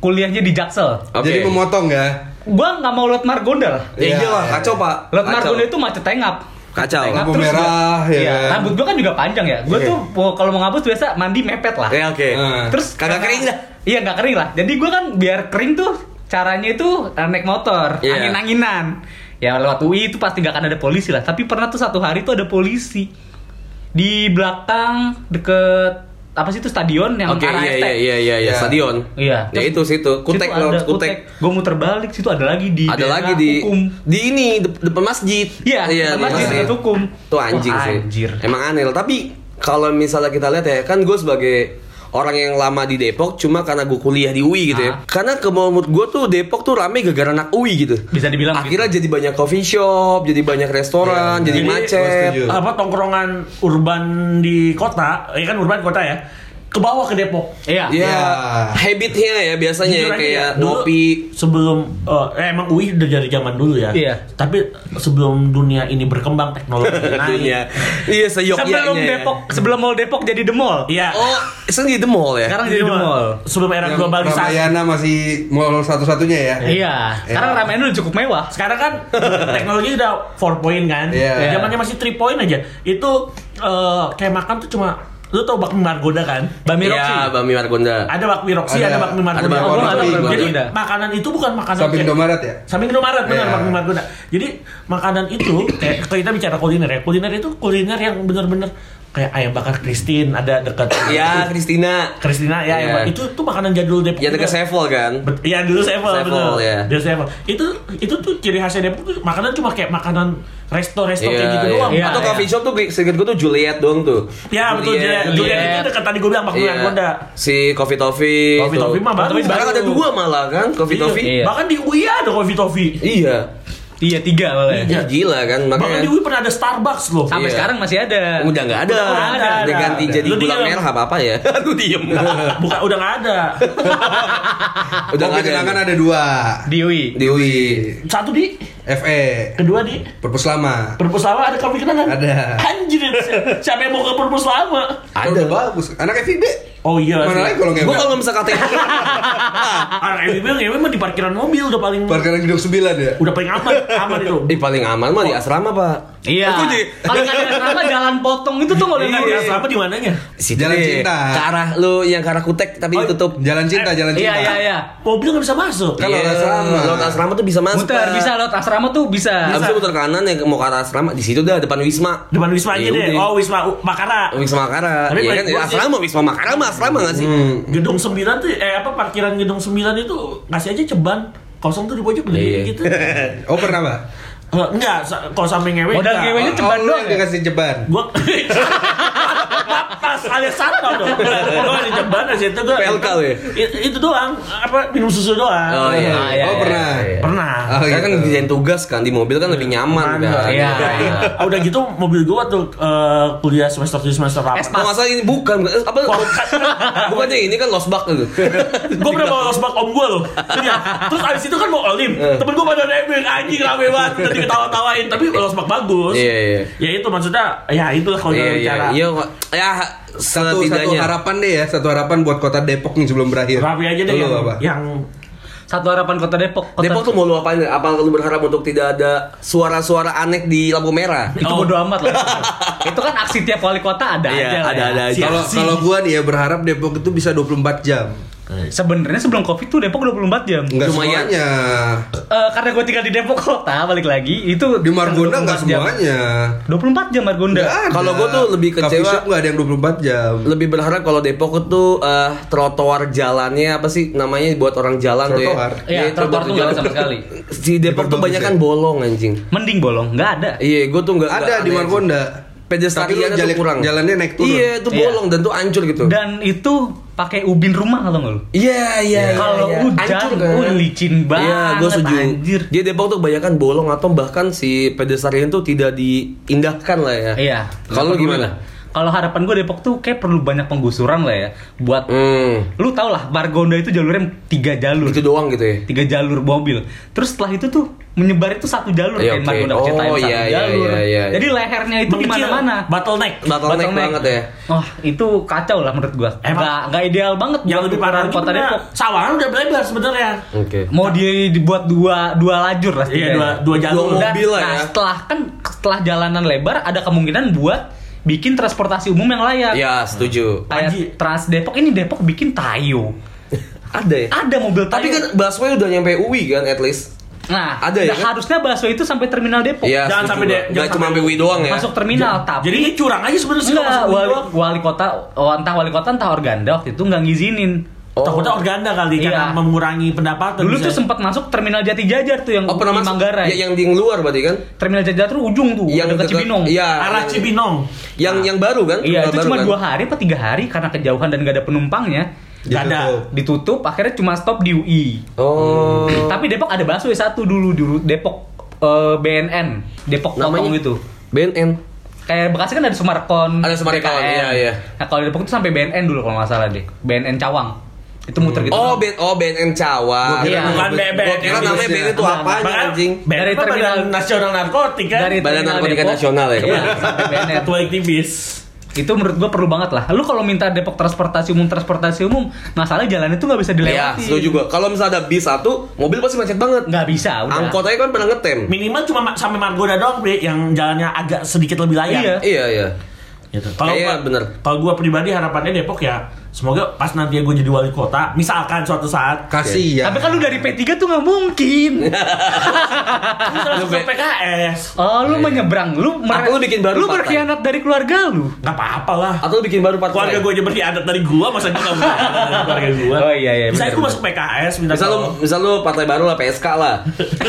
S4: kuliahnya di Jaksel.
S1: [LAUGHS]
S2: Oke.
S1: Jadi memotong ya.
S4: Gue nggak mau lewat Margonda lah.
S2: Ya iyalah kacau pak
S4: Lewat
S2: Kacau.
S4: Margonda itu macet tengap.
S2: Kacau. Iya.
S4: Tengap,
S1: Lampu
S4: terus
S1: merah,
S4: gua-
S1: ya
S4: iya,
S1: kan?
S4: Rambut gue kan juga panjang ya. Gue
S1: Oke.
S4: tuh po- kalau mau ngapus biasa mandi mepet lah.
S2: Ya oke
S1: Eh.
S4: Terus
S2: Kagak
S4: karena-
S2: kering dah.
S4: Iya nggak kering lah. Jadi gue kan biar kering tuh caranya itu eh, naik motor,
S2: Iya.
S4: angin-anginan. Ya lewat UI itu pasti nggak akan ada polisi lah. Tapi pernah tuh satu hari tuh ada polisi di belakang deket apa sih itu stadion yang
S2: Oke
S4: arah
S2: iya
S4: ST.
S2: iya iya iya iya
S1: Ya.
S2: stadion
S4: Iya.
S2: Ya itu situ Kutek loh Kutek
S4: Gue muter balik situ ada lagi di
S2: Ada
S4: daerah
S2: lagi di
S4: hukum.
S2: Di ini dep- depan masjid
S4: Iya, depan masjid,
S2: iya.
S4: itu hukum.
S2: Tuh anjing
S4: Wah,
S2: sih
S4: anjir.
S2: Emang aneh lah Tapi Kalau misalnya kita lihat ya Kan gue sebagai Orang yang lama di Depok Cuma karena gue kuliah di UI gitu ya
S4: Ah.
S2: Karena ke menurut gue tuh Depok tuh rame gara-gara anak UI gitu
S4: Bisa dibilang
S2: Akhirnya jadi banyak coffee shop Jadi banyak restoran
S1: Iya,
S2: Jadi
S1: iya. Gua
S2: macet
S1: setuju.
S3: Apa tongkrongan urban di kota, ya kan urban kota ya, ke bawah ke Depok.
S4: Iya.
S2: Ya,
S1: Iya.
S2: habitnya ya biasanya ya,
S3: Jujur aja
S2: kayak
S3: dulu
S2: ngopi.
S3: sebelum eh, eh, emang UI udah dari zaman dulu ya.
S4: Iya.
S3: Tapi sebelum dunia ini berkembang teknologi
S2: Iya,
S3: naik.
S2: iya seyogyanya.
S4: Sebelum
S2: ya.
S4: Depok, sebelum mall Depok jadi the mall.
S3: Iya.
S2: Oh, sendiri the mall ya?
S4: Sekarang jadi the mall.
S3: Sebelum era
S1: Yang
S3: globalisasi.
S1: Ramayana masih mall satu-satunya ya.
S4: Iya. Sekarang
S1: Iya.
S4: ramen udah cukup mewah.
S3: Sekarang
S1: [LAUGHS]
S3: kan teknologi udah 4 point kan.
S1: Iya.
S3: Zamannya masih 3 point aja. Itu eh, kayak makan tuh cuma lu tau bakmi margonda kan?
S4: Bami
S2: Iya,
S4: Roxy.
S2: Bami Margonda.
S3: ada bakmi roksi,
S1: Ada-
S3: ada, bakmi
S1: ada
S3: margonda.
S2: bakmi
S3: Oh, gua nggak tahu.
S2: Margonda.
S3: Jadi
S4: Margonda.
S3: makanan itu bukan makanan
S1: Samping
S3: kayak-
S1: Indomaret ya?
S3: Samping Indomaret benar
S1: Iya.
S3: bakmi margonda. Jadi makanan itu kayak kalau kita bicara kuliner ya, kuliner itu kuliner yang benar-benar kayak ayam bakar Christine ada dekat
S2: Ya, Christina.
S3: Christina ya, ayam
S2: Iya.
S3: bakar. itu tuh makanan jadul Depok.
S2: Yang dekat
S3: juga.
S2: Sevel kan?
S3: Bet- Iya dulu Sevel
S2: Sevel,
S3: benar.
S2: ya.
S3: Dulu Sevel. Itu itu tuh ciri khasnya Depok tuh makanan cuma kayak makanan resto-resto
S2: Iya,
S3: kayak gitu
S2: iya.
S3: doang.
S4: Iya,
S2: Atau
S4: iya.
S2: coffee shop tuh seinget gue tuh Juliet doang tuh.
S3: Ya betul Juliet.
S4: Juliet.
S3: Juliet itu dekat tadi gue bilang bakmi
S2: Iya.
S3: margonda.
S2: Si Coffee Toffee.
S3: Coffee
S2: tuh.
S3: Toffee mah baru.
S2: Tapi sekarang
S3: Baru.
S2: ada dua malah kan Coffee
S3: Iya.
S2: Toffee.
S4: Iya.
S3: Bahkan di UI ada Coffee Toffee.
S2: Iya.
S4: Iya tiga malah. ya.
S3: Iya.
S2: Ih, Gila kan
S3: Bahkan
S2: makanya.
S3: di UI pernah ada Starbucks loh.
S4: Sampai
S2: Iya.
S4: sekarang masih ada.
S2: Udah nggak ada.
S3: Udah nggak ada,
S2: Udah
S3: ada.
S2: ganti jadi
S3: Lu
S2: gula
S3: diem.
S2: merah apa-apa
S3: [LAUGHS]
S2: ya. Lu diem.
S3: Bukan udah nggak ada.
S2: Udah
S1: Udah
S2: nggak ada.
S1: kenangan ada dua.
S4: Di UI.
S2: Di UI.
S3: Satu di,
S1: FE,
S3: kedua di.
S1: E. Perpus Lama.
S3: Perpus lama ada kopi kenangan.
S1: Ada.
S3: Anjir, si- siapa yang mau ke perpus lama?
S1: Ada bagus. Anak FIB.
S3: Oh iya.
S1: Mana lagi kalau nggak
S2: Gue kalau misal kata
S3: Anak FIB ngewe mah di parkiran mobil udah paling
S1: Parkiran gedung 9 ya.
S3: udah paling aman, aman itu.
S2: Ih paling aman mah [LAUGHS] di asrama pak.
S4: Iya.
S2: Itu di
S4: Kalau nggak ada asrama jalan potong itu tuh nggak
S3: Kalau
S2: Iya.
S3: nggak di
S4: ada.
S3: asrama di mananya?
S2: Situ
S1: Jalan
S2: deh.
S1: Cinta.
S2: Ke arah lu yang ke arah kutek tapi
S3: Oh,
S2: ditutup.
S1: Jalan cinta, jalan cinta.
S4: Iya iya iya.
S3: Mobil nggak bisa masuk.
S1: Kan lewat
S2: Iya,
S1: asrama.
S2: Lewat asrama tuh bisa masuk.
S4: Muter
S2: Pak.
S4: bisa lewat asrama tuh bisa.
S2: Habis itu muter kanan yang mau ke arah asrama di situ dah depan Wisma.
S3: Depan Wisma aja
S2: Iya,
S3: deh.
S2: udah.
S3: Oh Wisma U- Makara.
S2: Wisma Makara.
S3: Tapi
S2: Iya
S3: baik
S2: kan
S3: gua sih-
S2: asrama Wisma Makara mah asrama enggak sih?
S3: Gedung 9 tuh eh apa parkiran gedung 9 itu kasih aja ceban kosong tuh di pojok gede
S2: Iya.
S3: gitu.
S1: Oh pernah pak?
S3: Eh, enggak, sa- kalau sampai ngewe
S4: Modal
S3: enggak.
S4: ngewe Kayaknya
S1: Oh,
S3: [LAUGHS]
S4: ceban
S1: lu
S4: doang
S1: yang
S4: ya?
S1: dikasih ceban.
S3: gua tas alias sandal dong. Gue di Jeban di situ gue.
S2: PLK lu ya?
S3: Itu doang, apa minum susu doang.
S2: Oh iya.
S4: Ah, iya,
S1: oh
S4: iya,
S1: pernah.
S4: iya.
S3: Pernah.
S1: Oh,
S2: Saya kan
S1: gitu.
S2: desain tugas kan di mobil kan lebih nyaman kan.
S3: Mana?
S4: Iya.
S3: Ah, udah gitu mobil gua tuh eh, kuliah semester 7 semester 8
S2: Kalau nggak salah ini bukan, bukan. Eh, apa? Bukannya ini kan losbak gitu.
S3: Gue pernah bawa losbak om gue loh Iya. Terus abis itu kan mau olim
S2: Eh.
S3: Temen gue pada nebeng Anjing rame banget Tadi ketawa-tawain Tapi losbak bagus
S2: Iya, iya.
S3: Ya itu maksudnya Ya itulah kalau
S2: Iya,
S3: dalam
S2: iya,
S3: cara
S2: iya, Pak. ya,
S1: Satu, satu
S2: setidaknya.
S1: harapan deh ya, satu harapan buat kota Depok nih sebelum berakhir.
S3: Rapi aja deh ya.
S1: Lu
S3: yang,
S1: apa?
S3: yang
S4: Satu harapan kota Depok. Kota
S2: Depok tuh mau lu apain? Apa lu berharap untuk tidak ada suara-suara aneh di lampu merah?
S4: itu bodo amat lah. itu kan aksi tiap wali kota ada
S2: Iya,
S4: aja. lah
S2: ada-
S4: ya.
S2: ada aja.
S4: Aksi-
S1: Kalau
S4: aksi.
S1: kalau gua nih ya berharap Depok itu bisa 24 jam.
S4: sebenarnya sebelum covid tuh Depok 24 jam.
S1: Enggak
S2: Cuma ya-
S1: semuanya.
S4: Eh, karena gue tinggal di Depok kota balik lagi itu
S1: Di Margonda enggak
S4: 24 jam.
S1: semuanya.
S4: 24 jam Margonda.
S1: Nggak ada.
S2: Kalau gua tuh lebih
S1: Coffee
S2: kecewa-
S1: shop nggak ada yang 24 jam.
S2: Lebih berharap kalau Depok tuh eh, trotoar jalannya apa sih namanya buat orang jalan tuh ya?
S1: Trotoar.
S4: Iya,
S2: Iya,
S4: trotoar tuh nggak ada sama sekali.
S2: Si Depok tuh
S1: Diperbagus
S2: banyak
S1: ya?
S2: kan bolong anjing.
S4: Mending bolong, nggak ada.
S2: Iya, gue tuh nggak
S1: Ada
S2: nggak
S1: di
S2: aneh.
S1: Margonda. Tapi lu
S2: Pedestriannya tuh
S1: jalan-
S2: kurang.
S1: Jalannya naik turun.
S2: Iya, itu
S4: Iya.
S2: bolong dan tuh hancur gitu.
S4: Dan itu pakai ubin rumah kalau nggak lu?
S2: Iya, iya. iya,
S4: Kalau
S2: iya.
S4: hujan,
S2: Hancur
S4: uh, licin
S2: Iya,
S4: banget,
S2: gue setuju.
S4: anjir.
S2: Dia Depok tuh kebanyakan bolong atau bahkan si pedestrian tuh tidak diindahkan lah ya.
S4: Iya.
S2: Kalau
S4: Harapan
S2: gimana?
S4: gua- Kalau harapan gue Depok tuh kayak perlu banyak penggusuran lah ya buat
S2: Hmm,
S4: lu tau lah Margonda itu jalurnya tiga jalur.
S2: itu doang gitu ya.
S4: tiga jalur mobil. Terus setelah itu tuh menyebar itu satu jalur
S2: Iya, oke.
S4: kayak Margonda
S2: Oh,
S4: Pecinta satu
S2: iya, iya,
S4: jalur.
S2: iya, iya, iya.
S4: Jadi lehernya itu di
S3: mengecil,
S4: mana-mana.
S3: Bottleneck
S2: Bottleneck banget ya.
S4: Wah, itu kacau lah menurut gua.
S3: Emang-
S4: Nggak, nggak ideal banget
S3: Yang
S4: buat
S3: lebih
S4: ukuran
S3: parah lagi
S4: kota
S3: pernah,
S4: Depok.
S3: Sawangan udah lebar sebenarnya
S2: Oke.
S4: Mau di- dibuat dua dua lajur lah
S3: Iya
S4: setidaknya.
S3: dua, dua jalur
S2: Dua
S4: Dan-
S2: mobil lah
S4: nah,
S2: ya.
S4: setelah kan setelah jalanan lebar ada kemungkinan buat bikin transportasi umum yang layak.
S2: Ya, setuju.
S4: Kayak
S3: Panji.
S4: Trans Depok ini Depok bikin Tayo.
S2: Ada ya.
S4: Ada mobil Tayo.
S2: Tapi kan busway udah nyampe UI kan at least.
S4: nah,
S2: ada ya kan?
S4: harusnya busway itu sampai terminal Depok.
S2: Iya, setuju
S3: Jangan sampai
S2: gua.
S3: deh,
S2: Nggak
S3: jangan
S2: cuma
S3: sampai
S2: sampai UI doang ya.
S4: Masuk terminal, tapi
S3: Jadi ini curang aja sebenarnya sih kalau
S4: Enggak,
S3: masuk
S4: wali,
S3: gua.
S4: wali kota oh, entah wali kota entah organda waktu itu nggak ngizinin.
S2: Oh.
S3: Takutnya organda kali
S4: Iya.
S3: karena mengurangi pendapatan
S4: Dulu
S3: bisa.
S4: tuh sempat masuk terminal Jati Jajar tuh yang
S2: ya? Oh, pernah
S4: di
S2: masuk?
S4: Manggarai.
S2: Ya, yang di luar berarti kan?
S4: Terminal Jati Jajar tuh ujung tuh, yang dekat
S2: dekat-
S4: Cibinong.
S2: Iya.
S3: arah
S2: yang-
S3: Cibinong.
S2: Yang yang baru kan? Terminal
S4: Iya, itu
S2: baru
S4: cuma
S2: kan?
S4: dua hari apa tiga hari karena kejauhan dan gak ada penumpangnya.
S3: Gak ada.
S1: Ditutup.
S4: Ditutup, akhirnya cuma stop di UI.
S2: Oh.
S4: Tapi Depok ada busway satu dulu dulu Depok eh, BNN, Depok Potong gitu.
S2: BNN.
S4: Kayak Bekasi kan ada Sumarkon.
S2: Ada Sumarkon,
S4: BKN.
S2: iya, iya.
S4: Nah, kalau di Depok itu sampai BNN dulu kalau nggak salah deh. BNN Cawang. Itu muter gitu.
S2: Oh, ben, oh BNN
S1: Gua
S2: Cawang.
S1: kira
S4: Iya.
S1: nama-
S3: Bukan bebek.
S2: Gua kira namanya
S1: Iya.
S2: BNN itu apa
S3: Bahkan
S2: anjing?
S4: Dari
S3: dari
S4: terminal-
S3: terminal nasional narkotik kan.
S4: dari
S2: Badan
S4: terminal
S2: Narkotika
S4: Depok,
S2: Nasional ya,
S4: Iya,
S2: kemarin.
S4: sampai BNN.
S3: ketua aktivis.
S4: itu menurut gua perlu banget lah. Lu kalau minta Depok transportasi umum transportasi umum, masalah jalan itu nggak bisa
S2: Iya,
S4: dilewati.
S2: setuju gua. Kalau misalnya ada bis satu, mobil pasti macet banget.
S4: Nggak bisa. Udah.
S2: Angkot aja kan pernah ngetem.
S3: Minimal cuma ma- sampai Margonda doang Bre, yang jalannya agak sedikit lebih layak.
S4: Iya.
S2: Iya, iya.
S3: Gitu. Kalau
S2: Iya,
S3: gua-
S2: bener.
S3: Kalau gua pribadi harapannya Depok ya, semoga pas nanti gue jadi wali kota, misalkan suatu saat
S1: Kasih
S2: iya.
S1: ya.
S4: Tapi kan lu dari P3 tuh nggak
S2: [LAUGHS]
S4: mungkin.
S3: misalkan ke PKS,
S4: Oh, lu menyeberang, lu mer-
S2: Atau lu Iya, bikin baru
S4: lu
S2: partai.
S4: berkhianat dari keluarga lu.
S3: nggak apa-apa lah.
S2: Atau lu bikin baru partai.
S3: Keluarga gue aja berkhianat dari gua, masa gua nggak berkhianat dari keluarga gua.
S4: Oh, iya, iya,
S3: Misalnya
S4: bener,
S3: gue
S4: bener.
S3: masuk PKS, minta
S2: Misal lu,
S3: tolong.
S2: misal lu partai baru lah PSK lah.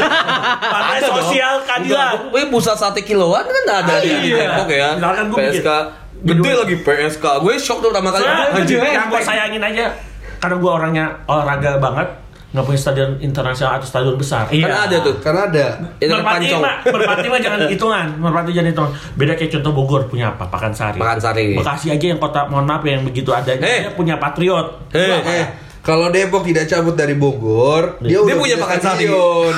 S3: partai
S2: Ada dong.
S3: sosial keadilan.
S2: Enggak, Gue pusat sate kiloan kan ada di
S3: Iya.
S2: Depok ya.
S3: Misalkan gua
S2: PSK.
S3: bikin-
S2: Gede
S3: bikin-
S2: lagi PSK. Gue shock tuh pertama kali.
S3: Soalnya
S2: Wah, anjing.
S3: yang gue sayangin aja karena gue orangnya olahraga banget nggak punya stadion internasional atau stadion besar.
S4: Iya.
S2: Kan ada tuh.
S1: Karena ada.
S2: Ya, dari
S3: Merpati
S2: pancong.
S3: mah, merpati mah jangan hitungan, merpati jangan hitungan. Beda kayak contoh Bogor punya apa? Pakansari.
S2: Pakansari. Eh.
S3: Bekasi aja yang kota mohon maaf yang begitu adanya
S2: Hei.
S3: dia punya Patriot.
S2: Hei,
S1: Eh, kalau Depok tidak cabut dari Bogor, dia,
S2: Dia
S1: udah
S2: punya makan sapi.
S1: stadion.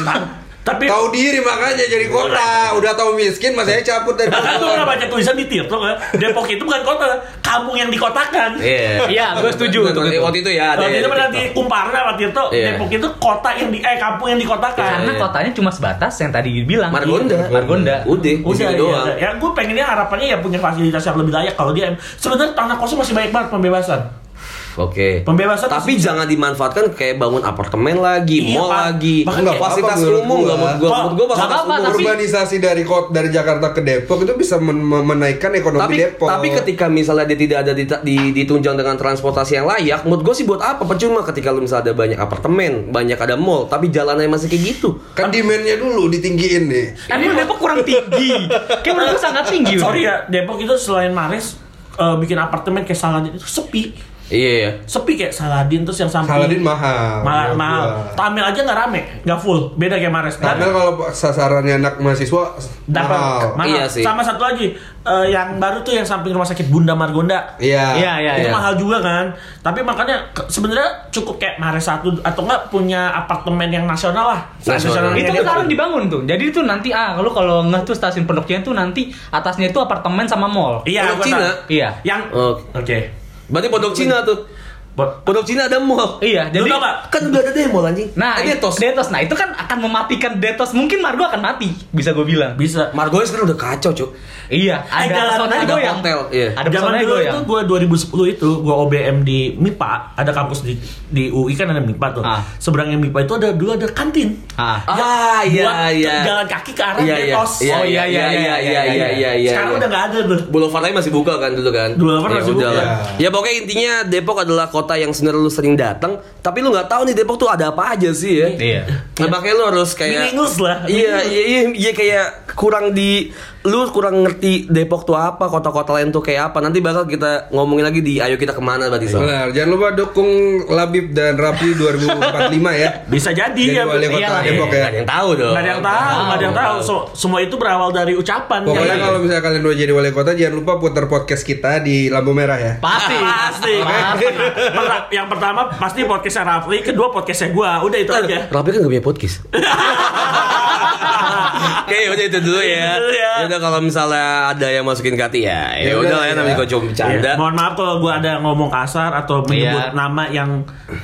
S3: Tapi [LAUGHS]
S1: Tahu diri makanya jadi kota. Udah tahu miskin masih aja cabut dari
S3: tapi gue pernah
S1: Bogor.
S3: baca tulisan di Tirto kan, Depok itu bukan kota, kampung yang dikotakan.
S2: Iya.
S4: Iya, gue setuju.
S2: Waktu itu- Waktu itu ya ada.
S3: Waktu
S2: ya,
S3: itu pernah
S2: di
S3: di
S2: TikTok.
S3: Kumparan sama Tirto,
S2: Iya.
S3: Depok itu kota yang di eh kampung yang dikotakan.
S4: Karena
S2: Iya.
S4: kotanya cuma sebatas yang tadi bilang. Iya,
S2: Margonda.
S4: Margonda.
S2: Udah, di
S3: Udah
S2: situ
S3: ya,
S2: doang.
S3: udah. ya gue pengennya harapannya ya punya fasilitas yang lebih layak kalau dia sebenarnya tanah kosong masih banyak banget pembebasan
S2: Oke.
S3: pembebasan
S2: Tapi jangan dimanfaatkan kayak bangun apartemen lagi,
S3: Iya,
S2: mall
S3: Pak.
S2: lagi.
S3: Bahkan
S2: Enggak
S1: kayak-
S2: fasilitas
S1: apa, menurut
S2: umum
S1: gua.
S2: enggak menurut gua.
S3: Pak,
S2: Menurut gua
S4: nggak
S2: fasilitas
S4: apa-apa,
S2: umum.
S4: tapi-
S1: Urbanisasi dari kot dari Jakarta ke Depok itu bisa men- men- menaikkan ekonomi
S2: Tapi,
S1: Depok.
S2: tapi ketika misalnya dia tidak ada di, di- ditunjang dengan transportasi yang layak, menurut gue sih buat apa? Percuma ketika lu misalnya ada banyak apartemen, banyak ada mall, tapi jalannya masih kayak gitu.
S1: kan demand-nya dulu ditinggiin nih.
S4: Kan
S1: Iya.
S4: Emang Depok kurang tinggi. Kayak menurut gue sangat tinggi.
S3: sorry ya Depok itu ya, selain Maris eh, bikin apartemen kayak Saladin itu sepi
S2: Iya. iya.
S3: sepi kayak Saladin terus yang samping
S1: Saladin Iya. mahal.
S3: mahal,
S1: Menurut
S3: mahal.
S1: gua.
S3: Tamil aja nggak rame nggak full beda kayak Mares
S1: Padahal kalau sasarannya anak mahasiswa
S3: dapat
S1: mahal.
S3: mahal.
S2: Iya sih.
S3: sama satu lagi eh, yang baru tuh yang samping rumah sakit Bunda Margonda Nah,
S1: Iya.
S4: Iya, iya,
S3: itu
S4: iya.
S3: mahal juga kan tapi makanya ke- sebenarnya cukup kayak Mares satu atau enggak punya apartemen yang nasional lah
S2: Nasional.
S3: yang
S4: Itu kan
S3: dia-
S4: sekarang dibangun tuh. Jadi itu nanti ah lu kalau nggak tuh stasiun Pondok Cina tuh nanti atasnya itu apartemen sama mall.
S3: iya
S2: Pondok
S3: gua
S2: Cina?
S3: tahu.
S4: Iya.
S3: yang
S2: Oke.
S3: oke
S2: Berarti pondok Cina tuh.
S3: Bo-
S2: Pondok Cina ada mall.
S4: Iya,
S3: Lu
S4: jadi
S3: tau nggak?
S2: Kan udah ada demo anjing.
S4: Nah,
S2: eh,
S4: detos.
S2: Detos.
S4: detos. Nah, itu kan akan mematikan detos. Mungkin Margo akan mati, bisa gue bilang.
S3: bisa
S2: Margonya sekarang kan udah kacau, Cuk.
S4: Iya,
S3: Eh,
S4: ada
S3: jalan
S4: pesona
S3: aja
S4: goyang.
S2: hotel, iya.
S4: Ada pesona
S3: Zaman dulu
S4: goyang.
S3: itu gue 2010 itu gue OBM di MIPA, ada kampus di di UI kan ada MIPA tuh.
S4: Ah.
S3: Seberangnya MIPA itu ada dulu ada kantin. Ya,
S4: Ah.
S2: Ah, iya,
S3: Buat
S2: iya.
S3: jalan kaki ke arah
S2: Iya, iya.
S3: Detos.
S2: Iya,
S4: Oh,
S2: iya, iya, iya, iya, iya, iya, iya.
S3: Sekarang udah nggak ada tuh.
S2: Boulevardnya masih buka kan dulu kan?
S3: Boulevard
S2: Ya
S3: masih
S2: udah
S3: buka.
S2: lah. Ya pokoknya intinya Depok adalah kota yang sebenarnya lu sering datang, tapi lu nggak tahu nih Depok tuh ada apa aja sih ya.
S4: Iya.
S2: Nah, makanya lu harus kayak
S3: Meaningless lah.
S2: Iya, iya, iya, iya kayak kurang di lu kurang ngerti Depok tuh apa, kota-kota lain tuh kayak apa. Nanti bakal kita ngomongin lagi di ayo kita kemana berarti Sol.
S1: Benar, jangan lupa dukung Labib dan Rapli 2045 ya.
S3: Bisa jadi
S1: Jadi
S3: ya.
S1: wali
S3: Iya
S1: kota
S3: lah,
S1: Depok
S3: iya.
S1: ya.
S2: Nggak ada yang tahu dong.
S3: Nggak ada yang tahu, nggak ada yang tahu. So- semua itu berawal dari ucapan.
S1: Pokoknya
S3: Iya.
S1: kalau
S2: gitu.
S1: misalnya kalian udah jadi wali kota jangan lupa putar podcast kita di lampu merah ya.
S4: Pasti.
S3: [LAUGHS] pasti. [LAUGHS] Perta- yang pertama pasti podcastnya Rafli, kedua podcastnya gue. Udah itu aja.
S2: Rapi kan gak punya
S3: [LAUGHS]
S2: podcast. Oke, udah itu dulu ya.
S3: Itu dulu ya.
S2: Ya udah kalau misalnya ada yang masukin kati ya. Ya udah lah ya namanya gue cuma
S3: Iya,
S2: bercanda.
S3: Mohon maaf kalau gue ada ngomong kasar atau menyebut
S4: Iya.
S3: nama yang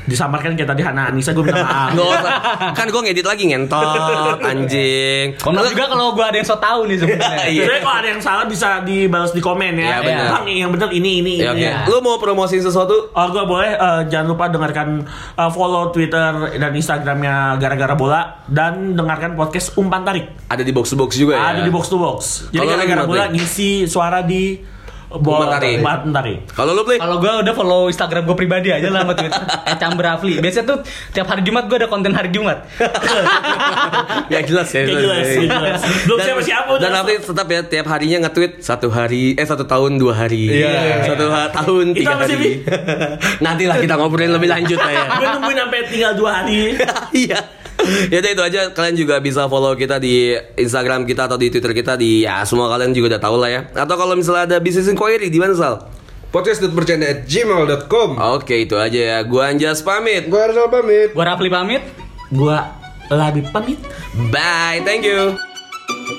S3: disamarkan kayak tadi Hana Anissa gue minta maaf.
S2: [LAUGHS] Nggak usah. Kan gue ngedit lagi ngentot anjing.
S4: Mohon maaf juga kalau gue ada yang so tau nih
S2: [LAUGHS]
S4: sebenarnya.
S2: Iya.
S3: Sebenarnya kalau ada yang salah bisa dibalas di komen
S2: Iya,
S3: ya.
S2: benar.
S3: Bang, yang benar ini ini
S2: Ya,
S3: ini.
S2: oke. Lu mau promosiin sesuatu?
S3: Oh gue boleh eh, jangan lupa dengarkan eh, follow Twitter dan Instagramnya gara-gara bola dan dengarkan podcast umpan tarik
S2: Ada di box to box juga ya.
S3: ada di box to box. Jadi
S2: Kalau lu
S3: gara-gara
S2: gimana,
S3: bola
S2: Bli?
S3: ngisi suara di
S2: Umpan
S3: bola
S2: tarik.
S3: umpan tarik.
S2: Kalau lu play.
S4: Kalau gue udah follow Instagram gue pribadi aja lah sama [LAUGHS] Twitter @camberafli. Eh, Biasanya tuh tiap hari Jumat gue ada konten hari Jumat.
S2: Gak jelas [LAUGHS] ya.
S3: Gak jelas, gak jelas. Belum
S2: Dan-
S3: siapa-siapa udah.
S2: Dan nanti tetap ya tiap harinya nge-tweet satu hari eh satu tahun dua hari.
S1: Iya.
S2: Satu ha- tahun
S3: Itu
S2: tiga
S3: apa sih, Bi?
S2: hari. [LAUGHS] Nantilah kita ngobrolin lebih lanjut lah ya. [LAUGHS]
S3: gue nungguin sampai tinggal dua hari.
S2: Iya. Ya udah, itu aja kalian juga bisa follow kita di Instagram kita atau di Twitter kita di ya semua kalian juga udah tahu lah ya. Atau kalau misalnya ada business inquiry di mana Sal?
S1: Podcast.bercanda@gmail.com.
S2: Oke itu aja ya. Gua Anjas pamit.
S1: Gue Arsal pamit.
S4: Gue Rafli pamit.
S3: Gue lebih pamit.
S2: Bye. Thank you.